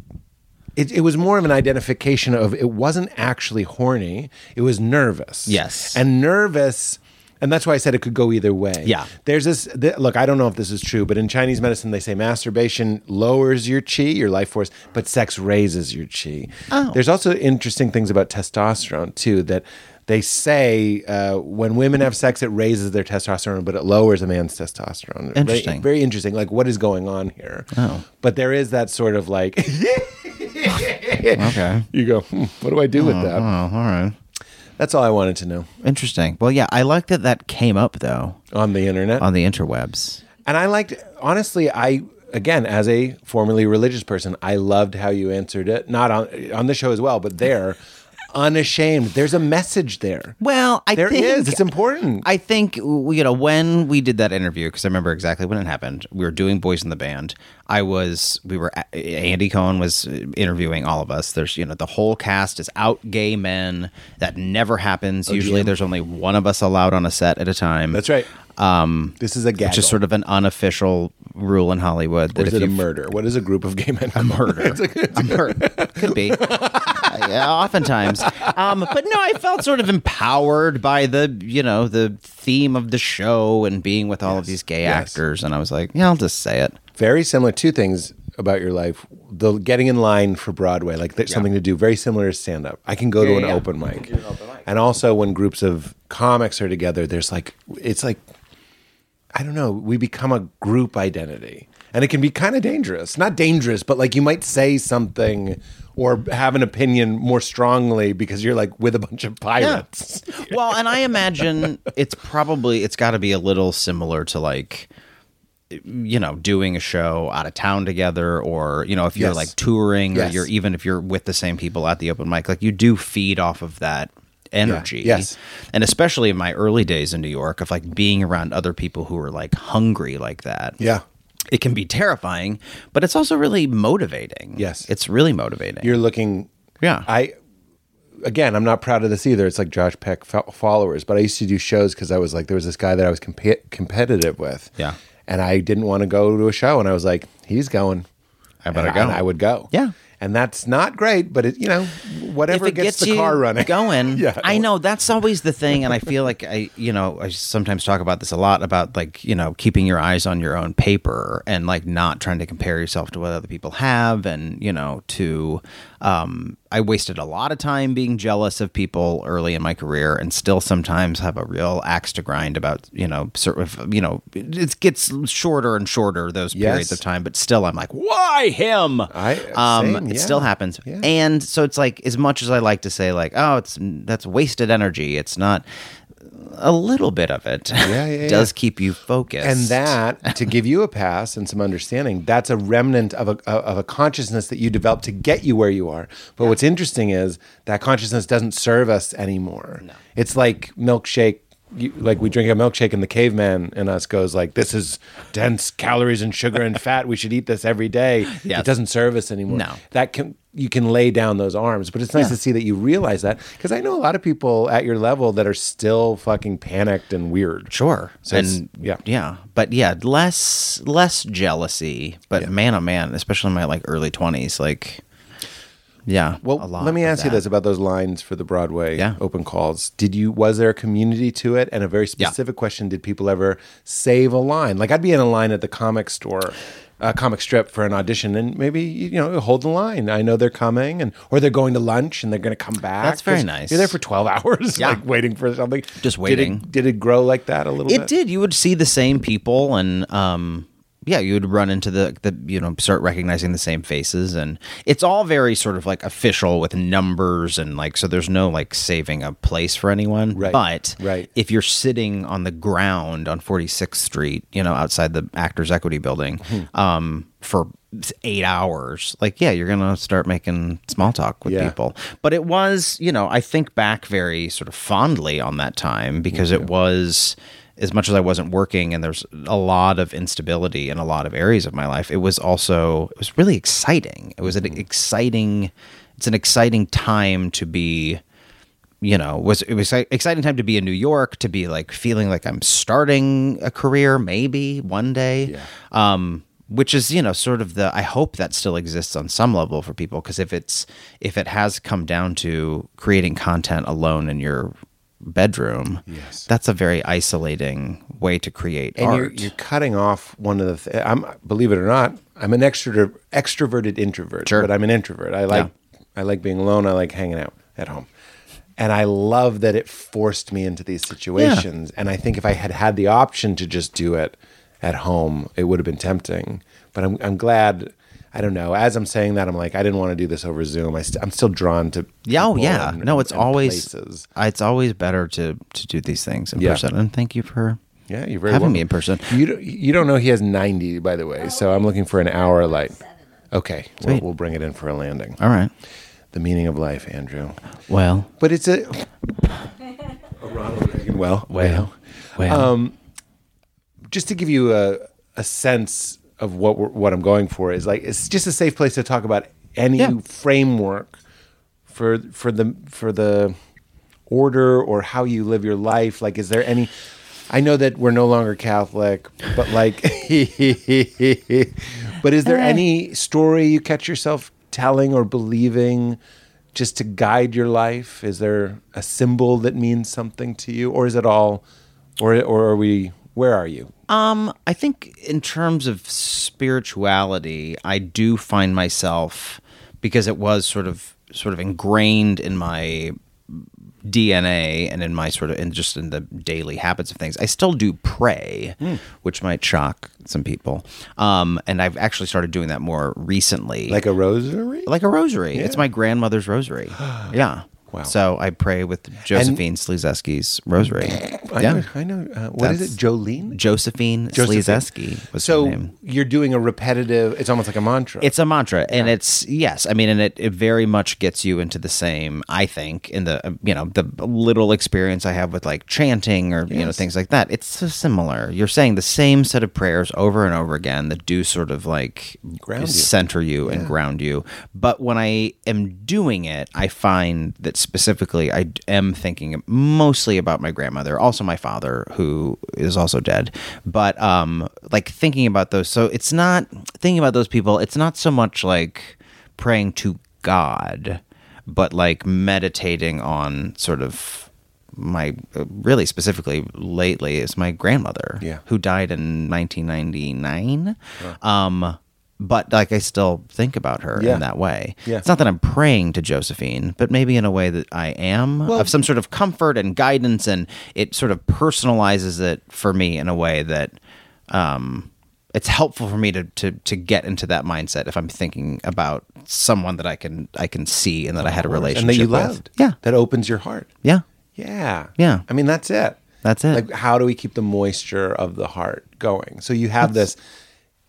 Speaker 1: it, it was more of an identification of it wasn't actually horny it was nervous
Speaker 3: Yes.
Speaker 1: and nervous and that's why I said it could go either way
Speaker 3: Yeah.
Speaker 1: there's this th- look I don't know if this is true but in Chinese medicine they say masturbation lowers your chi your life force but sex raises your chi
Speaker 3: Oh.
Speaker 1: there's also interesting things about testosterone too that they say uh, when women have sex it raises their testosterone but it lowers a man's testosterone Very-
Speaker 3: Interesting.
Speaker 1: very interesting. Like, what is going on here? Oh. But there is that sort of like,
Speaker 3: Okay.
Speaker 1: you go, hmm, what do I do with that?
Speaker 3: Oh, all right.
Speaker 1: That's all I wanted to know
Speaker 3: Interesting. Well, yeah, I like that that came up though
Speaker 1: on the internet.
Speaker 3: on the interwebs.
Speaker 1: and I liked, honestly, I, again, as a formerly religious person, I loved how you answered it. Not on, on the show as well, but there, unashamed. There's a message there.
Speaker 3: Well, I
Speaker 1: There is.
Speaker 3: think
Speaker 1: It's important.
Speaker 3: I think w- you know when we did that interview because I remember exactly when it happened. We were doing Boys in the Band. I was we were a- Andy Cohen was uh, interviewing all of us. There's you know the whole cast is out gay men. That never happens. Usually there's only one of us allowed on a set at a time.
Speaker 1: Oh, That's right. Um, this is a gaggle.
Speaker 3: Which is sort of an unofficial rule in Hollywood that
Speaker 1: Or is
Speaker 3: if
Speaker 1: it a
Speaker 3: you
Speaker 1: murder? What is a group of gay men? A murder. it's like,
Speaker 3: I'm hurt. Could be. Yeah, oftentimes. Um, but no, I felt sort of empowered by the, you know, the theme of the show and being with all of these gay
Speaker 1: Yes.
Speaker 3: actors. And I was like, yeah, I'll just say it.
Speaker 1: very similar two things about your life the getting in line for broadway like there's something to do very similar to stand up i can go to
Speaker 3: yeah,
Speaker 1: an,
Speaker 3: yeah.
Speaker 1: Open mic. and also when groups of comics are together there's like it's like i don't know we become a group identity and it can be kind of dangerous not dangerous but like you might say something or have an opinion more strongly because you're like with a bunch of pirates
Speaker 3: Well, and I imagine it's probably, it's got to be a little similar to like, you know, doing a show out of town together, or you know, if you're
Speaker 1: Yes.
Speaker 3: like touring,
Speaker 1: Yes.
Speaker 3: or you're even if you're with the same people at the open mic, like you do feed off of that energy.
Speaker 1: Yes.
Speaker 3: and especially in my early days in New York, of like being around other people who are like hungry like that.
Speaker 1: yeah
Speaker 3: it can be terrifying, but it's also really motivating.
Speaker 1: Yes.
Speaker 3: it's really motivating.
Speaker 1: you're looking
Speaker 3: Yeah.
Speaker 1: i again i'm not proud of this either it's like josh peck fo- followers but i used to do shows because i was like there was this guy that i was compe- competitive with
Speaker 3: Yeah.
Speaker 1: and i didn't want to go to a show and i was like he's going
Speaker 3: I better
Speaker 1: and,
Speaker 3: go.
Speaker 1: and i would go
Speaker 3: Yeah.
Speaker 1: and that's not great but it you know whatever gets, the car running
Speaker 3: going.
Speaker 1: Yeah.
Speaker 3: I know that's always the thing, and I feel like I, you know, I sometimes talk about this a lot about like you know keeping your eyes on your own paper and like not trying to compare yourself to what other people have, and you know, to um, I wasted a lot of time being jealous of people early in my career, and still sometimes have a real axe to grind about you know sort of you know it gets shorter and shorter those
Speaker 1: Yes.
Speaker 3: periods of time, but still I'm like why him?
Speaker 1: I-
Speaker 3: um,
Speaker 1: same,
Speaker 3: it
Speaker 1: yeah.
Speaker 3: still happens, and so it's like as much as I like to say like oh it's that's wasted energy. It's not a little bit of it.
Speaker 1: yeah, yeah.
Speaker 3: does keep you focused,
Speaker 1: and that to give you a pass and some understanding that's a remnant of a of a consciousness that you develop to get you where you are but what's interesting is that consciousness doesn't serve us anymore it's like milkshake you, like we drink a milkshake and the caveman in us goes like, "This is dense calories and sugar and fat. We should eat this every day."
Speaker 3: Yes.
Speaker 1: It doesn't serve us anymore.
Speaker 3: No.
Speaker 1: that can you can lay down those arms, but it's nice to see that you realize that because I know a lot of people at your level that are still fucking panicked and weird.
Speaker 3: Sure.
Speaker 1: So it's-
Speaker 3: and
Speaker 1: yeah.
Speaker 3: yeah, but yeah, less less jealousy. But man, oh man, especially in my like early twenties, like yeah.
Speaker 1: Well,
Speaker 3: a lot
Speaker 1: let me
Speaker 3: of
Speaker 1: ask you
Speaker 3: that.
Speaker 1: this about those lines for the Broadway
Speaker 3: Yeah.
Speaker 1: open calls. Did you was there a community to it? And a very specific question: Did people ever save a line? Like I'd be in a line at the comic store, uh, comic strip for an audition, and maybe you know hold the line. I know they're coming, and or they're going to lunch and they're going to come back.
Speaker 3: That's very
Speaker 1: 'Cause
Speaker 3: nice.
Speaker 1: You're there for twelve hours,
Speaker 3: Yeah.
Speaker 1: like waiting for something.
Speaker 3: Just waiting.
Speaker 1: Did it, did it grow like that a little
Speaker 3: It
Speaker 1: bit?
Speaker 3: did. You would see the same people, and um, yeah, you would run into the the you know start recognizing the same faces, and it's all very sort of like official with numbers and like so. There's no like saving a place for anyone,
Speaker 1: Right.
Speaker 3: But
Speaker 1: Right.
Speaker 3: if you're sitting on the ground on 46th Street, you know, outside the Actors Equity Building, um, for eight hours, like yeah, you're gonna start making small talk with
Speaker 1: Yeah.
Speaker 3: people people. But it was, you know, I think back very sort of fondly on that time because it was as much as I wasn't working and there's a lot of instability in a lot of areas of my life, it was also it was really exciting. It was an exciting it's an exciting time to be you know was it was an exciting time to be in New York to be like feeling like I'm starting a career maybe one day um which is you know sort of the I hope that still exists on some level for people because if it's if it has come down to creating content alone in your bedroom yes. that's a very isolating way to create
Speaker 1: and you're,
Speaker 3: art
Speaker 1: you're cutting off one of the th- i'm believe it or not i'm an extrovert extroverted introvert
Speaker 3: Sure.
Speaker 1: but i'm an introvert i like i like being alone i like hanging out at home and i love that it forced me into these situations and i think if i had had the option to just do it at home it would have been tempting but i'm, I'm glad I don't know. As I'm saying that, I'm like, I didn't want to do this over Zoom. I st- I'm still drawn to.
Speaker 3: yeah oh
Speaker 1: people
Speaker 3: yeah
Speaker 1: and-
Speaker 3: no it's
Speaker 1: and
Speaker 3: always
Speaker 1: places.
Speaker 3: it's always better to to do these things in
Speaker 1: Yeah.
Speaker 3: person and thank you for
Speaker 1: Yeah, you're very
Speaker 3: having
Speaker 1: welcome.
Speaker 3: me in person
Speaker 1: You don't, you don't know he has 90, by the way. So I'm looking for an hour light. Okay, we'll,
Speaker 3: Sweet.
Speaker 1: we'll bring it in for a landing.
Speaker 3: all right
Speaker 1: The meaning of life, Andrew.
Speaker 3: well
Speaker 1: But it's a. a Ronald Reagan Well,
Speaker 3: well well
Speaker 1: Um, just to give you a, a sense of what we're, what I'm going for is like it's just a safe place to talk about any
Speaker 3: Yeah.
Speaker 1: framework for for the for the order or how you live your life. Like, is there any? I know that we're no longer Catholic, but like, but is there any story you catch yourself telling or believing? Just to guide your life, is there a symbol that means something to you, or is it all, or or are we? Where are you?
Speaker 3: Um, I think in terms of spirituality, I do find myself because it was sort of sort of ingrained in my DNA and in my sort of in just in the daily habits of things. I still do pray,
Speaker 1: Hmm.
Speaker 3: which might shock some people. Um, and I've actually started doing that more recently,
Speaker 1: like a rosary
Speaker 3: like a rosary. It's my grandmother's rosary. yeah.
Speaker 1: Wow.
Speaker 3: So I pray with Josephine Slezeski's rosary.
Speaker 1: I
Speaker 3: yeah.
Speaker 1: know, I know. Uh, what is
Speaker 3: That's-
Speaker 1: it jolene
Speaker 3: Josephine,
Speaker 1: Josephine.
Speaker 3: Slezeski was her
Speaker 1: so
Speaker 3: name.
Speaker 1: you're doing a repetitive it's almost like a mantra
Speaker 3: It's a mantra, and it's yes, I mean, and it, it very much gets you into the same. I think in the uh, you know the little experience I have with like chanting or you know things like that. It's so similar. You're saying the same set of prayers over and over again that do sort of like
Speaker 1: Ground you.
Speaker 3: center you and ground you. But when I am doing it, I find that specifically I d- am thinking mostly about my grandmother, also my father, who is also dead. But um, like thinking about those, so it's not thinking about those people. It's not so much like praying to God, but like meditating on sort of my uh, really specifically lately is my grandmother
Speaker 1: Yeah.
Speaker 3: who died in 1999 um but like i still think about her
Speaker 1: Yeah.
Speaker 3: in that way
Speaker 1: Yeah.
Speaker 3: it's not that i'm praying to josephine but maybe in a way that i am of some sort of comfort and guidance and it sort of personalizes it for me in a way that um it's helpful for me to, to to get into that mindset if i'm thinking about someone that i can i can see and that i had a relationship
Speaker 1: and that you
Speaker 3: with
Speaker 1: loved
Speaker 3: yeah
Speaker 1: that opens your heart
Speaker 3: yeah
Speaker 1: yeah
Speaker 3: Yeah.
Speaker 1: i mean that's it
Speaker 3: That's it.
Speaker 1: like how do we keep the moisture of the heart going so you have this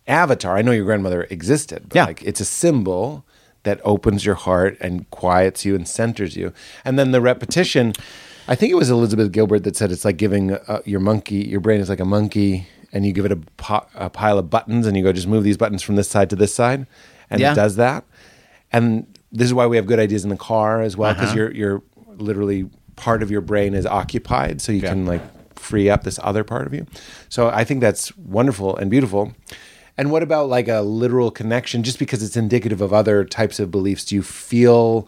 Speaker 1: avatar i know your grandmother existed but
Speaker 3: Yeah.
Speaker 1: like it's a symbol that opens your heart and quiets you and centers you and then the repetition I think it was Elizabeth Gilbert that said it's like giving uh, your monkey, your brain is like a monkey, and you give it a, po- a pile of buttons, and you go just move these buttons from this side to this side, and
Speaker 3: Yeah.
Speaker 1: it does that. And this is why we have good ideas in the car as well, because you're you're literally part of your brain is occupied, so you
Speaker 6: Yeah.
Speaker 1: can like free up this other part of you. So I think that's wonderful and beautiful. And what about like a literal connection? Just because it's indicative of other types of beliefs, do you feel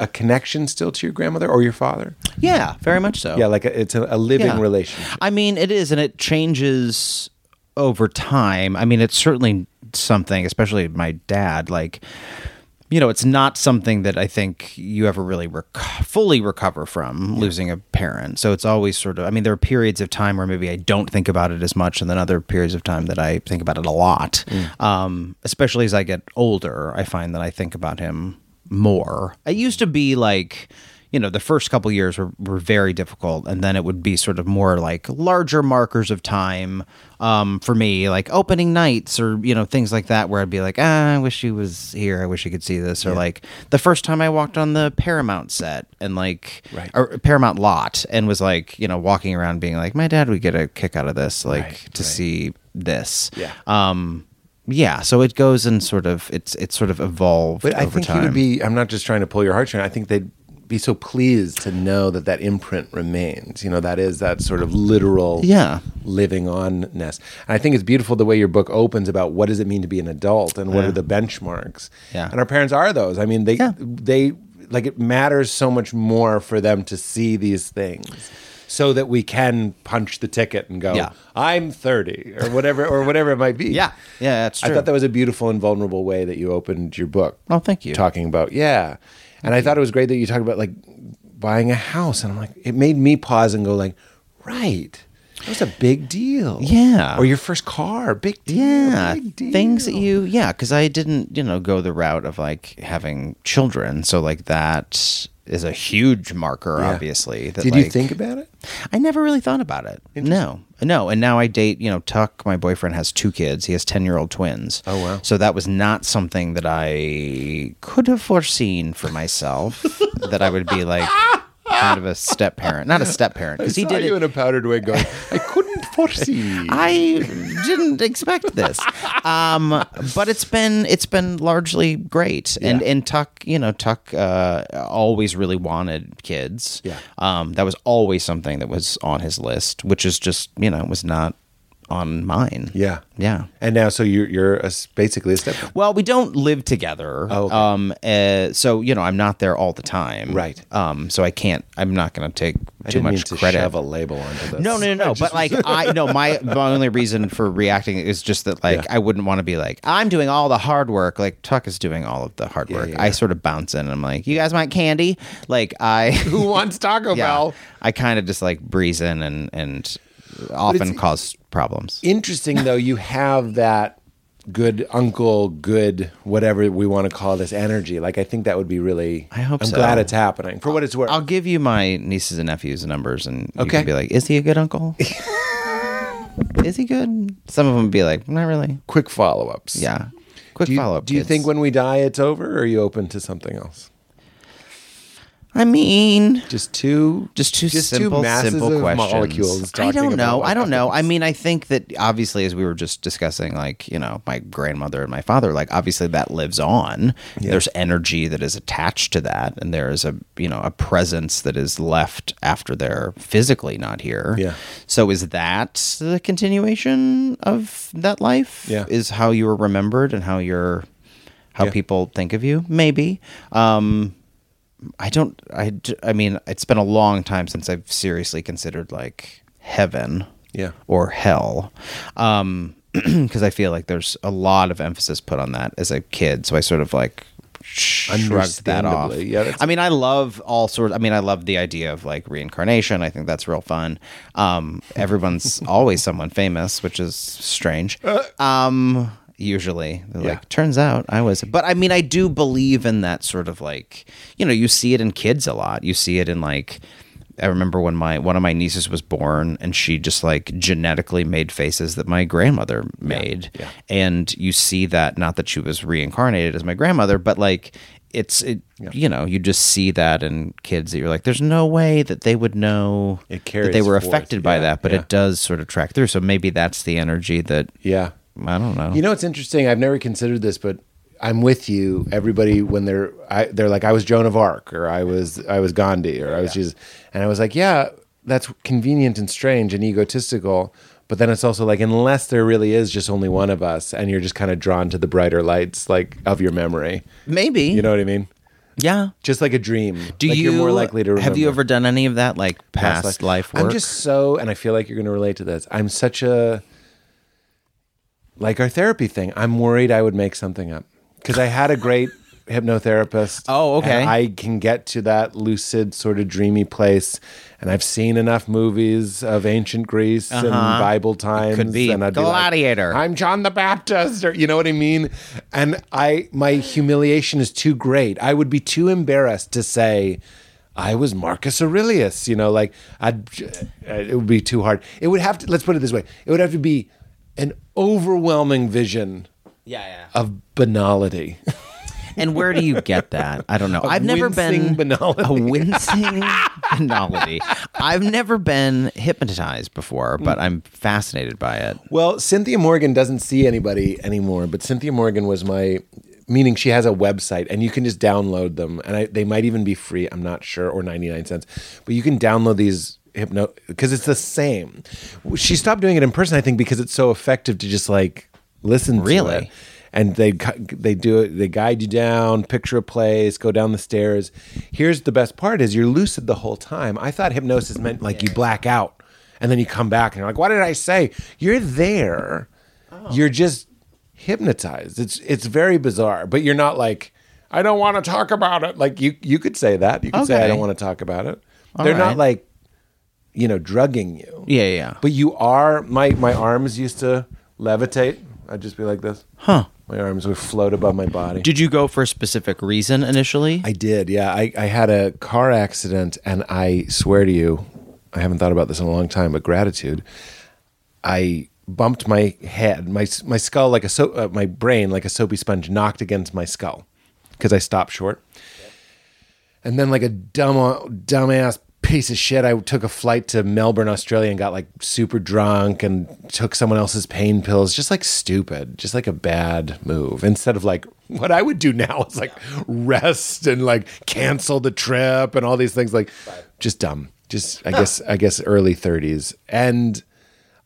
Speaker 1: a connection still to your grandmother or your father?
Speaker 3: Yeah, very much so.
Speaker 1: Yeah, like a, it's a, a living
Speaker 3: Oh. Yeah.
Speaker 1: relationship.
Speaker 3: I mean, it is, and it changes over time. I mean, it's certainly something, especially my dad, like, you know, it's not something that I think you ever really rec- fully recover from losing a parent. So it's always sort of, I mean, there are periods of time where maybe I don't think about it as much, and then other periods of time that I think about it a lot.
Speaker 1: Mm.
Speaker 3: Um, especially as I get older, I find that I think about him more. It used to be like, you know, the first couple years were, were very difficult. And then it would be sort of more like larger markers of time um, for me, like opening nights or, you know, things like that, where I'd be like, ah, I wish he was here. I wish he could see this. Or like the first time I walked on the Paramount set and like,
Speaker 1: Right.
Speaker 3: or Paramount lot and was like, you know, walking around being like, my dad would get a kick out of this, like
Speaker 1: Right,
Speaker 3: to
Speaker 1: right.
Speaker 3: see this.
Speaker 1: Yeah.
Speaker 3: Um, yeah, so it goes and sort of it's it's sort of evolved.
Speaker 1: But I
Speaker 3: over
Speaker 1: think
Speaker 3: time.
Speaker 1: he would be. I'm not just trying to pull your heartstring. I think they'd be so pleased to know that that imprint remains. You know, that is that sort of literal,
Speaker 3: Yeah.
Speaker 1: living onness. And I think it's beautiful the way your book opens about what does it mean to be an adult and what are the benchmarks.
Speaker 3: Yeah.
Speaker 1: and our parents are those. I mean, they
Speaker 3: Yeah.
Speaker 1: they like it matters so much more for them to see these things. So that we can punch the ticket and go,
Speaker 3: Yeah.
Speaker 1: I'm 30 or whatever, or whatever it might be.
Speaker 3: Yeah. Yeah, that's
Speaker 1: I
Speaker 3: true.
Speaker 1: thought that was a beautiful and vulnerable way that you opened your book.
Speaker 3: Oh, thank you.
Speaker 1: Talking about yeah, and I thought it was great that you talked about like buying a house, and I'm like, it made me pause and go like, right, that was a big deal.
Speaker 3: Yeah.
Speaker 1: or your first car, big deal.
Speaker 3: yeah
Speaker 1: big deal.
Speaker 3: things that you yeah because i didn't you know go the route of like having children so like that is a huge marker
Speaker 1: Yeah.
Speaker 3: obviously that,
Speaker 1: Did you
Speaker 3: like-
Speaker 1: think about it?
Speaker 3: i never really thought about it no no and now i date you know tuck my boyfriend has two kids he has 10 year old twins
Speaker 1: Oh, wow.
Speaker 3: so that was not something that i could have foreseen for myself that i would be like kind of a step parent not a step parent because he
Speaker 1: saw
Speaker 3: did
Speaker 1: you
Speaker 3: it
Speaker 1: in a powdered wig going. I couldn't foresee.
Speaker 3: I didn't expect this, um, but it's been it's been largely great. And and Tuck, you know, Tuck uh, always really wanted kids.
Speaker 1: Yeah.
Speaker 3: um, that was always something that was on his list, which is just you know was not on mine.
Speaker 1: yeah,
Speaker 3: yeah.
Speaker 1: And now, so you're you're a s basically a step.
Speaker 3: Well, we don't live together.
Speaker 1: Oh, okay.
Speaker 3: Um, uh, so you know, I'm not there all the time.
Speaker 1: Right.
Speaker 3: Um, so I can't. I'm not going to take
Speaker 1: I
Speaker 3: too
Speaker 1: didn't
Speaker 3: much
Speaker 1: mean to
Speaker 3: credit.
Speaker 1: shove a label onto this.
Speaker 3: No, no, no, no. But like, I no. My the only reason for reacting is just that like I wouldn't want to be like I'm doing all the hard work. Like Tuck is doing all of the hard work.
Speaker 1: yeah,
Speaker 3: I
Speaker 1: yeah.
Speaker 3: sort of bounce in and I'm like, you guys want candy? Like I,
Speaker 1: Who wants Taco
Speaker 3: yeah,
Speaker 1: Bell?
Speaker 3: I kind of just like breeze in and and
Speaker 1: e
Speaker 3: often cause problems.
Speaker 1: interesting though you have that good uncle good whatever we want to call this energy like i think that would be really
Speaker 3: I hope
Speaker 1: i'm
Speaker 3: so.
Speaker 1: glad it's happening for what it's worth
Speaker 3: I'll give you my nieces and nephews' numbers, and you
Speaker 1: Okay.
Speaker 3: can be like, "Is he a good uncle? is he good?" Some of them would be like, "Not really."
Speaker 1: quick follow-ups
Speaker 3: Yeah. Quick
Speaker 1: do you,
Speaker 3: follow up.
Speaker 1: do you think when we die it's over or are you open to something else
Speaker 3: I mean,
Speaker 1: just two
Speaker 3: just two
Speaker 1: just
Speaker 3: simple,
Speaker 1: two masses
Speaker 3: simple
Speaker 1: of
Speaker 3: questions.
Speaker 1: molecules
Speaker 3: I
Speaker 1: talking
Speaker 3: don't know.
Speaker 1: about
Speaker 3: I don't know. I mean, I think that obviously, as we were just discussing, like you know, my grandmother and my father, like obviously that lives on. There's energy that is attached to that, and there is a you know a presence that is left after they're physically not here.
Speaker 1: Yeah.
Speaker 3: So is that the continuation of that life?
Speaker 1: Yeah.
Speaker 3: Is how you are remembered and how you're how
Speaker 1: Yeah.
Speaker 3: people think of you? Maybe. Um, I don't. I. d- I mean, it's been a long time since I've seriously considered like heaven,
Speaker 1: Yeah.
Speaker 3: or hell, because I feel like there's a lot of emphasis put on that as a kid. So I sort of like shrugged that off.
Speaker 1: Understandably. Yeah, that's-
Speaker 3: I mean, I love all sorts. I mean, I love the idea of like reincarnation. I think that's real fun. Um, everyone's always someone famous, which is strange. Um, usually, They're
Speaker 1: Uh. Yeah.
Speaker 3: like turns out I was. But I mean, I do believe in that sort of like you know you see it in kids a lot. You see it in like. I remember when my one of my nieces was born and she just like genetically made faces that my grandmother made.
Speaker 1: yeah.
Speaker 3: And you see that not that she was reincarnated as my grandmother, but like it's it, you know you just see that in kids that you're like there's no way that they would know
Speaker 1: It
Speaker 3: that they
Speaker 1: carries
Speaker 3: were
Speaker 1: forth,
Speaker 3: affected by
Speaker 1: yeah,
Speaker 3: that but
Speaker 1: yeah.
Speaker 3: it does sort of track through so maybe that's the energy that
Speaker 1: Yeah.
Speaker 3: I don't know
Speaker 1: You know, it's interesting. I've never considered this, but I'm with you. Everybody, when they're I, they're like, I was Joan of Arc, or I was I was Gandhi, or I was Jesus, and I was like, yeah, that's convenient and strange and egotistical. But then it's also like, unless there really is just only one of us, and you're just kind of drawn to the brighter lights, like of your memory.
Speaker 3: maybe
Speaker 1: You know what I mean?
Speaker 3: yeah
Speaker 1: Just like a dream.
Speaker 3: do
Speaker 1: Like,
Speaker 3: you
Speaker 1: You're more likely to remember
Speaker 3: have you ever done any of that like past, life, work
Speaker 1: I'm just so, and I feel like you're going to relate to this. I'm such a, like our therapy thing. I'm worried I would make something up because I had a great hypnotherapist.
Speaker 3: Oh, okay.
Speaker 1: and I can get to that lucid, sort of dreamy place, and I've seen enough movies of ancient Greece and
Speaker 3: Uh-huh.
Speaker 1: Bible times.
Speaker 3: be
Speaker 1: and I'd be like,
Speaker 3: Gladiator.
Speaker 1: I'm John the Baptist, or you know what I mean. And I, my humiliation is too great. I would be too embarrassed to say. I was Marcus Aurelius, you know, like I'd, uh, it would be too hard. It would have to, let's put it this way. It would have to be an overwhelming vision
Speaker 3: yeah yeah
Speaker 1: of banality.
Speaker 3: and where do you get that I don't know I've never
Speaker 1: wincing
Speaker 3: been
Speaker 1: banality.
Speaker 3: a wincing banality I've never been hypnotized before but I'm fascinated by it
Speaker 1: Well, Cynthia Morgan doesn't see anybody anymore, but Cynthia Morgan was my meaning she has a website and you can just download them and I, they might even be free, I'm not sure, or 99 cents. But you can download these hypno because it's the same. She stopped doing it in person I think because it's so effective to just like listen
Speaker 3: Really?
Speaker 1: to it. And they they do it. They guide you down, picture a place, go down the stairs. Here's the best part: is you're lucid the whole time. I thought hypnosis meant like you black out, and then you come back and you're like, "What did I say?" You're there.
Speaker 3: Oh.
Speaker 1: You're just hypnotized. It's it's very bizarre, but you're not like, "I don't want to talk about it." Like you you could say that. You could say, "I
Speaker 3: Okay.
Speaker 1: don't want to talk about it." They're not
Speaker 3: right.
Speaker 1: like, you know, drugging you.
Speaker 3: yeah yeah
Speaker 1: But you are my my arms used to levitate. I'd just be like this.
Speaker 3: Huh.
Speaker 1: My arms would float above my body.
Speaker 3: Did you go for a specific reason initially?
Speaker 1: I did, yeah. I, I had a car accident and I swear to you, I haven't thought about this in a long time, but gratitude. I bumped my head, my my skull like a so uh, my brain like a soapy sponge knocked against my skull because I stopped short. And then like a dumb dumbass piece of shit, I took a flight to Melbourne, Australia and got like super drunk and took someone else's pain pills. Just like stupid, just like a bad move. Instead of like what I would do now is like rest and like cancel the trip and all these things like just dumb. Just I guess I guess early 30s. And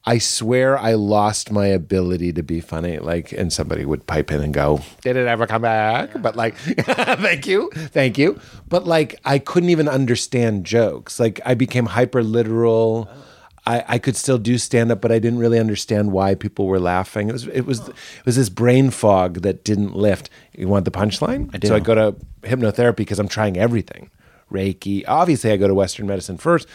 Speaker 1: I swear I lost my ability to be funny. Like, and somebody would pipe in and go, Did it ever come back? But like, thank you. Thank you. But like, I couldn't even understand jokes. Like, I became hyper literal. I, I could still do stand up, but I didn't really understand why people were laughing. It was it was it was this brain fog that didn't lift. You want the punchline? I do. So I go to hypnotherapy because I'm trying everything, Reiki. Obviously, I go to Western medicine first,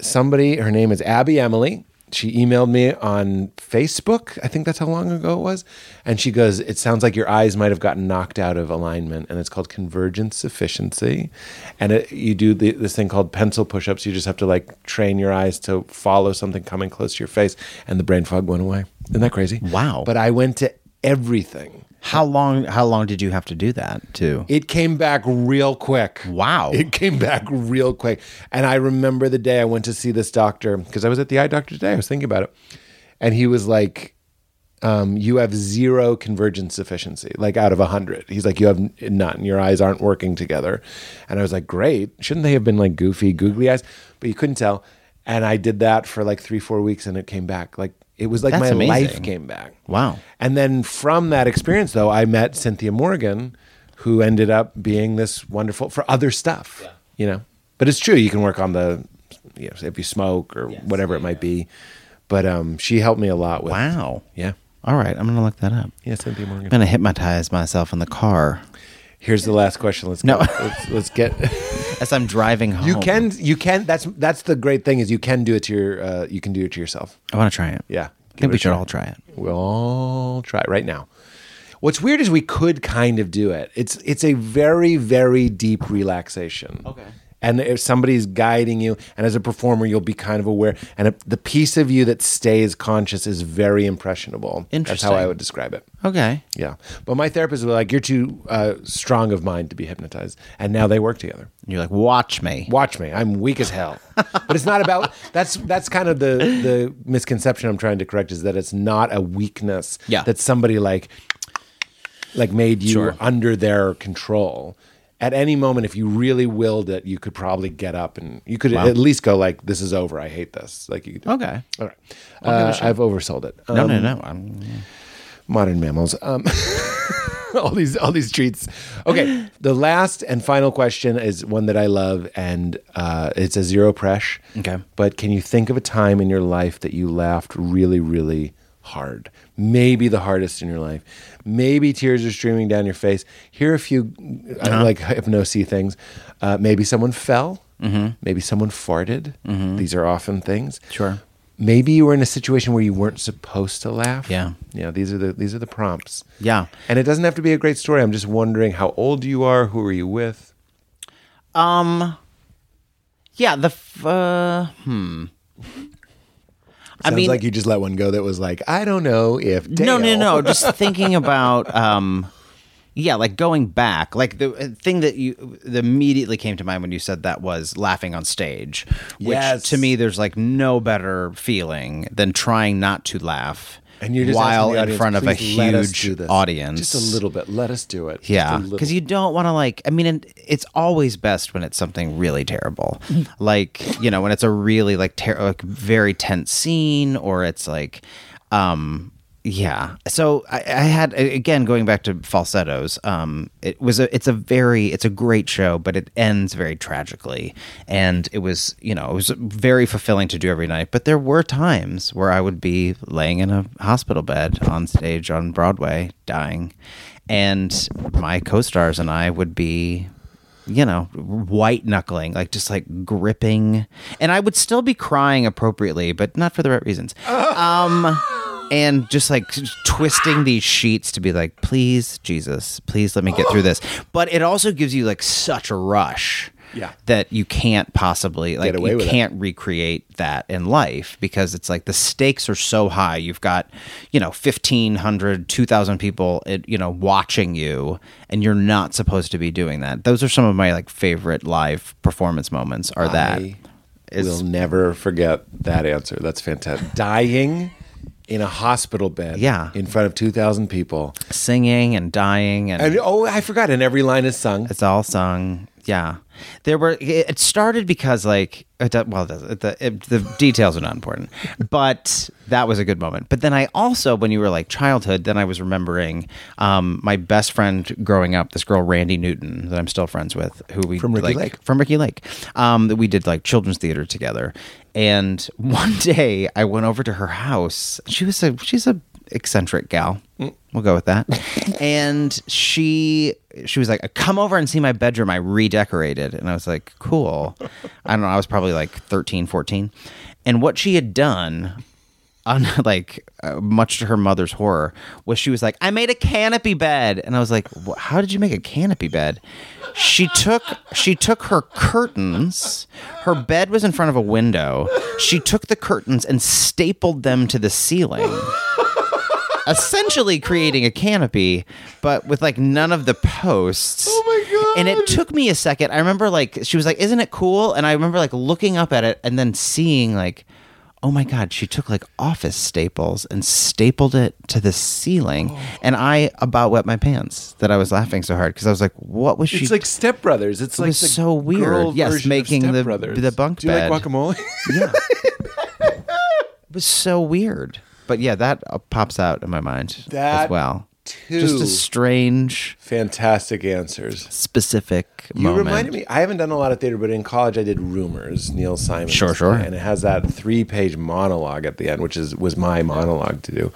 Speaker 1: somebody, her name is Abby Emily. She emailed me on Facebook. I think that's how long ago it was. And she goes, It sounds like your eyes might have gotten knocked out of alignment. And it's called convergence sufficiency. And it, you do the, this thing called pencil push ups. You just have to like train your eyes to follow something coming close to your face. And the brain fog went away. Isn't that crazy?
Speaker 3: Wow.
Speaker 1: But I went to everything.
Speaker 3: How long how long did you have to do that too?
Speaker 1: It came back real quick.
Speaker 3: Wow.
Speaker 1: It came back real quick. And I remember the day I went to see this doctor because I was at the eye doctor today. I was thinking about it. And he was like, um, You have zero convergence sufficiency, like out of 100. He's like, You have n- none. Your eyes aren't working together. And I was like, Great. Shouldn't they have been like goofy, googly eyes? But you couldn't tell. And I did that for like three, four weeks and it came back. Like, it was like
Speaker 3: That's
Speaker 1: my
Speaker 3: amazing.
Speaker 1: life came back.
Speaker 3: Wow.
Speaker 1: And then from that experience, though, I met Cynthia Morgan, who ended up being this wonderful for other stuff, you know. But it's true, you can work on the, you know, if you smoke or whatever it might be. But um, she helped me a lot with.
Speaker 3: Wow.
Speaker 1: Yeah.
Speaker 3: All right, I'm gonna look that up.
Speaker 1: Yeah, Cynthia Morgan.
Speaker 3: I'm gonna hypnotize myself in the car
Speaker 1: Here's the last question. Let's
Speaker 3: No. Oh.
Speaker 1: go. let's, let's get.
Speaker 3: as I'm driving home.
Speaker 1: You can. You can. That's that's the great thing is you can do it to your. Uh, you can do it to yourself.
Speaker 3: I want to try it.
Speaker 1: Yeah.
Speaker 3: I think we should all try it.
Speaker 1: We'll all try it right now. What's weird is we could kind of do it. It's it's a very very deep relaxation. Okay. and if somebody's guiding you and as a performer you'll be kind of aware and if the piece of you that stays conscious is very impressionable that's how i
Speaker 3: Interesting.
Speaker 1: would describe it
Speaker 3: Okay.
Speaker 1: yeah but my therapist was like you're too uh, strong of mind to be hypnotized and now they work together
Speaker 3: And you're like, watch me.
Speaker 1: watch me i'm weak as hell but it's not about that's that's kind of the the misconception i'm trying to correct is that it's not a weakness
Speaker 3: Yeah.
Speaker 1: that somebody like like made you
Speaker 3: Sure.
Speaker 1: under their control at any moment if you really willed it you could probably get up and you could at least go like this is over i hate this like you could do.
Speaker 3: Okay.
Speaker 1: all right uh, i've oversold it Um,
Speaker 3: No, no, no. I'm,
Speaker 1: modern mammals. Um, all these all these treats. Okay, the last and final question is one that I love, and uh, it's a zero presh.
Speaker 3: Okay.
Speaker 1: but can you think of a time in your life that you laughed really, really hard? Maybe the hardest in your life. Maybe tears are streaming down your face. Here are a few
Speaker 3: Uh-huh.
Speaker 1: uh, like hypnosis things. Uh, maybe someone fell.
Speaker 3: Mm-hmm.
Speaker 1: Maybe someone farted. These are often things.
Speaker 3: Sure.
Speaker 1: Maybe you were in a situation where you weren't supposed to laugh.
Speaker 3: Yeah.
Speaker 1: Yeah, these are the these are the prompts.
Speaker 3: Yeah.
Speaker 1: And it doesn't have to be a great story. I'm just wondering how old you are, who are you with?
Speaker 3: yeah, the. F- uh, hmm. I
Speaker 6: Sounds
Speaker 3: mean,
Speaker 6: like you just let one go that was like,
Speaker 1: I don't know if Dale,
Speaker 3: no, no, no. Just thinking about, um, yeah, like going back, like the uh, thing that you that immediately came to mind when you said that was laughing on stage, which
Speaker 1: Yes.
Speaker 3: to me, there's like no better feeling than trying not to laugh.
Speaker 1: And you're just asking the
Speaker 3: while in
Speaker 1: audience,
Speaker 3: front of a
Speaker 1: "Please let us
Speaker 3: huge
Speaker 1: do this.
Speaker 3: audience,
Speaker 1: Just a little bit. Let us do it. Just
Speaker 3: Yeah,
Speaker 1: a little.
Speaker 3: because you don't want to like. I mean, and it's always best when it's something really terrible, like you know, when it's a really like ter- like very tense scene, or it's like, um, yeah. So I, I had a- again going back to falsettos. Um, it was a it's a very it's a great show, but it ends very tragically, and it was you know it was very fulfilling to do every night. But there were times where I would be laying in a hospital bed on stage on Broadway, dying and my co-stars and I would be you know white knuckling like just like gripping and I would still be crying appropriately but not for the right reasons um and just like twisting these sheets to be like please Jesus please let me get through this but it also gives you like such a rush
Speaker 1: Yeah.
Speaker 3: that you can't possibly like
Speaker 1: away
Speaker 3: you
Speaker 1: with it.
Speaker 3: can't recreate that in life because it's like the stakes are so high you've got you know 1500 2000 people it, you know watching you and you're not supposed to be doing that those are some of my like favorite live performance moments are that
Speaker 1: I
Speaker 3: is-
Speaker 1: will never forget that answer. That's fantastic. Dying in a hospital bed.
Speaker 3: Yeah.
Speaker 1: In front of two thousand people.
Speaker 3: singing and dying and
Speaker 1: And oh, I forgot. And every line is sung.
Speaker 3: It's all sung. Yeah, there were. It it started because like it, do- well, it doesn't- the it, the details are not important, but that was a good moment. But then I also, when you were like childhood, then I was remembering um, my best friend growing up. This girl Randy Newton that I'm still friends with, who we
Speaker 1: From Ricky
Speaker 3: like,
Speaker 1: Lake.
Speaker 3: from Ricky Lake. Um, that we did like children's theater together. And one day I went over to her house. She was a she's a eccentric gal. We'll go with that. and she she was like, "Come over and see my bedroom. I redecorated." And I was like, "Cool." I don't know. I was probably like 13, 14. And what she had done on like uh, much to her mother's horror was she was like i made a canopy bed and i was like "Wh- how did you make a canopy bed she took she took her curtains her bed was in front of a window she took the curtains and stapled them to the ceiling essentially creating a canopy, but with like none of the posts. Oh my god! And it took me a second. I remember like she was like, "Isn't it cool?" And I remember like looking up at it and then seeing like, "Oh my god!" She took like office staples and stapled it to the ceiling,
Speaker 1: Oh.
Speaker 3: and I about wet my pants that I was laughing so hard because I was like, "What was she?"
Speaker 1: It's like Step Brothers. It's like
Speaker 3: was
Speaker 1: the
Speaker 3: so weird.
Speaker 1: girl
Speaker 3: Yes,
Speaker 1: version of
Speaker 3: making
Speaker 1: Step
Speaker 3: the-
Speaker 1: Brothers.
Speaker 3: the bunk
Speaker 1: Do you like
Speaker 3: bed.
Speaker 1: guacamole?
Speaker 3: yeah. it was so weird. But yeah, that uh, pops out in my mind
Speaker 1: That
Speaker 3: as well.
Speaker 1: too.
Speaker 3: Just a strange
Speaker 1: Fantastic answers.
Speaker 3: specific
Speaker 1: You
Speaker 3: moment.
Speaker 1: reminded me. I haven't done a lot of theater, but in college I did Rumors, Neil Simon.
Speaker 3: Sure, sure.
Speaker 1: And it has that three-page monologue at the end, which is was my monologue to do,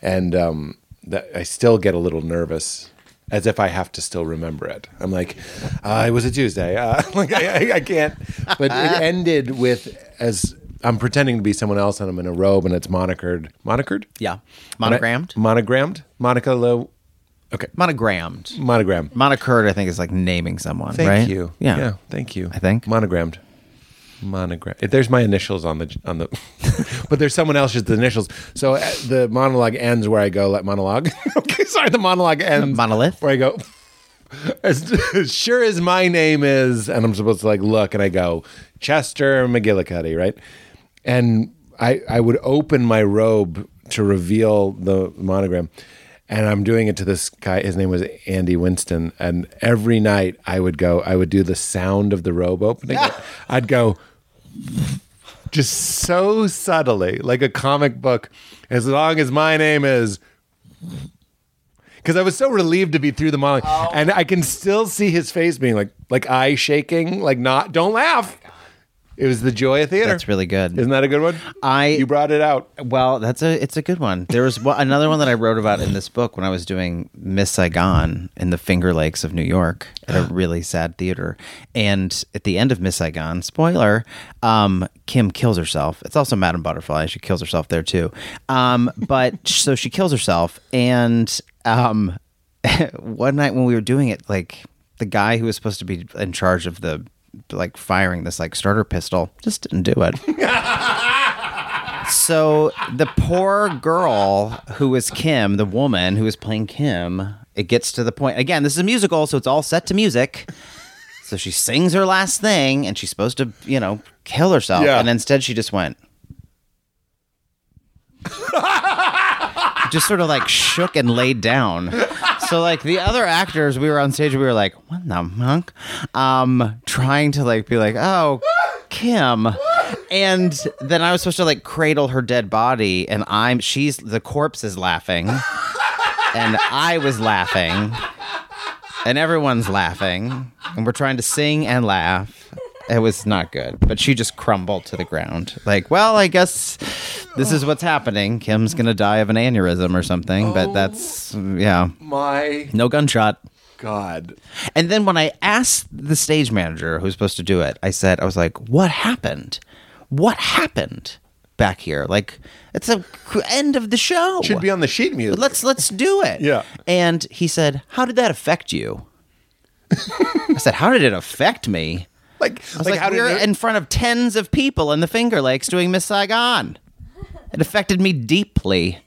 Speaker 1: and um, that I still get a little nervous. As if I have to still remember it. I'm like, uh, it was a Tuesday. Uh, like I, I, I can't. But it ended with as I'm pretending to be someone else, and I'm in a robe, and it's monikered. Monikered?
Speaker 3: Yeah.
Speaker 1: Moni-
Speaker 3: Monogrammed?
Speaker 1: monogrammed. Monica Lew- Okay.
Speaker 3: Monogrammed.
Speaker 1: Monogram.
Speaker 3: Monocurd, I think, is like naming someone,
Speaker 1: Thank
Speaker 3: right?
Speaker 1: you.
Speaker 3: Yeah.
Speaker 1: Thank you.
Speaker 3: I think.
Speaker 1: monogrammed. Monogram. eh, There's my initials on the on the, but there's someone else's the initials. So uh, the monologue ends where I go. Let monologue. okay, sorry. The monologue ends.
Speaker 3: Monolith?
Speaker 1: Where I go. As, as sure as my name is, and I'm supposed to like look, and I go Chester McGillicuddy, right? And I I would open my robe to reveal the monogram, and I'm doing it to this guy. His name was Andy Winston, and every night I would go. I would do the sound of the robe opening. I'd go just so subtly, like a comic book. As long as my name is because I was so relieved to be through the monologue, and I can still see his face being like, like eye shaking, like not, don't laugh. It was the joy of theater.
Speaker 3: That's really good.
Speaker 1: Isn't that a good one?
Speaker 3: I-
Speaker 1: you brought it out.
Speaker 3: Well, that's a it's a good one. There was one, another one that I wrote about in this book when I was doing Miss Saigon in the Finger Lakes of New York at a really sad theater. And at the end of Miss Saigon, spoiler, um, Kim kills herself. It's also Madame Butterfly. She kills herself there too. Um, but so she kills herself, and um, one night when we were doing it, like the guy who was supposed to be in charge of the like firing this like starter pistol just didn't do it. So the poor girl who was Kim, the woman who was playing Kim, it gets to the point. Again, this is a musical, so it's all set to music. So she sings her last thing, and she's supposed to, you know, kill herself.
Speaker 1: Yeah.
Speaker 3: And instead, she just went, just sort of like shook and laid down. So like the other actors, we were on stage, we were like, "What the monk?" Um, trying to like be like, "Oh, Kim," and then I was supposed to like cradle her dead body, and I'm she's the corpse is laughing, and I was laughing, and everyone's laughing, and we're trying to sing and laugh. It was not good, but she just crumbled to the ground. Like, well, I guess this is what's happening. Kim's gonna die of an aneurysm or something, but that's yeah,
Speaker 1: Oh My
Speaker 3: no gunshot.
Speaker 1: God.
Speaker 3: And then when I asked the stage manager who's supposed to do it, I said, I was like, what happened? What happened back here? Like, it's the end of the show.
Speaker 1: Should be on the sheet music.
Speaker 3: Let's let's do it.
Speaker 1: Yeah.
Speaker 3: And he said, How did that affect you? I said, How did it affect me?
Speaker 1: like,
Speaker 3: I was like,
Speaker 1: how did
Speaker 3: we're
Speaker 1: it-
Speaker 3: in front of tens of people in the Finger Lakes doing Miss Saigon. It affected me deeply.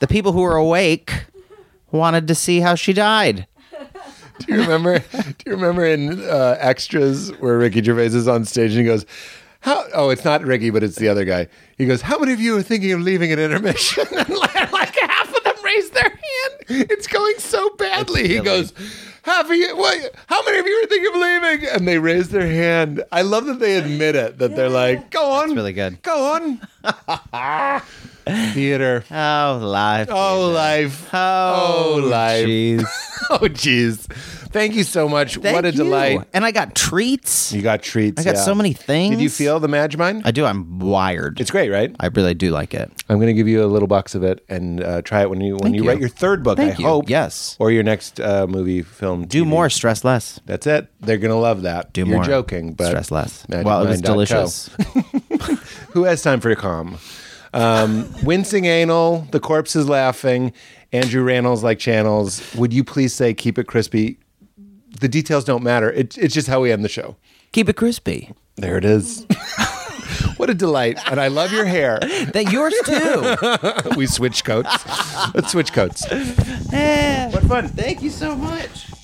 Speaker 3: The people who were awake wanted to see how she died.
Speaker 1: Do you remember? do you remember in uh, extras where Ricky Gervais is on stage and he goes, "How? Oh, it's not Ricky, but it's the other guy." He goes, "How many of you are thinking of leaving at intermission?" and like, like half of them raise their hand. It's going so badly. He goes. Half of you, what, how many of you are thinking of leaving? And they raise their hand. I love that they admit it, that they're like, go on.
Speaker 3: really good.
Speaker 1: Go on. Theater.
Speaker 3: Oh, life.
Speaker 1: Oh, life. Oh, life.
Speaker 3: Jeez.
Speaker 1: Oh, jeez. Thank you so much. what a
Speaker 3: Thank you.
Speaker 1: delight.
Speaker 3: And I got treats.
Speaker 1: You got treats.
Speaker 3: I got so many things.
Speaker 1: Did you feel the Mad Mind?
Speaker 3: I do. I'm wired.
Speaker 1: It's great, right?
Speaker 3: I really do like it.
Speaker 1: I'm going to give you a little box of it and uh, try it when you when
Speaker 3: Thank
Speaker 1: you,
Speaker 3: you.
Speaker 1: write your third book.
Speaker 3: Thank
Speaker 1: I
Speaker 3: you.
Speaker 1: hope.
Speaker 3: Yes.
Speaker 1: Or your next uh, movie, film.
Speaker 3: Do
Speaker 1: TV.
Speaker 3: more, stress less.
Speaker 1: That's it. They're going to love that.
Speaker 3: Do
Speaker 1: You're
Speaker 3: more.
Speaker 1: joking, but
Speaker 3: stress less.
Speaker 1: Magic
Speaker 3: well, it
Speaker 1: Mind
Speaker 3: was
Speaker 1: dot co.
Speaker 3: delicious.
Speaker 1: Who has time for a calm? Um, wincing anal. The corpse is laughing. Andrew Rannells like channels. Would you please say keep it crispy? The details don't matter. It, it's just how we end the show.
Speaker 3: Keep it crispy.
Speaker 1: There it is. what a delight. And I love your hair.
Speaker 3: That yours too.
Speaker 1: We switch coats. Let's switch coats.
Speaker 3: what fun! Thank you so much.